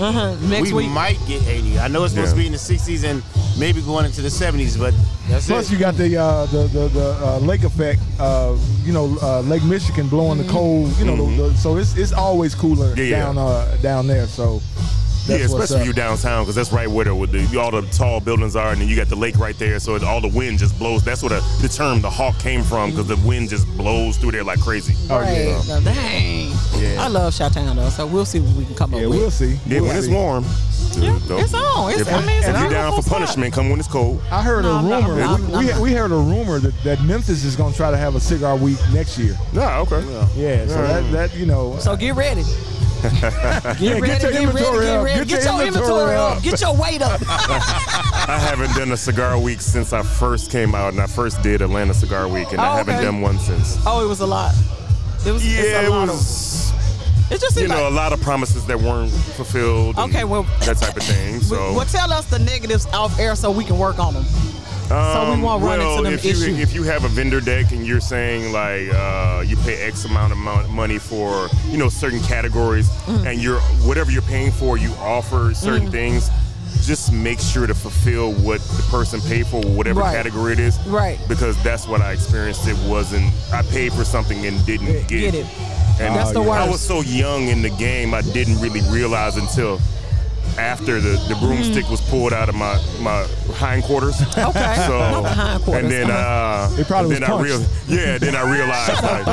uh-huh. Next
we
week.
might get 80. I know it's supposed
Yeah.
to be in the 60s and maybe going into the 70s, but that's
Plus,
it.
you got the uh, the the, the uh, lake effect. Uh, you know, uh, Lake Michigan blowing
Mm-hmm.
the cold. You know, the, the, so it's it's always cooler
Yeah, yeah.
down Uh, down there. So that's
yeah,
what's
especially
up.
if you downtown because that's right where the, with the all the tall buildings are, and then you got the lake right there, so it, all the wind just blows. That's where the, the term the hawk came from because the wind just blows through there like crazy.
Oh,
Um,
Right. Now, dang. I love Chi-Town though, so we'll see what we can come
yeah,
up with.
we'll see.
Yeah,
We'll
when it's
see.
warm.
Yeah,
though.
it's on. It's-
if,
I mean, it's
if
on.
you're down for
Full stop.
punishment, come when it's cold.
I heard
No,
a
I'm not-
rumor.
I'm-
we,
I'm
we heard a rumor that, that Memphis is gonna try to have a cigar week next year.
Nah, okay.
[laughs] Yeah, so that, that you know.
So get ready. get ready,
your
get ready,
inventory
get
up.
ready.
Oh, Get
Get
your
your inventory
inventory
up.
up.
Get your weight
[laughs]
up.
I haven't done a cigar week since I first came out, and I first did Atlanta Cigar Week, and
Oh,
I haven't
okay.
done one since.
Oh, it was a lot. It was.
Yeah,
it's a
it
lot
was.
Of, it just
You
seemed
know, a
like.
lot of promises that weren't fulfilled. and
Okay, well-
that type of
[laughs]
thing.
we-
So
Well, tell us the negatives off air so we can work on them. So we won't run
um, well,
into them
if you,
issues.
If you have a vendor deck and you're saying like uh, you pay X amount of mon- money for you know certain categories,
Mm.
and you're whatever you're paying for, you offer certain things. Just make sure to fulfill what the person paid for, whatever
Right.
category it is.
Right.
Because that's what I experienced. It wasn't. I paid for something and didn't get,
Get it.
And
That's the
I
worst.
was so young in the game, I didn't really realize until after the, the broomstick was pulled out of my, my hindquarters.
Hmm. Okay.
So
Not the hindquarters. uh-huh.
and then uh,
It probably
and
was
then I
punched.
real, yeah, then I realized like,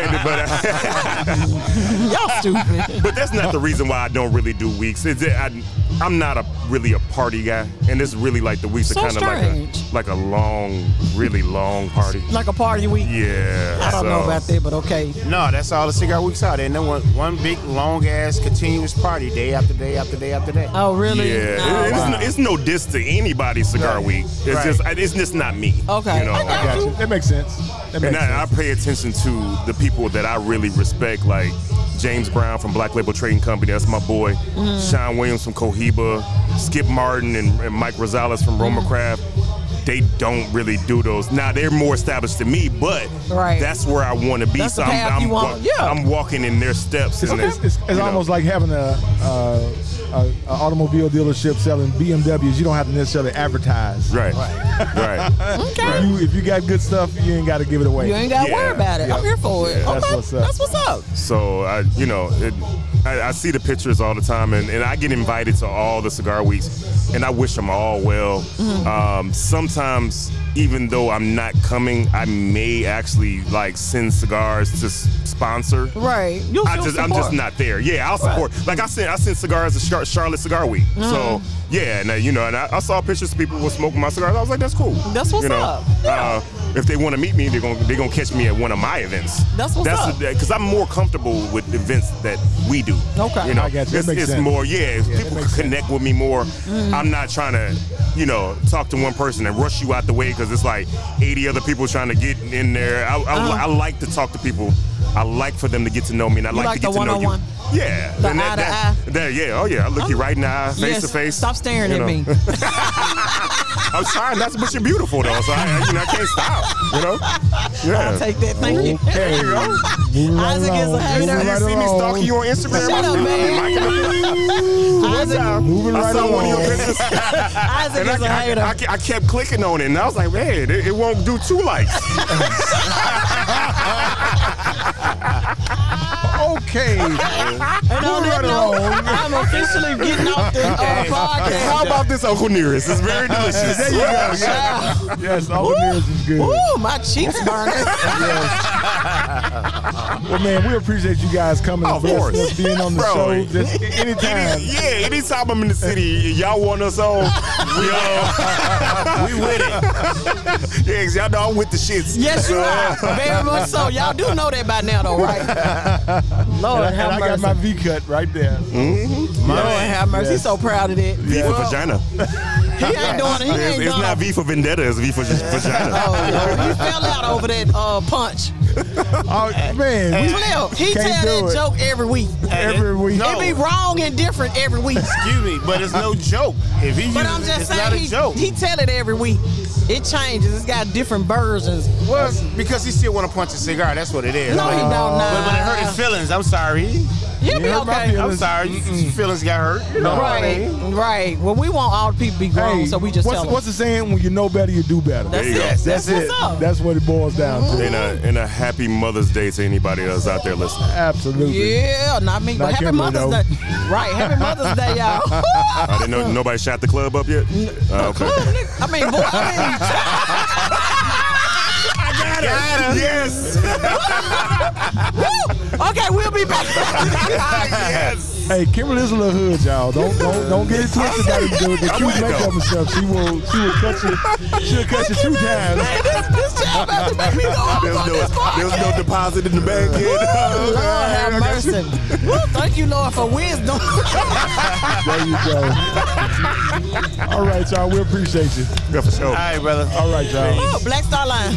and- but, [laughs]
Y'all stupid.
but that's not the reason why I don't really do weeks. It's that I, I'm not a really a party guy, and it's really like the weeks
So
are kind of like
strange.
a like a long, really long party.
like a party week.
Yeah,
I don't
so-
know about that, but okay.
No, that's all the cigar weeks out. And then one, one big, long ass, continuous party day after day after day after day.
Oh, really?
Yeah,
No.
it- it's, no, it's no diss to anybody's cigar
Right.
week. It's
Right.
just it's just not me.
Okay.
you know?
I got
Got you. That makes sense. That
And
makes
I, I
sense.
pay attention to the people that I really respect, like James Brown from Black Label Trading Company. That's my boy.
Mm-hmm.
Sean Williams from Cohiba. Skip Martin and, and Mike Rosales from Roma
Mm-hmm.
Craft. They don't really do those. Now they're more established than me, but
Right.
that's where I want to be.
That's
so
the
I'm,
path
I'm
you want.
wa-
Yeah.
I'm walking in their steps.
It's,
and
it's, it's,
you
it's
know.
almost like having a uh, uh, a automobile dealership selling BMWs, you don't have to necessarily advertise.
Right.
[laughs]
Right.
If you, if you got good stuff, you ain't got to give it away.
You ain't got to
Yeah.
worry about it. I'm here for it.
Yeah,
okay,
that's
that's what's
what's up.
up. That's what's up.
So I, you know, it, I, I see the pictures all the time, and, and I get invited to all the cigar weeks, and I wish them all well.
Mm-hmm.
Um, sometimes, even though I'm not coming, I may actually like send cigars to s- sponsor.
Right. You'll
I
still
just, I'm
support.
just not there. Yeah, I'll support. Like I sent, I sent cigars to Char- Charlotte Cigar Week. So yeah, and uh, you know, and I, I saw pictures of people were smoking my cigars. I was like, that's cool.
That's what's
you know?
up.
Uh, if they want to meet me, they're gonna they're gonna catch me at one of my events.
That's what's up.
Because I'm more comfortable with events that we do.
Okay.
you know,
I got you. That
it's,
makes
it's
sense.
more yeah. if
that
people
makes
connect with me more.
Mm-hmm.
I'm not trying to you know talk to one person and rush you out the way because it's like 80 other people trying to get in there. I, I, I like to talk to people. I like for them to get to know me, and I
Uh-huh. You
like,
like
to get
the
to know you.
one-on-one?
Yeah,
The
and
eye
that,
to
that, that- yeah, oh yeah, I look you
Oh.
right in the eye, face
Yes,
to face.
Stop staring
you
at
know. [laughs]
me.
I'm trying not to, but you're beautiful though, so I, you know, I can't stop. You know,
[laughs]
yeah.
I'll take that. Thank you.
Okay. Moving right
Isaac is
along.
a hater.
Moving
You
right
see me
along.
stalking you on Instagram?
Shut up,
I- [laughs]
man. Isaac,
Moving
I
right
saw one of your
along. [laughs]
pictures, [laughs]
Isaac
and
is a
I,
hater.
I, I, ke- I kept clicking on it, and I was like, man, it, it won't do two
[laughs]
likes. [laughs]
[laughs]
Okay.
And on
Moving
that
right
note,
along.
I'm officially getting off the uh, podcast.
How about this Uncle Nearest? It's very delicious.
There you go. Yes, yes all the news is good.
Ooh, my cheeks burning.
[laughs]
Well, man, we appreciate you guys coming
Of
and blessing
course.
us, being on the
Bro.
show. Just anytime.
Any- yeah, anytime I'm in the city, y'all want us on. We on. [laughs] we with it. yeah, you y'all know I'm with the shits.
yes, you are. Very much so. Y'all do know that by now, though,
[laughs]
right? Lord,
And
have
I
Oh, mercy.
got my V cut right there.
Mm-hmm.
Lord, have mercy. He's so proud of it.
V for vagina.
He ain't doing it. He
It's,
ain't
it's
gone.
not V for vendetta. It's V for j-
[laughs] Oh,
vagina.
Lord. He fell out over that uh, punch.
[laughs] Oh man, we-
Flip, he
Can't
tell
do
that
it.
joke every week.
every week.
No.
It be wrong and different every week.
Excuse me, but it's no joke. If he
But
uses
I'm
it,
just
it's not a
saying,
joke.
he, he tell it every week. It changes. It's got different versions.
Well, because he still want to punch a cigar. That's what it is.
No, he
Like,
don't.
But, but it
Nah.
hurt his feelings. I'm sorry.
He'll be
hurt my
okay.
feelings.
I'm sorry. His feelings got hurt. You know what I
Right,
mean?
right. Well, we want all the people to be grown, Oh, so we just
what's,
tell them.
what's the saying? When you know better, you do better.
There you go.
Yes,
That's
it.
what's up.
That's what it boils down to.
And a, and a happy Mother's Day to anybody else out there listening.
Absolutely.
yeah, not me. but
Not
happy
Kimberly,
Mother's
though.
Day. Right, happy Mother's Day, y'all.
I didn't know nobody shot the club up yet. Uh, okay.
I mean, boy, I
[laughs] [laughs]
Yes.
mean, woo! okay, we'll be back.
[laughs]
yes.
Hey, Kimberly is a little hood, y'all. Don't don't, don't get it twisted about it. The, the
I'm
cute
with it,
makeup
though.
and stuff. She will she will cut you. She'll cut you two times.
Man, this, this child about to make me go off
There was,
on
no,
this podcast.
there was no deposit in the bank
Lord
yet.
have
[laughs]
mercy. Woo, thank you, Lord, for wisdom.
There you go. All right, y'all. We appreciate you.
yeah, for sure.
All right, brother.
All right, y'all.
Woo, Black Star Line.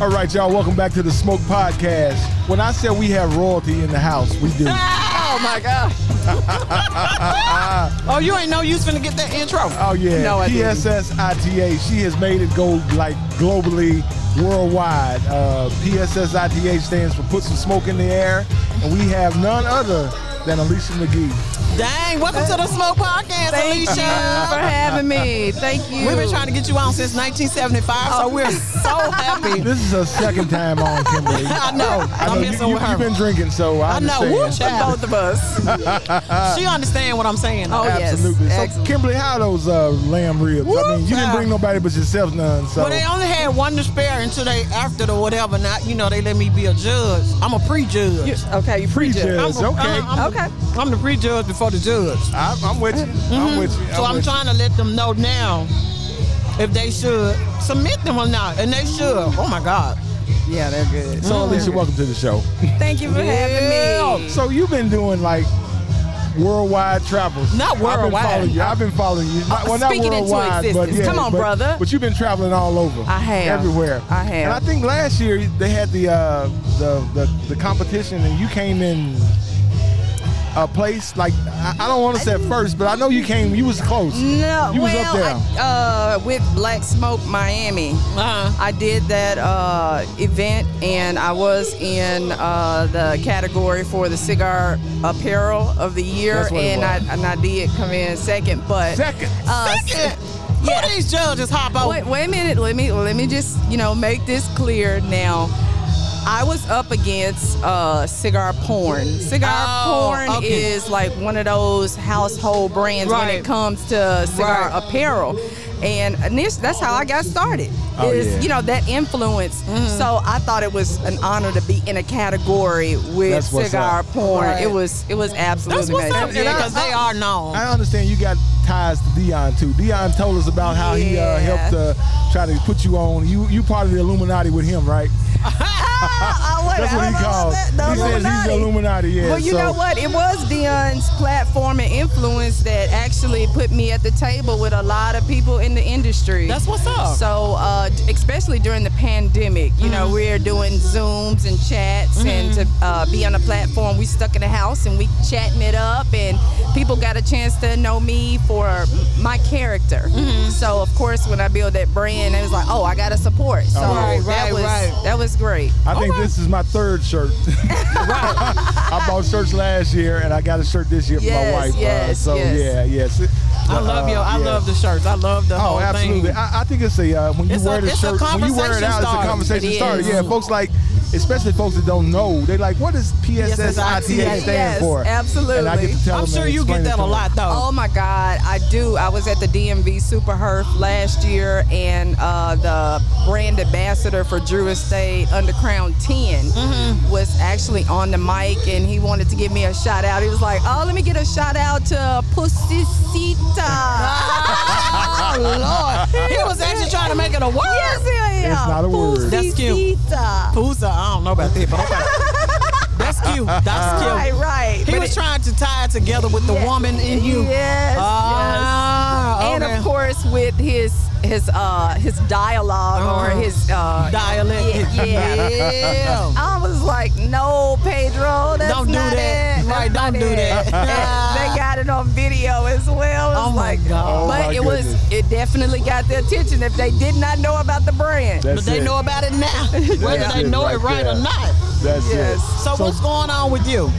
All right, y'all. Welcome back to the Smoke Podcast. When I said we have royalty in the house, we
[laughs]
do.
Oh my god. [laughs] oh, you ain't no use finna get that intro.
Oh yeah,
No, I didn't.
PSSITA. She has made it go like globally, worldwide. Uh, PSSITA stands for Put Some Smoke in the Air, and we have none other than Alicia McGee.
Dang, welcome to the Smoke Podcast,
Thank you for
Alicia.
having me. Thank you. Oh.
We've been trying to get you on since 1975, so we're
[laughs]
so happy.
This is her second time on Kimberly.
[laughs] I know. I'm
I know you,
messing
you,
with her.
have been drinking, so I,
I know.
understand.
Woo, child. Both of us.
[laughs]
she understand what I'm saying.
Oh, yes.
Absolutely. So,
Excellent.
Kimberly, how are those uh, lamb ribs? I
Woo,
mean, you didn't
child.
bring nobody but yourself none. So
Well, they only had one to spare until they after the whatever. Now, you know, they let me be a judge. I'm a prejudge.
You- okay, you prejudge.
prejudge.
I'm a-
Okay,
I'm, I'm
Okay.
The, I'm the prejudge before the judge. Mm-hmm.
I'm, I'm with you. I'm with you.
So I'm
with you.
trying to let them know now if they should submit them or not, and they should. Oh my God.
Yeah, they're good.
So Alicia, welcome to the show.
Mm-hmm. Thank you for having me.
So you've been doing like worldwide travels.
Not worldwide.
I've been following you. I've been following you. Not,
Oh,
well, not
speaking into
worldwide, but
existence.
yeah,
Come on,
but-
brother.
But you've been traveling all over.
I have.
Everywhere.
I have.
And I think last year they had the uh, the, the the competition, and you came in a place like I, I don't want to say first, but I know you came. You was close.
No,
you was
well,
up there.
I, uh, with Black Smoke Miami, I did that uh, event, and I was in uh, the category for the cigar apparel of the year,
That's what it
and I
was.
and I did come in second, but
Second?
uh,
Second? Who these judges hop out?
Wait, wait a minute. Let me let me just you know make this clear now. I was up against uh, cigar porn. Cigar
Oh,
porn
okay.
is like one of those household brands when
Right.
it comes to cigar
Right.
apparel, and this, that's how I got started.
Oh,
is
yeah.
you know that influence. So I thought it was an honor to be in a category with
That's what's
cigar
up.
porn.
Right.
It was it was absolutely
what's up,
amazing.
and I- Because they are known.
I understand you got ties to Dion too. Dion told us about how he
Yeah.
uh, helped uh, try to put you on. You you part of the Illuminati with him, right? That's what he calls. He says he's the Illuminati. Yeah.
well, you
so-
know what? It was Dion's platform and influence that actually put me at the table with a lot of people in the industry. That's
what's up.
So, uh, d- especially during the pandemic, you know, we're doing Zooms and chats, and to uh, be on a platform, we stuck in the house and we chatting it up, and people got a chance to know me for m- my character. So, of course, when I build that brand, it was like, oh, I got to support. So
Right,
that
right,
was
right.
that was great.
I think this is my third shirt. [laughs] I bought shirts last year, and I got a shirt this year for
Yes,
my wife. uh,
yes,
so
yes.
yeah, yes. It-
I
uh,
love your. I
yeah.
love the shirts. I love the
Oh,
whole
absolutely.
thing.
I, I think it's a uh, when you
It's a-
wear the
it's a
shirt, when you wear it
conversation
out, it's
starter.
a conversation
It
starter.
is.
Yeah, folks like, especially folks that don't know, they like, what does PSSITA
Yes,
stand for?
Absolutely.
And I get to tell them and explain it to them.
Oh
[laughs]
my God, I do. I was at the DMV Super Herf last year, and uh, the brand ambassador for Drew Estate Underground 10
Mm-hmm.
was actually on the mic, and he wanted to give me a shout out. He was like, "Oh, let me get a shout out to Pussycita."
Oh, [laughs] Lord. He was actually trying to make it a word.
Yes, yeah, yeah.
It's not a word. That's cute.
Pussycita.
Pooza, uh, I don't know about that, but
[laughs]
okay. That's cute. That's cute.
Right, right.
He
But
was
it-
trying to tie it together with the
Yeah.
woman in you.
Yes.
Ah,
yes. And
okay.
of course, with his his uh his dialogue
Uh-huh.
or his uh,
Dialect.
Yeah,
[laughs]
yeah.
Yeah.
I was like, no, Pedro, that's
Don't do
not
that.
It.
Right,
That's
don't
not
do
it.
that.
And they got it on video as well. It's
Oh, my
like,
God. Oh,
But
my
it was
goodness.
it definitely got their attention if they did not know about the brand.
But That's they it. know about it now, [laughs] whether
Yeah.
they know it right or not.
That's
Yes.
So, what's going on with you?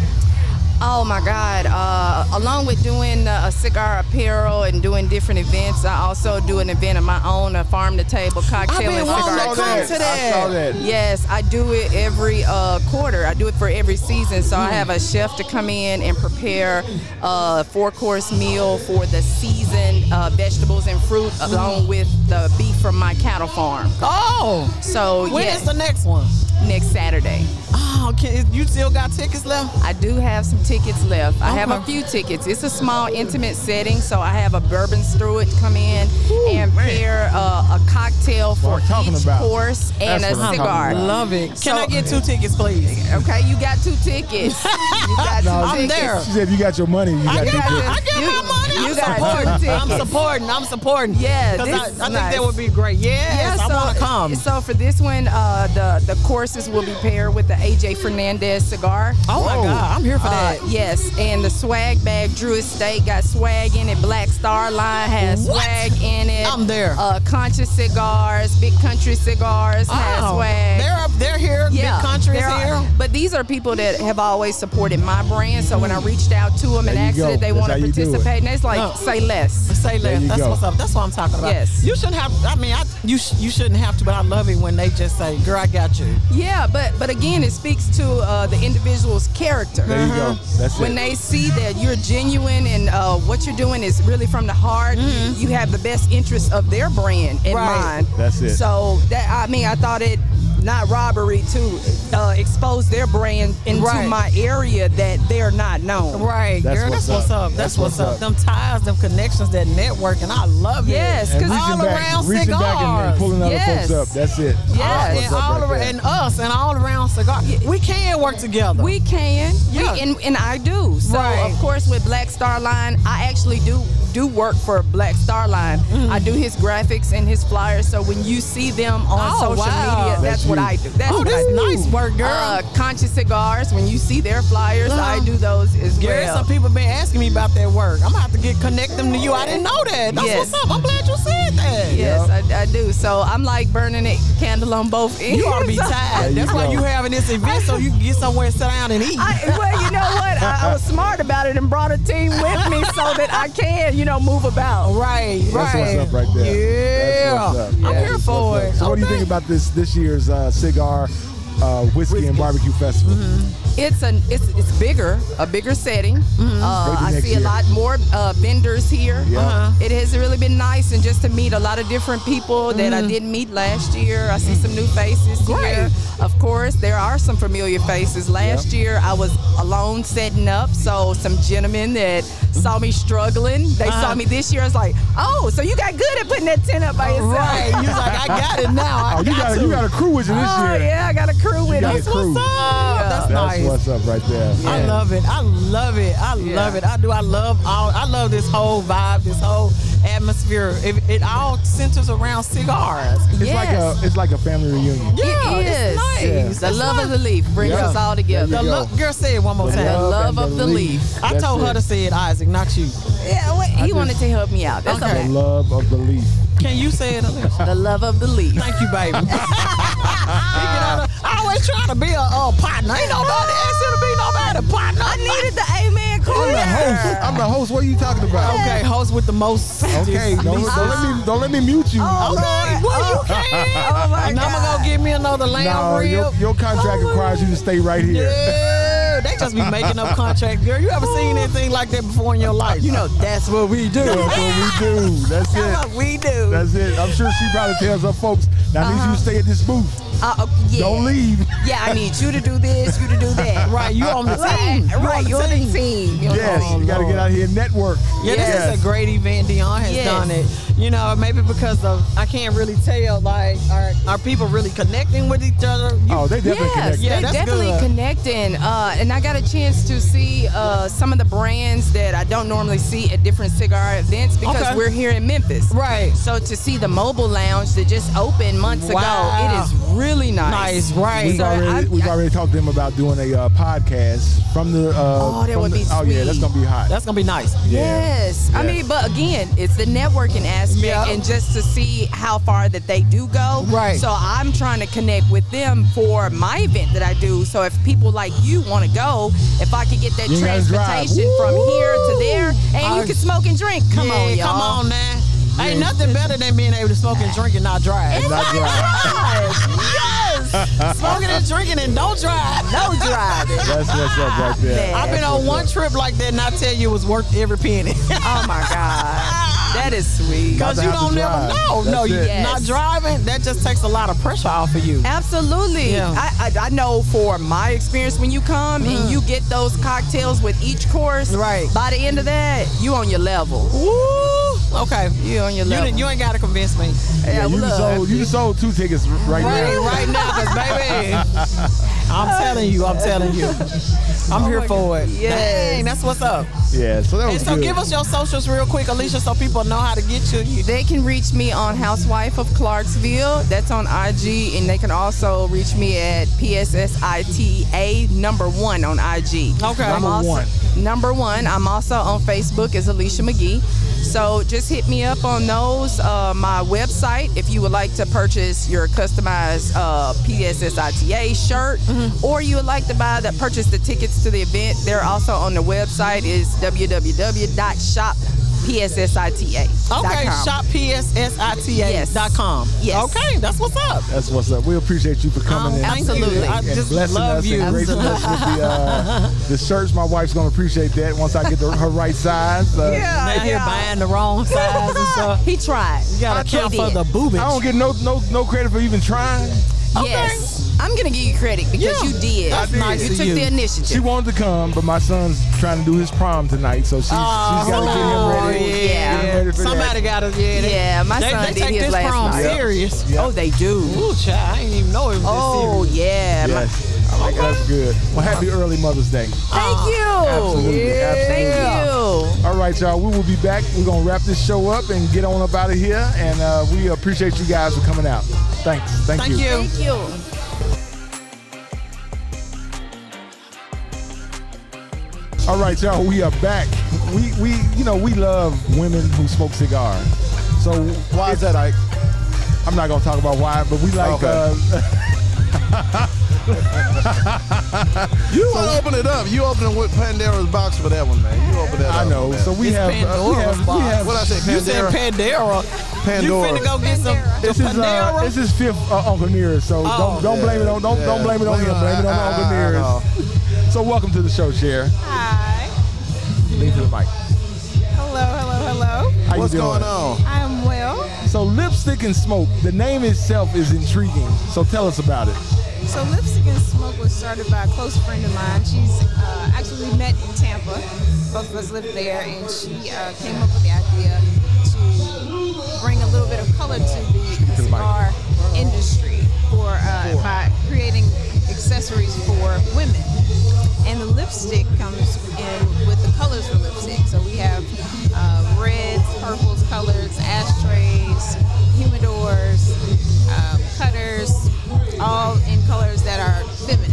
Oh my God! Uh, along with doing uh, cigar apparel and doing different events, I also do an event of my own, a farm to table cocktail
been
and cigar.
wanting to come to
contest.
that. I saw that.
Yes, I do it every uh, quarter. I do it for every season. So
Hmm.
I have a chef to come in and prepare a four-course meal for the season, uh, vegetables and fruit,
Hmm.
along with the beef from my cattle farm.
Oh,
so
When
yes.
is the next one?
next Saturday.
Oh, can, you still got tickets left?
I do have some tickets left. I have a
Okay.
few tickets. It's a small, intimate setting, so I have a bourbon steward come in and pair uh, a cocktail for
I'm talking
each
about.
course and
That's what
a
I'm
cigar.
talking about.
Love it. Can
So-
I get two tickets, please?
Okay, you got two
[laughs]
tickets. You got two
No,
tickets.
She said, if you got your money, you got,
I
your
got,
good.
I got my money.
you got
I'm
two
supporting.
tickets.
I'm supporting. I'm supporting.
Yeah,
because
this
I, I
is
think
nice.
that would be great. Yes, I want to come.
So for this one, uh, the the courses will be paired with the AJ Fernandez cigar. Uh,
Oh my Whoa. God, I'm here for that.
Yes, and the swag bag Drew Estate got swag in it. Black Star Line has
What?
swag in it.
I'm there.
Uh, Conscious Cigars, Big Country Cigars has
Oh,
swag.
They're up. They're here.
Yeah,
Big country's
there are-
here.
But these are people that have always supported my brand. So when I reached out to them and
There you
asked
go.
if they
That's
want
how
to
you do it.
participate, and it's like,
No.
say less.
Say
There
less.
you
That's
go.
what's up. That's what I'm talking about.
Yes.
You shouldn't have. I mean, I, you sh- you shouldn't have to. But I love it when they just say, "Girl, I got you."
Yeah, but but again, it speaks to uh, the individual's character.
There you go.
Uh-huh.
That's
when
it.
they see that you're genuine and uh, what you're doing is really from the heart, you have the best interest of their brand in
Mm-hmm. Right.
mind.
That's it.
So that I mean, I thought it not robbery to uh, expose their brand into
Right.
my area that they're not known.
Right,
That's
girl.
what's
that's what's
up.
up. That's, what's, up. Them ties, them connections, that networking. I love
Yes,
it.
And
because
reaching
all
back,
around
reaching back and, and
cigars.
pulling other
Yes.
folks up. That's it.
Yes.
That's
and
what's up
all
right
around,
there.
and us and all around cigar. We can work together.
We can,
Yeah.
we, and, and I do. So
Right.
of course, that's with Black Star Line. I actually do do work for Black Star Line.
Mm-hmm.
I do his graphics and his flyers. So when you see them on
Oh,
social
wow.
media, that's,
That's
what
you.
I do. That's
Oh,
what
that's
I do.
nice work, girl.
Uh, Conscious Cigars. When you see their flyers, I
Uh-huh.
do those as
Girl,
well.
some people been asking me about that work. I'm gonna have to get connect them to you. I didn't know that. That's
Yes.
what's up. I'm glad you said that.
Yes, I, I do. So I'm like burning a candle on both ends.
You ought to be tired. That's why you having this event so you can get somewhere and sit down and eat.
I, well, you know what? I, I was smart about it and brought a team with me so that I can, you know, move about.
Right,
That's what's up right there.
Yeah.
That's what's up.
I'm here for
That's what's up.
it.
So, what do you think about this this year's uh, cigar, uh, whiskey, and barbecue festival?
Mm-hmm.
It's an it's it's bigger, a bigger setting. Uh,
Mm-hmm.
Maybe
I
next
see a
year.
lot more uh, vendors here.
Yeah. Uh-huh.
It has really been nice, and just to meet a lot of different people that
Mm-hmm.
I didn't meet last year. I see some new faces here. Of course, there are some familiar faces. Last year, I was alone setting up, so some gentlemen that saw me struggling, they saw
Uh-huh.
me this year. I was like, oh, so you got good at putting that tent up by yourself.
Right. You was like, I got it now. I
oh, you
got,
got,
to.
a, you got a crew with you this
Oh,
year.
[laughs] yeah, I got a crew with
got
me.
a crew.
What's up? That's
That's
nice.
what's up right there.
I
Yeah.
love it. I love it. I
Yeah.
love it. I do. I love all. I love this whole vibe. This whole atmosphere. It, it all centers around cigars.
It's like a it's like a family reunion.
Yeah,
It is.
it's nice. It's
The love
nice.
of the leaf brings
Yeah.
us all together.
There
The
you
lo-
go.
girl, say it one more
The
time.
love
and
of the leaf.
I
That's
told her
it.
to say it, Isaac, not you.
Yeah, well, he
just-
wanted to help me out. That's
Okay.
The
okay.
love of the leaf.
Can you say it, Alicia?
The love of the leaf.
Thank you,
[laughs]
baby. Speaking of the- I always trying to be a uh, partner. Ain't nobody asking to be nobody partner.
I needed the amen
I'm the host.
corner.
I'm the host. What are you talking about?
Okay, host with the most.
Okay. Don't, don't let me don't let me mute you.
Okay, well, you can.
Oh my
and I'm gonna go
God.
get me another lamb
no,
rib.
your, your contract requires you to stay right here.
Yeah, they just be making up contracts, girl. You ever seen anything like that before in your life? You know, that's what we do.
That's what we do. That's
That's
it.
what we do.
That's it. I'm sure she probably tells her folks. Now I need you to stay at this booth.
Uh-huh. Uh, okay, yeah.
Don't leave.
Yeah, I need you to do this, you to do
[laughs]
that.
right, you on the
Right,
team.
right, you're the team. You're the
Yes,
team.
you got to get out here and network.
Yeah, this
Yes.
is a great event. Dion has
Yes.
done it. You know, maybe because of I can't really tell. Like, are are people really connecting with each other? You-
Oh, they definitely
Yes,
connect.
Yeah,
they're
that's
definitely
good.
connecting. Uh, and I got a chance to see uh, some of the brands that I don't normally see at different cigar events because
Okay.
we're here in Memphis.
Right.
So to see the mobile lounge that just opened months
Wow.
ago, it is really nice.
Nice, right?
We've
So
already
I-
we've
I-
already talked to them about doing a uh, podcast from the. Uh,
Oh, that
from
would
the-
be
Oh yeah, that's
sweet.
gonna be hot.
That's gonna be nice.
Yes. I
Yes.
mean, but again, it's the networking aspect
Yeah.
and just to see how far that they do go.
Right.
So I'm trying to connect with them for my event that I do. So if people like you want to go, if I could get that
You ain't gotta drive.
transportation from here to there, and
I-
you can smoke and drink. Come
Yeah,
on, y'all.
come on, man. Ain't nothing better than being able to smoke and drink and not drive.
Not dry. [laughs]
yes, smoking and drinking and don't drive.
No driving.
That's what's up right there.
Man.
I've been on one trip like that, and I tell you, it was worth every penny.
[laughs] Oh my God. That is sweet.
Not
Because
to
you
have to
don't never
drive.
know.
That's
no, you
it.
not
Yes.
driving. That just takes a lot of pressure off of you.
Absolutely.
Yeah. Mm-hmm.
I, I, I know for my experience when you come and you get those cocktails with each course.
Right.
By the end of that, you on your level.
Woo! Okay.
You on your
You,
level.
didn't- you ain't got to convince me.
yeah,
you
look.
just sold you just sold two tickets r- right
Right,
now.
right now, 'cause baby, [laughs] I'm telling you, I'm telling you. I'm here for it.
Oh Yes.
Dang, that's what's up.
Yeah, so that
And
was
so
good.
give us your socials real quick, Alicia, so people know how to get to you.
They can reach me on Housewife of Clarksville. That's on IG. And they can also reach me at PSSITA number one on IG.
Okay.
I'm
Number
also,
one.
Number one. I'm also on Facebook as Alicia McGee. So just hit me up on those. Uh, my website, if you would like to purchase your customized uh, PSSITA shirt, or you would like to buy the purchase the tickets to the event, they're also on the website. Is www.shoppssita.com.
Okay, shoppsita.com.
Yes.
Okay, that's what's up.
That's what's up. We appreciate you for coming
Oh,
in.
thank you.
Um, Absolutely.
I
and
just
blessing
love
us
you.
and gracing us with the, uh, the shirts. My wife's gonna appreciate that once I get the, her right size. Uh,
Yeah,
Now here
yeah.
buying the [laughs] wrong size and stuff.
He tried.
You gotta
Okay,
count for
then.
the boobage.
I don't get no no no credit for even trying.
Yes. I'm gonna give you credit because
Yeah,
you did.
that's
you
nice of
took
you.
the initiative.
She wanted to come, but my son's trying to do his prom tonight, so she's, she's got to
Oh,
get him ready.
yeah.
Get him ready for
Somebody
that.
got to, yeah. They,
Yeah, my
they,
son
they
did
take
his
this
last
prom
night.
serious.
Oh, they do.
Ooh, child, I didn't even know it was this
Oh
serious.
yeah. My-
Yes. That's good. Well, happy early Mother's Day.
Thank you.
Absolutely.
Oh, Thank
Absolutely.
you.
right, y'all. We will be back. We're gonna wrap this show up and get on up out of here. And uh, we appreciate you guys for coming out. Thanks. Thank,
Thank you.
All right, y'all, we are back. We we you know we love women who smoke cigars. So why is that, Ike? I'm not gonna talk about why, but we like.
Okay.
Uh,
[laughs] You want to open it up. You open with Pandora's box for that one, man. You open that
I
up.
know. So we
It's
have, uh, we
Pandora's
have,
box.
we have.
What I say,
You said Pandora.
Pandora.
You finna go get some,
This
some
is uh,
Pandora?
this is fifth uh, Uncle Nearest. So
Oh.
don't don't blame it on don't
Yeah,
don't blame it on
blame
him.
it on-
Blame it on
I- I-
Uncle
I
Nearest. [laughs] So welcome to the show, Cher.
Hi.
Lean to the mic.
Hello, hello, hello.
How you What's doing? going on?
I am well.
So lipstick and smoke. The name itself is intriguing. So tell us about it.
So Lipstick and Smoke was started by a close friend of mine. She's uh, actually we met in Tampa. Both of us lived there, and she uh, came up with the idea to bring a little bit of color to the
the mic.
cigar industry for uh, by creating accessories for women. And the lipstick comes in with the colors for lipstick. So we have uh, reds, purples, colors, ashtrays, humidors, um, cutters, all in colors that are feminine.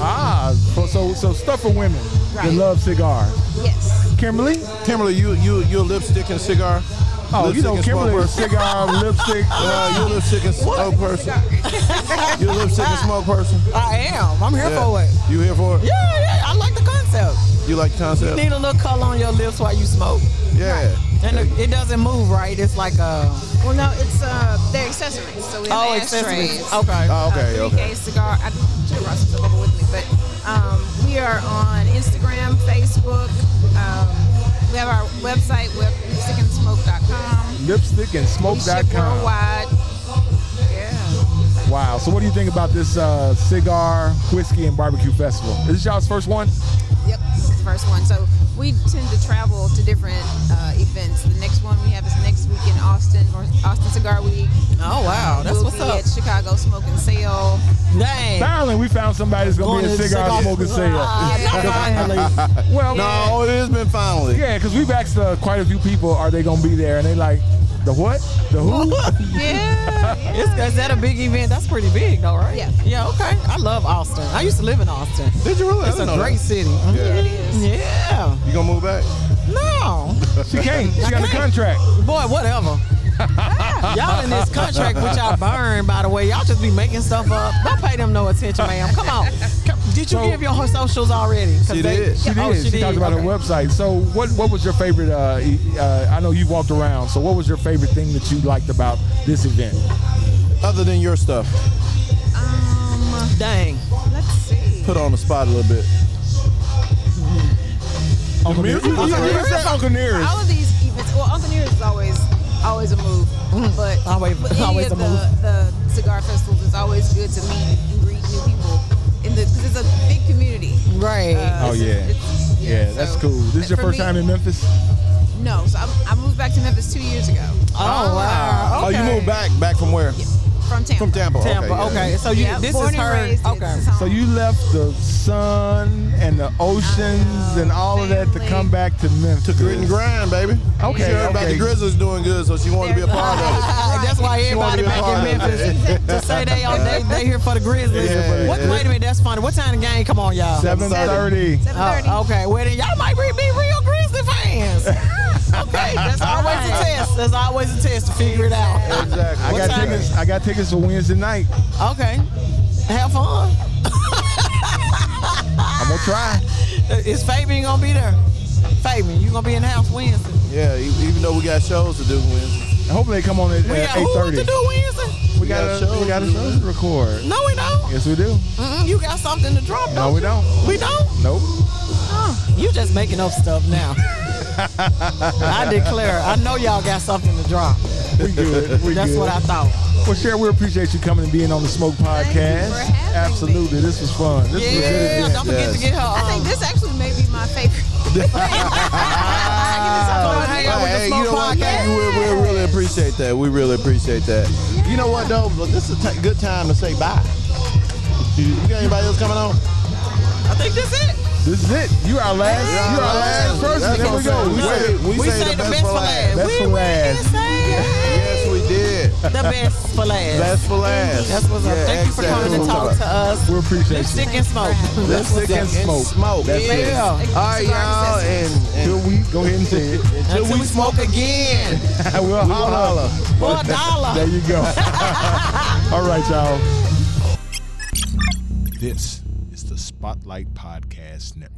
Ah, so so, so stuff for women
Right.
that love cigars.
Yes.
Kimberly?
Kimberly, you you you a lipstick and cigar?
Oh, you know
and
Kimberly
smoke
is
person? [laughs]
cigar, lipstick.
Uh, you a lipstick and smoke person. You a lipstick and smoke person.
I am. I'm here
Yeah.
for it.
You here for it?
Yeah, yeah. I like the concept.
You like the
You
concept?
need a little color on your lips while you smoke.
Yeah.
And it, it doesn't move, right? It's like um, a.
Well, no, it's uh, they're accessories. So we have
Oh,
ashtrays.
accessories. Okay. Oh, okay,
Uh,
okay.
3K cigar. I should have brought some stuff over with me, but um, we are on Instagram, Facebook. Um, we have our website, web- lipstickandsmoke.com.
Lipstick and
We ship
smoke.com.
worldwide. Yeah.
Wow. So what do you think about this uh, cigar, whiskey, and barbecue festival? Is this y'all's first one?
Yep, this is the first one. So we tend to travel to different uh, events. The next one we have is next week in Austin, or Austin Cigar Week.
Oh, wow. That's
we'll
what's
be
up.
at Chicago Smoke and Sale.
Dang.
Finally, we found somebody that's gonna
Going
be a
to the
cigar, uh,
cigar- Ah,
smoking sale. [laughs]
Finally.
well, [laughs]
no, it has been finally.
Yeah, because we've asked uh, quite a few people, are they gonna be there? And they like, the what? The
[laughs]
who?
Yeah.
Is that a big event? That's pretty big, though, right?
Yeah.
Yeah, okay. I love Austin. I used to live in Austin.
Did you really?
It's
I didn't
a
know
great
that.
city.
Yeah.
Yeah.
You gonna move back?
No.
[laughs] She can't. She
I
got a
can't.
contract.
Boy,
[laughs]
whatever. y'all in this contract with y'all burn, by the way. Y'all just be making stuff up. Don't pay them no attention, ma'am. Come on. Come- Did you
So-
give your her socials already? 'Cause
She
they-
did. She did.
Oh,
she, talked about
Okay.
her website. So, what what was your favorite? Uh, e- uh, I know you've walked around. So, what was your favorite thing that you liked about this event?
Other than your stuff,
Um,
Dang.
Let's see.
put her on the spot a little bit.
Uncle Nearest.
Nearest?
You- you- you
Uncle
said Uncle Nearest.
All of these events, well, Uncle Nearest is always always a [laughs] move, but
Mm-hmm. Always-
but any
always
of
a
the,
move.
the cigar festivals, it's always good to meet and greet new people in the because it's a big community.
Right.
Oh yeah, yeah, that's cool. This is your
for
first
me-
time in Memphis.
No, so I'm, I moved back to Memphis two years ago.
Oh, wow.
Oh, you
Okay.
moved back. Back from where?
From Tampa.
From Tampa.
Tampa,
Okay. yeah.
okay. So you-
Yeah,
this
born
is
and
her.
raised,
Okay.
So you left the sun and the oceans and all of that to come back to Memphis. To
grit and grind, baby.
Okay,
She heard about
okay.
the Grizzlies doing good, so she wanted to be a part of it.
That's why
She wanted
everybody
to be a
back in
part of it.
Memphis to say they on they, they here for the Grizzlies.
Yeah,
what,
yeah.
Wait a minute, that's funny. What time the game come on, y'all?
Seven thirty.
Oh, okay, well then y'all might be be real Grizzly
[laughs]
fans. okay, that's always a test. That's always a test to figure it out.
Exactly.
I
What
got
time?
tickets. I got tickets for Wednesday night.
Okay, have fun.
I'm gonna try.
[laughs] Is Fabian gonna be there? Fabian, you gonna be in the house Wednesday?
Yeah, e- even though we got shows to do Wednesday.
Hopefully, they come on at
We got
eight
who
thirty.
to do Wednesday?
We got
got shows
a we got a
to do,
show to record.
No, we don't.
Yes, we do.
Mm-mm, you got something to drop?
No, we don't.
We don't.
Nope.
You just making up stuff now. I declare, I know y'all got something to drop.
We good. We
[laughs] That's
good.
what I thought.
Well, Cher, we appreciate you coming and being on the Smoke Podcast. Absolutely, this was fun. This was a good
Yeah,
event.
don't forget to get her.
I think this actually may be my favorite.
Uh, Hey, you know what? Thank you. We, we really appreciate that. We really appreciate that. You know what though? Look, This is a t- good time to say bye. You you got anybody else coming on?
I think that's it.
This is it. You our last. You our last person.
That's
coming we go. We say- we say the best for last. Best for last.
Yes, we did.
The best for last.
Best for last.
That's what's up.
Yeah,
Thank you for
exactly.
coming to talk to us.
We appreciate
Lipstick and smoke.
Lipstick and smoke. That's
yeah.
it. All right, y'all. And, and
Till we go ahead and say it.
till we
[laughs]
smoke [laughs] again.
we'll holler.
For a dollar.
There you
[laughs]
go.
[laughs]
All right, y'all. This is the Spotlight Podcast Network.